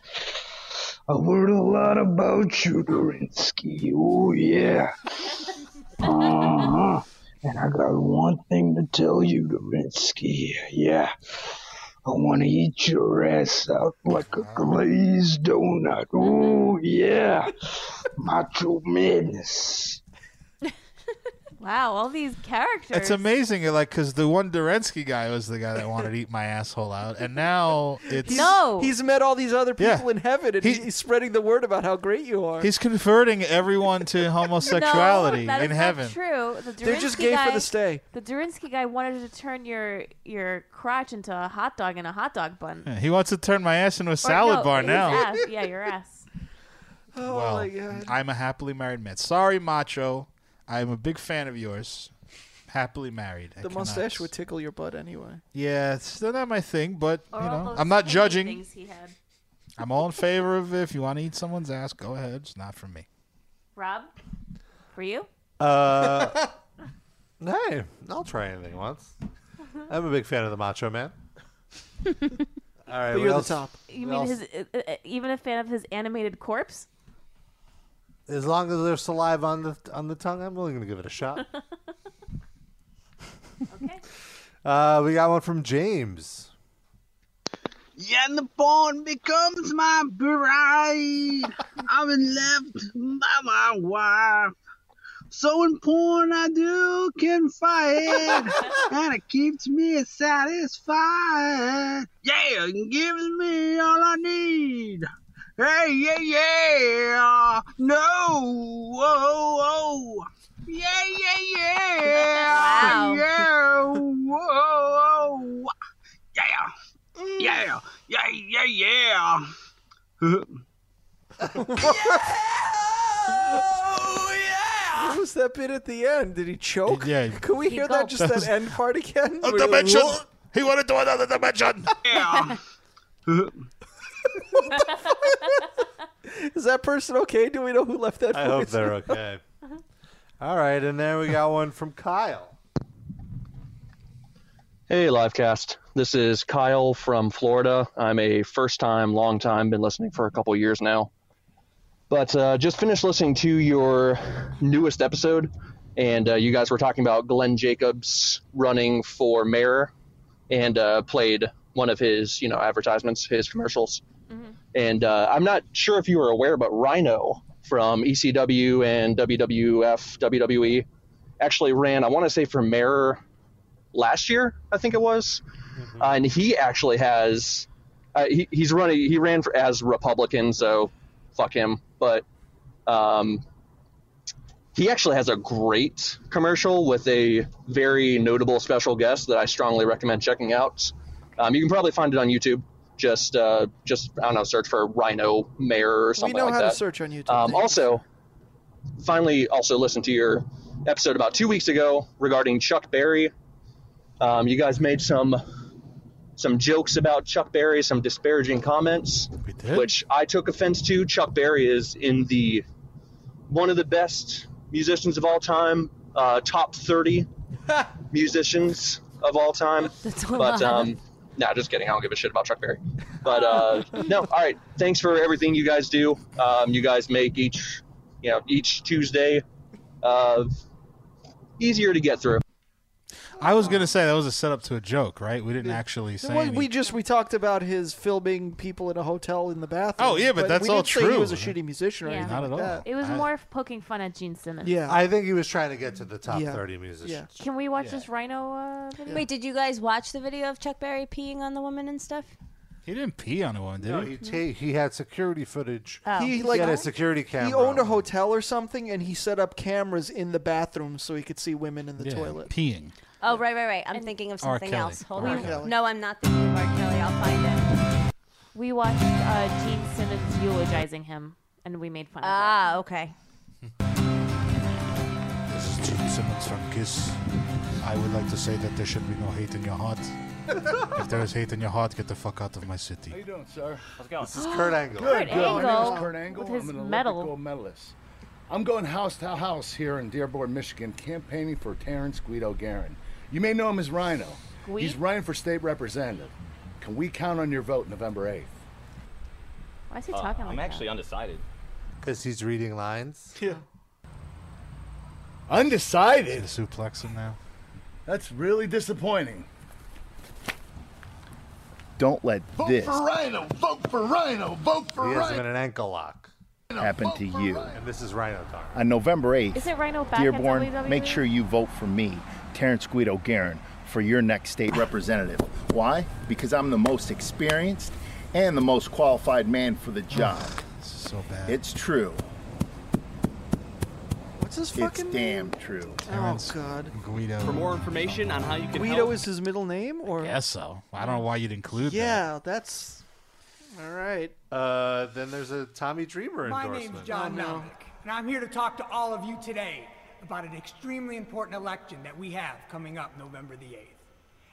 Speaker 17: I've heard a lot about you, Dorinsky. Oh yeah. Uh-huh. And I got one thing to tell you, Dorinsky. Yeah. I want to eat your ass out like a glazed donut. Oh yeah. Macho madness.
Speaker 5: Wow, all these characters.
Speaker 2: It's amazing, like, because the one Durensky guy was the guy that wanted to eat my asshole out, and
Speaker 5: (laughs)
Speaker 2: now it's
Speaker 5: No.
Speaker 4: He's met all these other people
Speaker 2: Yeah.
Speaker 4: in heaven, and he's spreading the word about how great you are.
Speaker 2: he's converting everyone
Speaker 5: (laughs)
Speaker 2: to homosexuality
Speaker 5: no, that
Speaker 2: in
Speaker 5: is
Speaker 2: heaven.
Speaker 5: Not true. The
Speaker 4: They're just
Speaker 5: Durinsky
Speaker 4: gay for
Speaker 5: guy,
Speaker 4: the stay.
Speaker 5: The Durinsky guy wanted to turn your your crotch into a hot dog and a hot dog bun.
Speaker 2: Yeah, He wants to turn my ass into a
Speaker 5: Or
Speaker 2: salad
Speaker 5: no,
Speaker 2: bar
Speaker 5: his
Speaker 2: now.
Speaker 5: ass.
Speaker 2: (laughs)
Speaker 5: Yeah, your ass.
Speaker 4: Oh
Speaker 2: well, I'm a happily married man. Sorry, Macho. I'm a big fan of yours. Happily married. I
Speaker 4: The
Speaker 2: cannot-
Speaker 4: mustache would tickle your
Speaker 2: (laughs)
Speaker 4: butt anyway. (laughs)
Speaker 2: Yeah, it's still not my thing, but
Speaker 4: Or
Speaker 2: you
Speaker 4: all
Speaker 2: know,
Speaker 4: those
Speaker 2: I'm not
Speaker 4: tiny
Speaker 2: judging.
Speaker 5: Things he had.
Speaker 2: I'm all in favor of if you want to eat someone's ass, go ahead. It's not for me.
Speaker 5: Rob, for you?
Speaker 3: (laughs) Uh, hey, I'll try anything once. I'm a big fan of the Macho Man. All right,
Speaker 4: But
Speaker 3: what
Speaker 4: you're the
Speaker 3: else?
Speaker 4: top.
Speaker 5: You
Speaker 3: what else?
Speaker 5: mean his uh, uh, even a fan of his animated corpse?
Speaker 3: As long as there's saliva on the on the tongue, I'm willing to give it a shot. okay. Uh, we got one from James.
Speaker 18: Yet the born becomes my bride. I've been left by my wife. So in porn I do confide, (laughs) and it keeps me satisfied. Yeah, it gives me all I need. Hey, yeah, yeah, no, oh, oh. yeah, yeah, yeah,
Speaker 6: Wow.
Speaker 18: yeah, whoa, oh. yeah. Yeah, yeah, yeah, yeah.
Speaker 4: What was that bit at the end? Did he choke?
Speaker 2: Yeah.
Speaker 4: Can we
Speaker 2: He
Speaker 4: hear that?
Speaker 2: gulped.
Speaker 4: Just
Speaker 2: That
Speaker 4: that
Speaker 2: was-
Speaker 4: end part again?
Speaker 2: (laughs) A
Speaker 4: Where you're like,
Speaker 2: dimension.
Speaker 4: "Whoa."
Speaker 2: He wanted to another dimension.
Speaker 18: Yeah.
Speaker 4: Is that person okay? Do we know who left that?
Speaker 3: I hope
Speaker 4: voice?
Speaker 3: they're okay. All right, and then we got one from Kyle.
Speaker 19: Hey, Livecast. This is Kyle from Florida. I'm a first time, long time, been listening for a couple years now. But uh, just finished listening to your newest episode, and uh, you guys were talking about Glenn Jacobs running for mayor and uh, played one of his, you know, advertisements, his commercials. And uh, I'm not sure if you were aware, but Rhino from ECW and WWF, WWE, E actually ran, I want to say, for mayor last year, I think it was.
Speaker 4: Mm-hmm.
Speaker 19: Uh, and he actually has, uh, he, he's running, he ran for, as Republican, so fuck him. But um, he actually has a great commercial with a very notable special guest that I strongly recommend checking out. Um, you can probably find it on YouTube. Just, uh, just I don't know, search for Rhino Mayor or
Speaker 4: We
Speaker 19: something
Speaker 4: know
Speaker 19: like
Speaker 4: how
Speaker 19: that.
Speaker 4: to search on YouTube.
Speaker 19: Um, also, finally, also listened to your episode about two weeks ago regarding Chuck Berry. Um, you guys made some some jokes about Chuck Berry, some disparaging comments, which I took offense to. Chuck Berry is in the one of the best musicians of all time, uh, top thirty musicians of all time. but
Speaker 6: lot.
Speaker 19: um, no, just kidding. I don't give a shit about Chuck Berry. But uh, no, all right. Thanks for everything you guys do. Um, you guys make each you know each Tuesday uh, easier to get through.
Speaker 2: I was gonna say that was a setup to a joke, right? We didn't actually say.
Speaker 4: Well,
Speaker 2: any-
Speaker 4: we just we talked about his filming people in a hotel in the bathroom.
Speaker 2: Oh, yeah, but that's
Speaker 4: we
Speaker 2: all
Speaker 4: didn't Say he
Speaker 2: true.
Speaker 4: was a shitty musician or
Speaker 5: Yeah.
Speaker 4: anything.
Speaker 5: Not at
Speaker 4: like
Speaker 5: all.
Speaker 4: that.
Speaker 5: It was
Speaker 3: I-
Speaker 5: more poking fun at Gene Simmons.
Speaker 3: I think he was trying to get to the top 30 musicians.
Speaker 5: Can we watch this Rhino uh, video?
Speaker 13: Wait, did you guys watch the video of Chuck Berry peeing on the woman and stuff?
Speaker 2: He didn't pee on one, did
Speaker 3: No,
Speaker 2: he?
Speaker 3: he, ta- he had security footage.
Speaker 13: Oh.
Speaker 4: He,
Speaker 3: He,
Speaker 4: like,
Speaker 3: had a security camera.
Speaker 4: He owned a hotel or something, and he set up cameras in the bathroom so he could see women in the toilet
Speaker 2: peeing.
Speaker 13: Oh, right, right, right. I'm thinking of
Speaker 4: R.
Speaker 13: something
Speaker 4: Kelly.
Speaker 13: else. Hold
Speaker 4: R.
Speaker 13: on.
Speaker 4: Kelly.
Speaker 13: No, I'm not thinking of R. Kelly. I'll find it.
Speaker 5: We watched uh, Gene Simmons eulogizing him, and we made fun of
Speaker 13: Ah, okay.
Speaker 2: This is Gene Simmons from Kiss. I would like to say that there should be no hate in your (laughs) heart. if there is hate in your heart, get the fuck out of my city.
Speaker 20: How you doing, sir? How's it going?
Speaker 2: This is Kurt Angle.
Speaker 5: Kurt
Speaker 20: Good, good. My name
Speaker 5: Angle
Speaker 20: is Kurt Angle.
Speaker 5: with his
Speaker 20: I'm an
Speaker 5: medal.
Speaker 20: Olympic gold medalist. I'm going house to house here in Dearborn, Michigan, campaigning for Terrence Guido Guerin. You may know him as Rhino.
Speaker 5: Gui-
Speaker 20: He's running for state representative. Can we count on your vote November 8th?
Speaker 5: Why is he
Speaker 20: Uh,
Speaker 5: talking
Speaker 20: I'm
Speaker 5: like that?
Speaker 20: actually undecided.
Speaker 3: Because he's reading lines.
Speaker 4: Yeah.
Speaker 20: Undecided?
Speaker 2: suplex him now.
Speaker 20: That's really disappointing. Don't let
Speaker 6: Vote
Speaker 20: this
Speaker 6: for Rhino! Vote for Rhino! Vote for
Speaker 3: He has him
Speaker 6: Rhino!
Speaker 3: in an ankle lock.
Speaker 21: happen to you.
Speaker 3: And this is Rhino talking.
Speaker 21: On November 8th,
Speaker 5: Is it Rhino back at E?
Speaker 21: Dearborn,
Speaker 5: WWE?
Speaker 21: make sure you vote for me, Terrence Guido Guerin, for your next state representative. Why? Because I'm the most experienced and the most qualified man for the job.
Speaker 2: This is so bad.
Speaker 21: It's true.
Speaker 4: What's his fucking
Speaker 21: it's damn true.
Speaker 4: Terrence Oh, God.
Speaker 2: Guido.
Speaker 22: For more information on how you can
Speaker 4: Guido
Speaker 22: help,
Speaker 4: is his middle name, or
Speaker 2: I guess so. I don't know why you'd include
Speaker 4: yeah, that's all right.
Speaker 3: Uh, then there's a Tommy Dreamer
Speaker 23: My
Speaker 3: endorsement.
Speaker 23: name's
Speaker 4: Oh,
Speaker 23: John Malnick, and I'm here to talk to all of you today about an extremely important election that we have coming up November the 8th.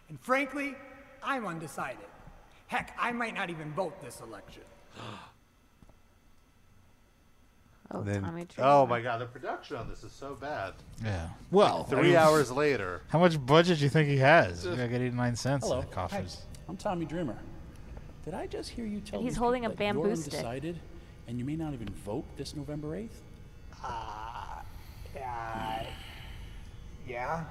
Speaker 23: And frankly, I'm undecided. Heck, I might not even vote this election.
Speaker 5: Oh,
Speaker 3: Then-
Speaker 5: Tommy Dreamer.
Speaker 3: oh my god, the production on this is so bad.
Speaker 2: that. Yeah. Well,
Speaker 3: Like three
Speaker 2: I mean,
Speaker 3: hours later.
Speaker 2: How much budget do you think he has? He's got 89 cents in
Speaker 24: Hello.
Speaker 2: the coffers.
Speaker 24: Hi, I'm Tommy Dreamer. Did I just hear you tell
Speaker 5: he's
Speaker 24: these
Speaker 5: holding
Speaker 24: people
Speaker 5: a
Speaker 24: that
Speaker 5: bamboo
Speaker 24: you're
Speaker 5: stick. (laughs)
Speaker 24: undecided and you may not even vote this November 8th?
Speaker 23: Uh, yeah.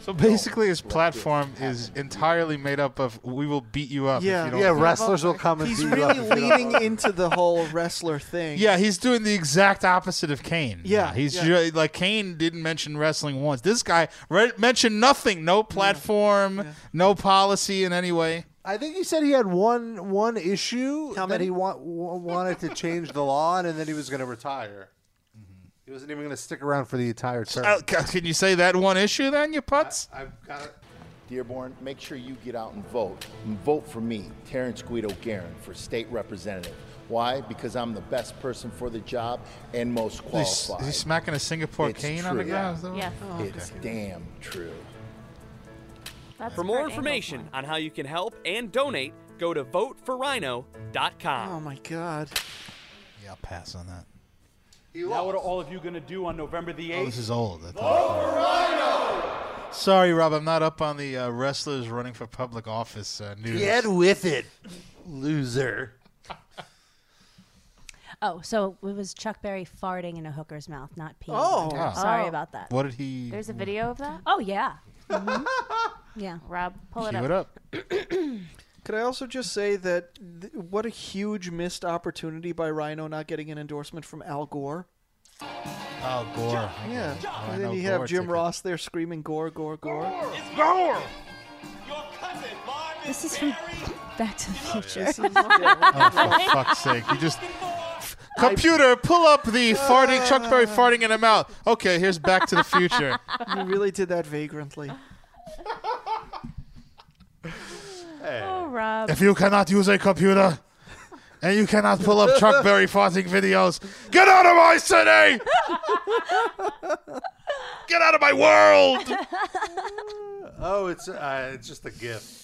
Speaker 2: So basically, his platform is entirely made up of "We will beat you up."
Speaker 4: Yeah,
Speaker 2: if you don't
Speaker 4: He's really leaning into the whole wrestler thing.
Speaker 2: Yeah, he's doing the exact opposite of Kane.
Speaker 4: Yeah,
Speaker 2: he's
Speaker 4: yeah.
Speaker 2: ju- like Kane didn't mention wrestling once. This guy re- mentioned nothing, no platform, no policy in any way.
Speaker 3: I think he said he had one one issue that he wa- wa- wanted to change the law on, and then he was going to retire. He wasn't even going to stick around for the entire term.
Speaker 2: Uh, ca- can you say that one issue then, you putz?
Speaker 3: I've got it.
Speaker 21: Dearborn, make sure you get out and vote. And vote for me, Terrence Guido Guerin, for state representative. Why? Because I'm the best person for the job and most
Speaker 2: Is he,
Speaker 21: qualified.
Speaker 2: is he smacking a Singapore
Speaker 21: It's
Speaker 2: cane on the
Speaker 21: true. Oh,
Speaker 2: ground? Is that what-
Speaker 5: Yeah.
Speaker 21: It's damn true.
Speaker 5: That's
Speaker 22: for
Speaker 5: an
Speaker 22: more
Speaker 5: angle
Speaker 22: information on how you can help and donate, go to voteforrhino.com.
Speaker 4: Oh my god.
Speaker 2: Yeah, I'll pass on that.
Speaker 25: Now, what are all of you going to do on November the 8th?
Speaker 2: Oh, this is old. I thought- Sorry, Rob, I'm not up on the uh, wrestlers running for public office uh, news.
Speaker 3: Get with it, loser.
Speaker 13: Oh, so it was Chuck Berry farting in a hooker's mouth, not peeing.
Speaker 5: Oh.
Speaker 13: I'm
Speaker 5: Oh.
Speaker 13: sorry about that.
Speaker 2: What did he? Mm-hmm.
Speaker 5: There's a video of that.
Speaker 13: Oh yeah. Mhm. (laughs) yeah.
Speaker 5: Rob, pull it
Speaker 13: Cue
Speaker 5: up.
Speaker 13: it up.
Speaker 4: (clears throat) Could I also just say that th- what a huge missed opportunity by Rhino not getting an endorsement from Al Gore.
Speaker 2: Oh, Gore. Oh, I
Speaker 4: Yeah. and
Speaker 2: know
Speaker 4: then you
Speaker 2: Gore
Speaker 4: have Jim
Speaker 2: took it.
Speaker 4: Ross there screaming Gore, Gore, Gore.
Speaker 5: (laughs)
Speaker 6: It's Gore.
Speaker 13: This is from Back to the Future.
Speaker 4: This is-
Speaker 13: (laughs)
Speaker 2: Oh, for fuck's sake. You
Speaker 4: (laughs)
Speaker 2: just. Computer, pull up the farting, Chuck Berry farting in a mouth. Okay, here's Back to the
Speaker 4: (laughs)
Speaker 2: Future.
Speaker 4: you really did that vagrantly.
Speaker 5: (laughs) Oh, Rob.
Speaker 2: If you cannot use a computer and you cannot pull up Chuck Berry farting videos, get out of my city! Get out of my world!
Speaker 3: Oh, it's uh, it's just a gift.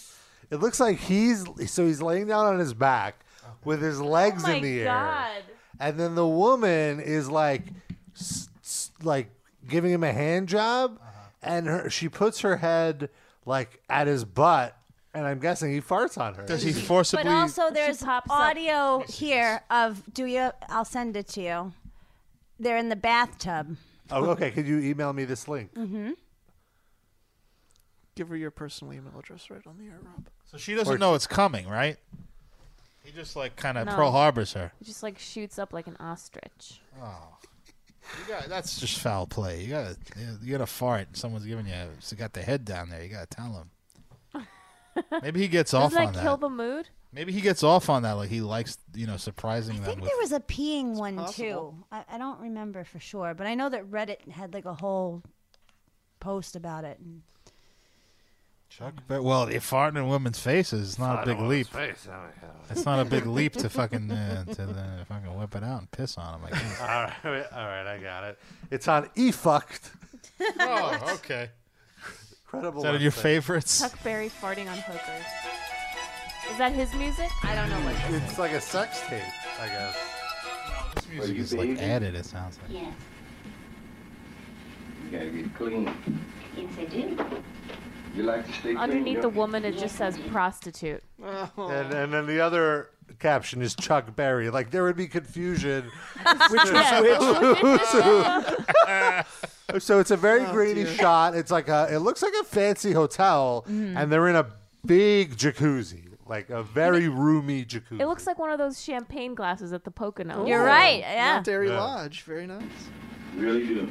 Speaker 3: It looks like he's so he's laying down on his back with his legs
Speaker 5: my
Speaker 13: Oh
Speaker 3: in the air,
Speaker 5: God.
Speaker 3: and then the woman is like, s- s- like giving him a hand job,
Speaker 2: Uh-huh.
Speaker 3: and her, she puts her head like at his butt, and I'm guessing he farts on her.
Speaker 2: Does he forcibly?
Speaker 13: But also, there's audio here of do you? I'll send it to you. They're in the bathtub.
Speaker 3: Oh, okay. Could you email me this link?
Speaker 13: Mm-hmm.
Speaker 4: Give her your personal email address right on the air, Rob.
Speaker 2: So she doesn't know it's coming, right? He just like kind of
Speaker 5: No.
Speaker 2: Pearl Harbors her.
Speaker 5: He just like shoots up like an ostrich.
Speaker 2: Oh. You got,
Speaker 13: (laughs)
Speaker 2: that's just foul play. You gotta, you gotta fart. and Someone's giving you. So got the head down there. You gotta tell him.
Speaker 5: (laughs)
Speaker 2: Maybe he gets off
Speaker 5: Doesn't
Speaker 2: on
Speaker 5: that
Speaker 2: that.
Speaker 5: kill the mood?
Speaker 2: Maybe he gets off on that. Like he likes, you know, surprising them with.
Speaker 13: There was a peeing one
Speaker 5: possible.
Speaker 13: too. I, I don't remember for sure, but I know that Reddit had like a whole post about it. And
Speaker 2: Chuck Berry. Well, if farting in women's faces, it's not
Speaker 3: Farting
Speaker 2: a big
Speaker 3: in
Speaker 2: leap.
Speaker 3: women's face, I mean, yeah.
Speaker 2: It's not a big leap to fucking uh, to uh, fucking whip it out and piss on him. I guess.
Speaker 3: all right, (laughs) all right, I got it. It's on eFucked.
Speaker 2: oh, okay.
Speaker 3: Incredible.
Speaker 2: Is that in your
Speaker 3: website.
Speaker 2: favorites?
Speaker 5: Chuck Berry farting on hookers. Is that his music? I don't know what this
Speaker 3: It's like a sex tape, I guess.
Speaker 2: This music is like added. It sounds like.
Speaker 26: Yes,
Speaker 9: You gotta get clean.
Speaker 26: yes, I do.
Speaker 9: You like to stay
Speaker 5: Underneath the woman, it just says prostitute.
Speaker 2: Oh.
Speaker 3: And, and then the other caption is Chuck Berry. Like there would be confusion.
Speaker 5: (laughs)
Speaker 3: (laughs)
Speaker 5: Which was which?
Speaker 3: so it's a very
Speaker 5: Oh,
Speaker 3: grainy
Speaker 5: dear.
Speaker 3: shot. It's like a. It looks like a fancy hotel,
Speaker 5: Mhm.
Speaker 3: and they're in a big jacuzzi. like a very roomy jacuzzi.
Speaker 5: It looks like one of those champagne glasses at the Pocono.
Speaker 13: You're right.
Speaker 5: Ooh.
Speaker 13: Yeah.
Speaker 4: Mount Airy
Speaker 3: Yeah.
Speaker 4: Lodge. Very nice.
Speaker 17: (laughs) Really do.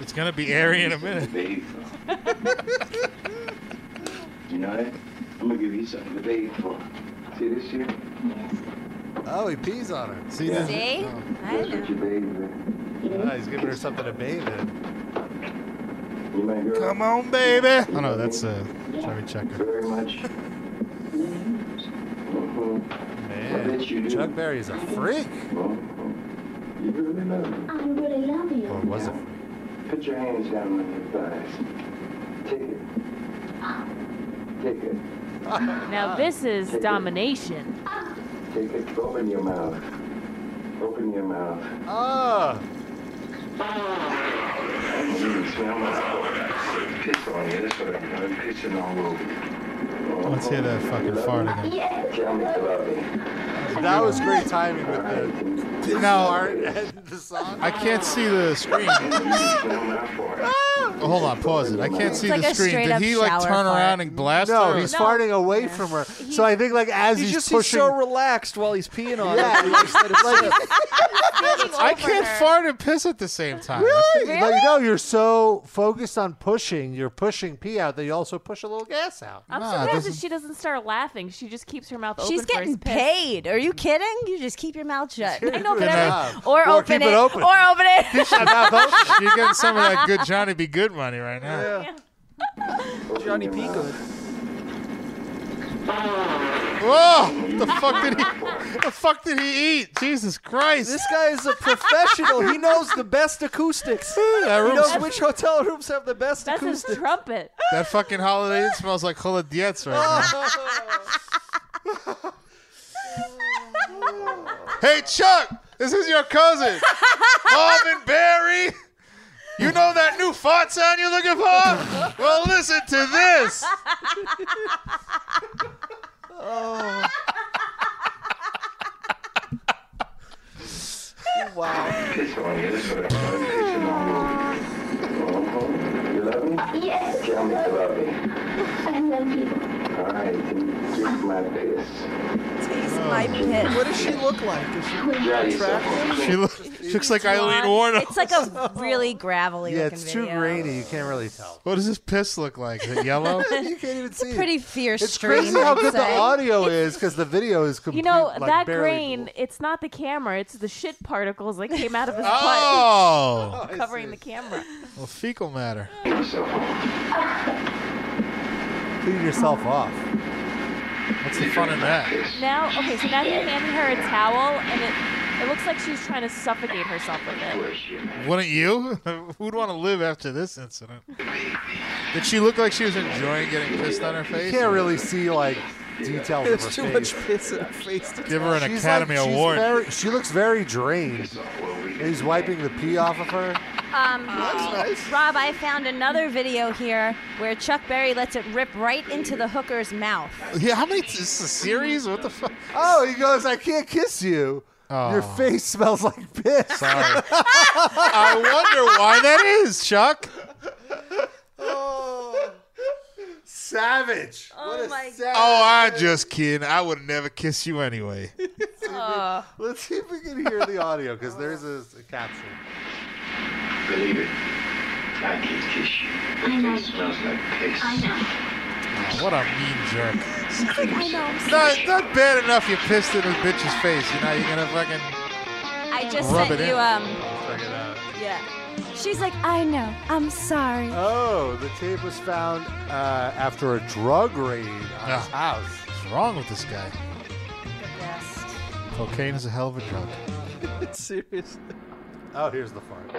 Speaker 2: It's gonna be airy in a minute.
Speaker 17: Babe. (laughs) You know that? I'm gonna give you something to bathe for. See this here?
Speaker 3: Oh, he pees on her. Oh.
Speaker 17: See that?
Speaker 13: See?
Speaker 17: That's what you bathe in.
Speaker 3: Ah, he's giving her something to bathe in.
Speaker 17: You my girl.
Speaker 2: Come on, baby.
Speaker 3: Oh no, that's uh, Chubby Checker.
Speaker 17: Very much.
Speaker 3: Man, Chuck Berry is a freak.
Speaker 17: You really love me.
Speaker 15: I really love you.
Speaker 9: Oh.
Speaker 3: Or was it?
Speaker 17: Put your hands down on your thighs. Take it. Take it.
Speaker 5: Now this is domination.
Speaker 17: Take it. Open your mouth. Open your mouth.
Speaker 3: Ah.
Speaker 17: Mm, smell my piss on you. That's what I'm doing. Pissing all over you.
Speaker 3: Let's hear that fucking fart again.
Speaker 17: Tell me you love me.
Speaker 3: That was great timing with the
Speaker 2: Now-
Speaker 3: fart and the song.
Speaker 2: I can't see the screen. Oh, (laughs) hold on, pause it. I can't
Speaker 13: It's
Speaker 2: see
Speaker 13: like
Speaker 2: the
Speaker 13: a
Speaker 2: screen. Did
Speaker 13: straight-up
Speaker 2: he like
Speaker 13: shower
Speaker 3: (laughs)
Speaker 2: turn
Speaker 13: fart.
Speaker 2: around and blast
Speaker 3: No,
Speaker 2: her?
Speaker 3: he's farting away from her. so I think like as
Speaker 4: He's
Speaker 3: he's,
Speaker 4: just he's
Speaker 3: pushing,
Speaker 4: so relaxed while he's peeing on
Speaker 3: Yeah,
Speaker 4: it.
Speaker 3: (laughs)
Speaker 4: He just let it slip.
Speaker 2: I can't fart and piss at the same time.
Speaker 3: Really? Like, no, you're so focused on pushing, you're pushing pee out that you also push a little gas out.
Speaker 5: I'm
Speaker 3: Nah,
Speaker 5: surprised that
Speaker 3: doesn't-
Speaker 5: she doesn't start laughing. She just keeps her mouth open.
Speaker 13: She's
Speaker 5: for his
Speaker 13: getting
Speaker 5: piss.
Speaker 13: paid. Are you kidding? You just keep your mouth shut.
Speaker 5: I know,
Speaker 13: (laughs)
Speaker 2: but I- Good
Speaker 13: or,
Speaker 2: job. Or
Speaker 13: open
Speaker 2: keep it open.
Speaker 13: Or open it.
Speaker 2: (laughs) You're getting some of that good Johnny Be Good money right now.
Speaker 4: Johnny P. Good.
Speaker 2: Whoa! The fuck did he? The fuck did he eat? Jesus Christ!
Speaker 4: This guy is a professional. He knows the best (laughs) acoustics.
Speaker 2: That
Speaker 4: he
Speaker 2: room's-
Speaker 4: knows which hotel rooms have the best
Speaker 5: That's his
Speaker 4: acoustics.
Speaker 5: trumpet.
Speaker 2: That fucking Holiday Inn smells like Hola Dietz
Speaker 6: Ah.
Speaker 2: right now. Hey Chuck, this is your
Speaker 13: (laughs)
Speaker 2: cousin, Marvin Barry. You know that new fart sound you're looking for? Well, listen to this.
Speaker 4: Oh. wow.
Speaker 17: Piss on you. That's what I'm doing. Pissing all over you. You love me?
Speaker 15: Yes.
Speaker 17: Tell me you love me.
Speaker 15: I love you.
Speaker 17: All right. then Drink my piss.
Speaker 13: Taste my pit.
Speaker 4: What does she look like? Is she
Speaker 17: Dry yourself.
Speaker 4: attractive?
Speaker 2: (laughs) She, loo- she looks like Eileen Warnock.
Speaker 13: It's like (laughs) a really gravelly
Speaker 3: yeah,
Speaker 13: looking
Speaker 3: it's too
Speaker 13: video.
Speaker 3: grainy. You can't really tell.
Speaker 2: What does this piss look like? Is it
Speaker 13: (laughs)
Speaker 2: yellow?
Speaker 3: You can't even see. it.
Speaker 13: Pretty fierce
Speaker 3: It's
Speaker 13: stream.
Speaker 3: crazy how
Speaker 13: I'd
Speaker 3: good the
Speaker 13: say.
Speaker 3: audio is because the video is
Speaker 5: You
Speaker 3: complete.
Speaker 5: know
Speaker 3: like,
Speaker 5: that
Speaker 3: barely-
Speaker 5: grain. It's not the camera. It's the shit particles that came out of his
Speaker 2: Oh,
Speaker 5: butt, covering the camera.
Speaker 2: well, fecal matter.
Speaker 3: Clean yourself off.
Speaker 2: What's the fun in that?
Speaker 5: Now, okay, so now he handed her a towel, and it it looks like she's trying to suffocate herself with it.
Speaker 2: Wouldn't you? (laughs) Who'd want to live after this incident? Did she look like she was enjoying getting pissed on her
Speaker 3: You
Speaker 2: face?
Speaker 3: can't really see like details of her
Speaker 4: There's too
Speaker 3: face.
Speaker 4: (laughs) much piss in her face. To
Speaker 2: Give her an
Speaker 3: She's
Speaker 2: Academy
Speaker 3: like, she's
Speaker 2: Award.
Speaker 3: very- she looks very drained. He's wiping the pee off of her.
Speaker 13: Um, Rob, I found another video here where Chuck Berry lets it rip right into the hooker's mouth.
Speaker 2: Yeah, how many? Is this a series? What the fuck? Oh.
Speaker 3: Oh, he goes, I can't kiss you. Your face smells like piss. (laughs)
Speaker 2: Sorry. I wonder why that is, Chuck.
Speaker 3: Savage. what a savage.
Speaker 2: (laughs) Oh, I'm just kidding. I would never kiss you anyway.
Speaker 3: Let's see if we can hear the audio because there's a, a caption.
Speaker 17: Believe it. I can kiss you. Your face smells like piss.
Speaker 2: Oh, what a mean jerk.
Speaker 13: I know.
Speaker 2: Not, not bad enough you pissed in this bitch's face. You know, you're gonna fucking.
Speaker 13: I just
Speaker 2: Rub
Speaker 13: sent
Speaker 2: it
Speaker 13: you.
Speaker 2: in.
Speaker 13: Um,
Speaker 3: Check it out.
Speaker 13: yeah. She's like, I know. I'm sorry.
Speaker 3: Oh, the tape was found uh, after a drug raid on his
Speaker 2: Ah.
Speaker 3: house.
Speaker 2: What's wrong with
Speaker 3: (laughs)
Speaker 2: this guy? Cocaine is a hell of a drug.
Speaker 4: Seriously.
Speaker 3: Oh, here's the fart.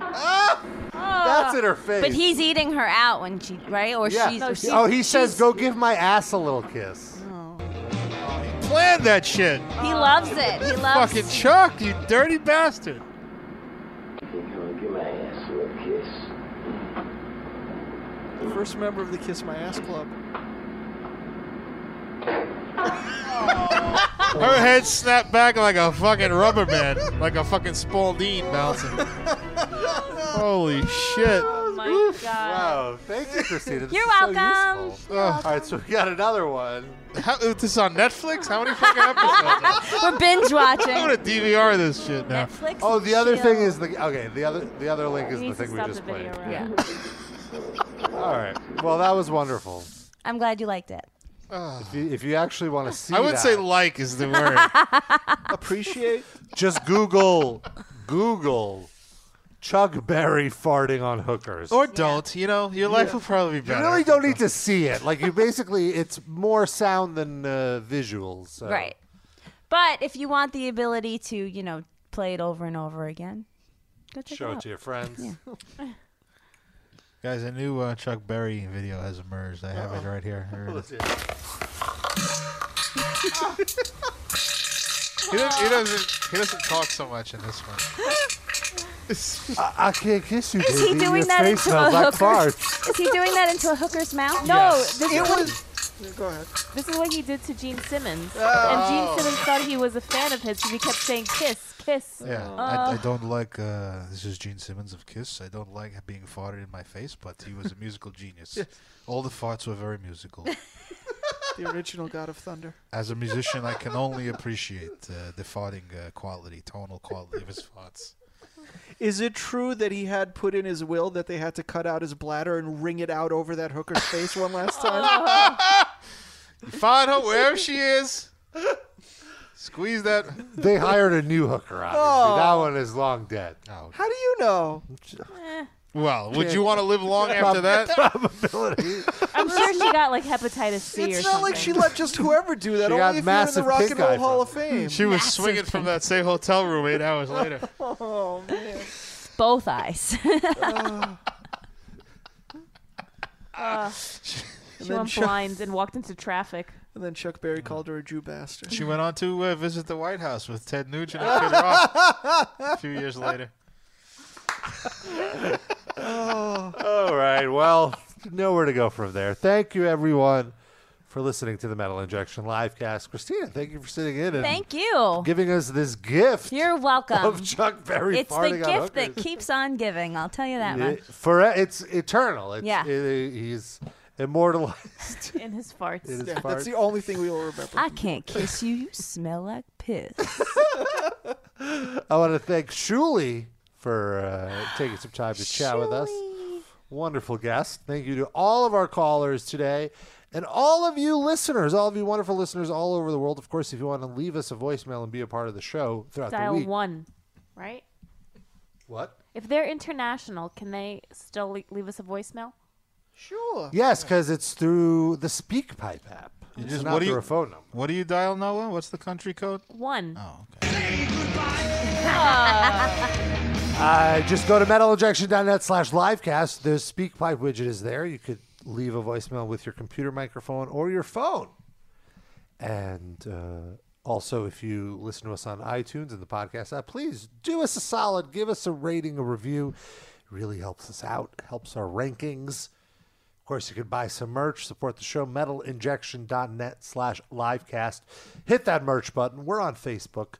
Speaker 13: Ah!
Speaker 3: That's in her face.
Speaker 13: But he's eating her out when she right or
Speaker 3: Yeah.
Speaker 13: she's.
Speaker 3: oh, he says, "Go give my ass a little kiss."
Speaker 2: Oh, Planned that shit. (laughs)
Speaker 13: He loves
Speaker 3: (laughs)
Speaker 13: it. He loves.
Speaker 2: Fucking Chuck, you dirty bastard.
Speaker 17: Give my ass a little kiss.
Speaker 4: The first member of the Kiss My Ass Club.
Speaker 2: Her head snapped back like a fucking rubber
Speaker 3: (laughs)
Speaker 2: band, like a fucking Spalding bouncing. Holy shit.
Speaker 4: That was
Speaker 5: my
Speaker 3: Oof.
Speaker 5: god.
Speaker 3: Wow. Thank you, Christina. This
Speaker 5: You're
Speaker 3: is so
Speaker 5: welcome.
Speaker 3: useful. All right, so we got another one. How, this is on Netflix? How many fucking episodes?
Speaker 13: We're binge watching.
Speaker 2: I'm gonna DVR this shit now.
Speaker 5: Netflix
Speaker 3: oh, the other thing is the okay. The other the other link is the thing we just played. All right. Well, that was wonderful.
Speaker 13: I'm glad you liked it.
Speaker 3: If you, if you actually want to see,
Speaker 2: I would say
Speaker 3: that,
Speaker 2: like is the word.
Speaker 13: (laughs)
Speaker 4: Appreciate.
Speaker 3: just Google Google Chuck Berry farting on hookers.
Speaker 2: Or don't, you know, your life will probably be
Speaker 3: You
Speaker 2: better.
Speaker 3: really don't need to see it. Like you basically, (laughs) it's more sound than uh, visuals. so.
Speaker 13: Right. But if you want the ability to, you know, play it over and over again, go check
Speaker 3: Show
Speaker 13: it
Speaker 3: it
Speaker 13: out.
Speaker 3: to your friends.
Speaker 2: Guys, a new uh, Chuck Berry video has emerged. I have it right here. Here
Speaker 4: (laughs) Oh,
Speaker 2: it is. He doesn't, he doesn't. He doesn't talk so much in this
Speaker 3: (laughs)
Speaker 2: one.
Speaker 3: I, I can't kiss you,
Speaker 13: Is
Speaker 3: baby.
Speaker 13: he doing
Speaker 3: Your
Speaker 13: that
Speaker 3: face
Speaker 13: into a
Speaker 3: smells like
Speaker 13: hooker?
Speaker 3: farts.
Speaker 13: Is he doing that into a hooker's mouth?
Speaker 5: No, Yes. this
Speaker 13: it
Speaker 5: is-
Speaker 13: was.
Speaker 4: Go ahead.
Speaker 5: This is what he did to Gene Simmons.
Speaker 2: Oh.
Speaker 5: And Gene Simmons thought he was a fan of his because he kept saying kiss, kiss.
Speaker 2: Yeah,
Speaker 3: Oh.
Speaker 2: I, I don't like. Uh, this is Gene Simmons of Kiss. I don't like being farted in my face, but he was a musical
Speaker 4: (laughs)
Speaker 2: genius. All the farts were very musical.
Speaker 4: The original God of Thunder.
Speaker 2: As a musician, I can only appreciate uh, the farting uh, quality, tonal quality of his farts.
Speaker 4: Is it true that he had put in his will that they had to cut out his bladder and wring it out over that hooker's face one last time?
Speaker 2: You find her wherever she is. Squeeze
Speaker 5: (laughs)
Speaker 2: that.
Speaker 3: They hired a new hooker. Obviously, that one is long dead.
Speaker 4: How do you know?
Speaker 2: Well, would
Speaker 3: Yeah.
Speaker 2: you want to live long after
Speaker 3: Prob- (laughs)
Speaker 2: that?
Speaker 3: Probability.
Speaker 5: I'm sure she got like hepatitis C or
Speaker 4: It's
Speaker 5: something.
Speaker 4: not like she let just whoever do that.
Speaker 3: She got
Speaker 4: Only if you're in the
Speaker 3: massive
Speaker 4: Rock
Speaker 3: pink
Speaker 4: and Roll
Speaker 3: eye
Speaker 4: Hall of
Speaker 3: from
Speaker 4: Fame.
Speaker 2: She was swinging from that same hotel room eight hours later.
Speaker 4: Oh man.
Speaker 13: Both
Speaker 3: (laughs)
Speaker 13: eyes.
Speaker 5: Uh,
Speaker 4: And
Speaker 5: she
Speaker 4: then
Speaker 5: went
Speaker 4: Chuck-
Speaker 5: blind and walked into traffic.
Speaker 4: And then Chuck Berry called her a Jew bastard.
Speaker 2: She went on to uh, visit the White House with Ted Nugent and
Speaker 4: (laughs)
Speaker 2: Kid Rock a few years later.
Speaker 13: Oh.
Speaker 3: All right. Well, nowhere to go from there. Thank you, everyone, for listening to the Metal Injection livecast. Christina, thank you for sitting in and
Speaker 13: Thank you.
Speaker 3: giving us this gift.
Speaker 13: You're welcome.
Speaker 3: Of Chuck Berry
Speaker 13: It's the
Speaker 3: farting
Speaker 13: gift
Speaker 3: on
Speaker 13: that
Speaker 3: hookers.
Speaker 13: keeps on giving. I'll tell you that much.
Speaker 3: It- for it's eternal. It's,
Speaker 13: Yeah.
Speaker 3: it- he's (laughs) immortalized.
Speaker 5: (laughs) In his farts.
Speaker 3: It is
Speaker 4: Yeah,
Speaker 3: farts.
Speaker 4: that's the only thing we will remember.
Speaker 13: I can't
Speaker 3: (laughs)
Speaker 13: kiss you. You smell like piss.
Speaker 3: I want to thank Shuli for
Speaker 5: (gasps)
Speaker 3: uh, taking some time to chat with us. Wonderful guest. Thank you to all of our callers today and all of you listeners, all of you wonderful listeners all over the world. Of course, if you want to leave us a voicemail and be a part of the show throughout the
Speaker 5: Dial
Speaker 3: week.
Speaker 5: one, right?
Speaker 3: What?
Speaker 5: If they're international, can they still le- leave us a voicemail?
Speaker 4: Sure.
Speaker 3: Yes, because it's through the SpeakPipe app.
Speaker 2: You
Speaker 3: It's
Speaker 2: just-
Speaker 3: not
Speaker 2: what do
Speaker 3: through
Speaker 2: you-
Speaker 3: a phone number.
Speaker 2: What do you dial, Noah? What's the country code?
Speaker 5: One.
Speaker 2: Oh,
Speaker 5: (laughs) Oh.
Speaker 3: Uh, just go to metalinjection.net slash livecast. The SpeakPipe widget is there. You could leave a voicemail with your computer microphone or your phone. And uh, also, if you listen to us on iTunes and the podcast app, please do us a solid. Give us a rating, a review. It really helps us out, helps our rankings. Of course, you could buy some merch, support the show, metalinjection.net slash livecast. Hit that merch button. We're on Facebook.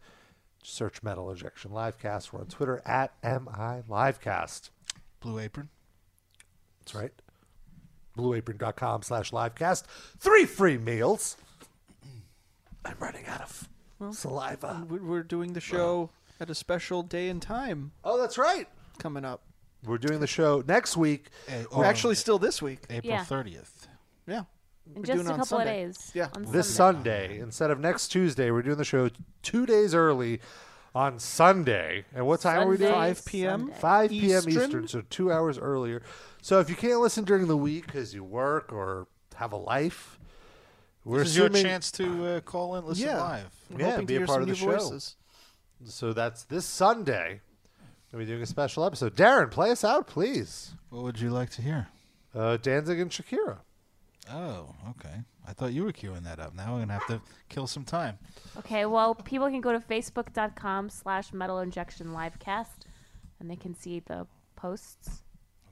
Speaker 3: Search Metal Injection Livecast. We're on Twitter at MI Livecast.
Speaker 2: Blue Apron.
Speaker 3: That's right. BlueApron.com slash livecast. Three free meals. I'm running out of saliva.
Speaker 4: We- We're doing the show at a special day and time.
Speaker 3: Oh, that's right.
Speaker 4: Coming up.
Speaker 3: We're doing the show next week.
Speaker 4: We're actually still this week.
Speaker 2: Eh, oh. April
Speaker 5: Yeah.
Speaker 2: 30th.
Speaker 4: Yeah.
Speaker 5: In
Speaker 4: We're
Speaker 5: just
Speaker 4: doing
Speaker 5: a
Speaker 4: it on
Speaker 5: couple
Speaker 4: Sunday.
Speaker 5: of days.
Speaker 4: Yeah.
Speaker 5: On
Speaker 3: this Sunday. instead of next Tuesday. We're doing the show two days early on Sunday. And what time are we doing?
Speaker 4: Sunday, 5 p.m. Sunday.
Speaker 3: 5 p.m. Eastern.
Speaker 4: Eastern,
Speaker 3: so two hours earlier. So if you can't listen during the week because you work or have a life, we're
Speaker 2: This is your
Speaker 3: assuming-
Speaker 2: chance to uh, call in, listen
Speaker 4: Yeah.
Speaker 2: live.
Speaker 4: We're
Speaker 3: yeah,
Speaker 4: hoping
Speaker 3: be
Speaker 4: to
Speaker 3: a
Speaker 4: hear
Speaker 3: part of
Speaker 4: some
Speaker 3: the
Speaker 4: new
Speaker 3: show.
Speaker 4: voices.
Speaker 3: So that's this Sunday. We'll be doing a special episode. Darren, play us out, please.
Speaker 2: What would you like to hear?
Speaker 3: Uh, Danzig and Shakira.
Speaker 2: Oh, okay. I thought you were queuing that up. Now we're gonna have to kill some time.
Speaker 5: Okay, well, people can go to facebook.com slash metal injection livecast and they can see the posts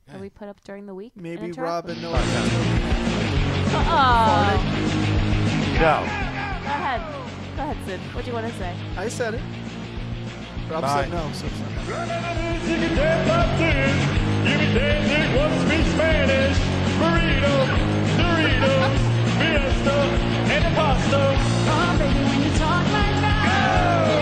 Speaker 5: that we put up during the week. and
Speaker 4: Maybe
Speaker 5: interact
Speaker 4: Rob
Speaker 5: with
Speaker 4: and
Speaker 5: them.
Speaker 4: Noah.
Speaker 5: Uh-oh.
Speaker 3: No.
Speaker 5: Go ahead. Go ahead, Sid. What do you want to say?
Speaker 4: I said it. Rob
Speaker 3: Bye.
Speaker 4: said no. So it's not.
Speaker 6: Running a music and dance up to it. Give me Danzig, what's me Spanish? Burrito, Doritos, Fiesta, and Impasto. Oh, baby, when you talk like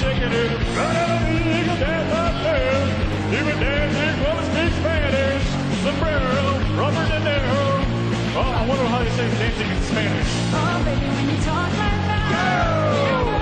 Speaker 6: Shaking it, right out of the eagle dance up there. You were dancing, what was big Spanish? Sombrero, Robert De Niro. Oh, I wonder how they say dancing in Spanish. Oh, baby, when you talk like that.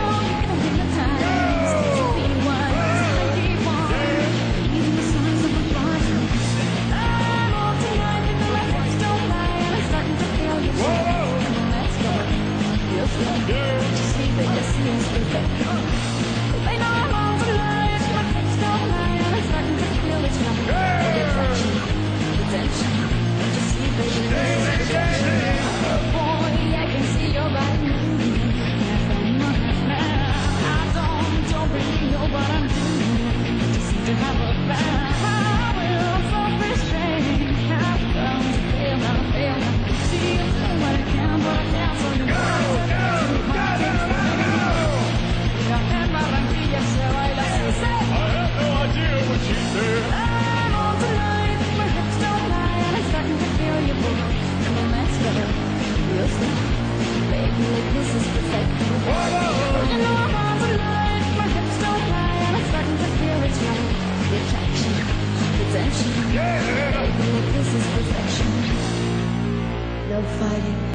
Speaker 15: No fighting.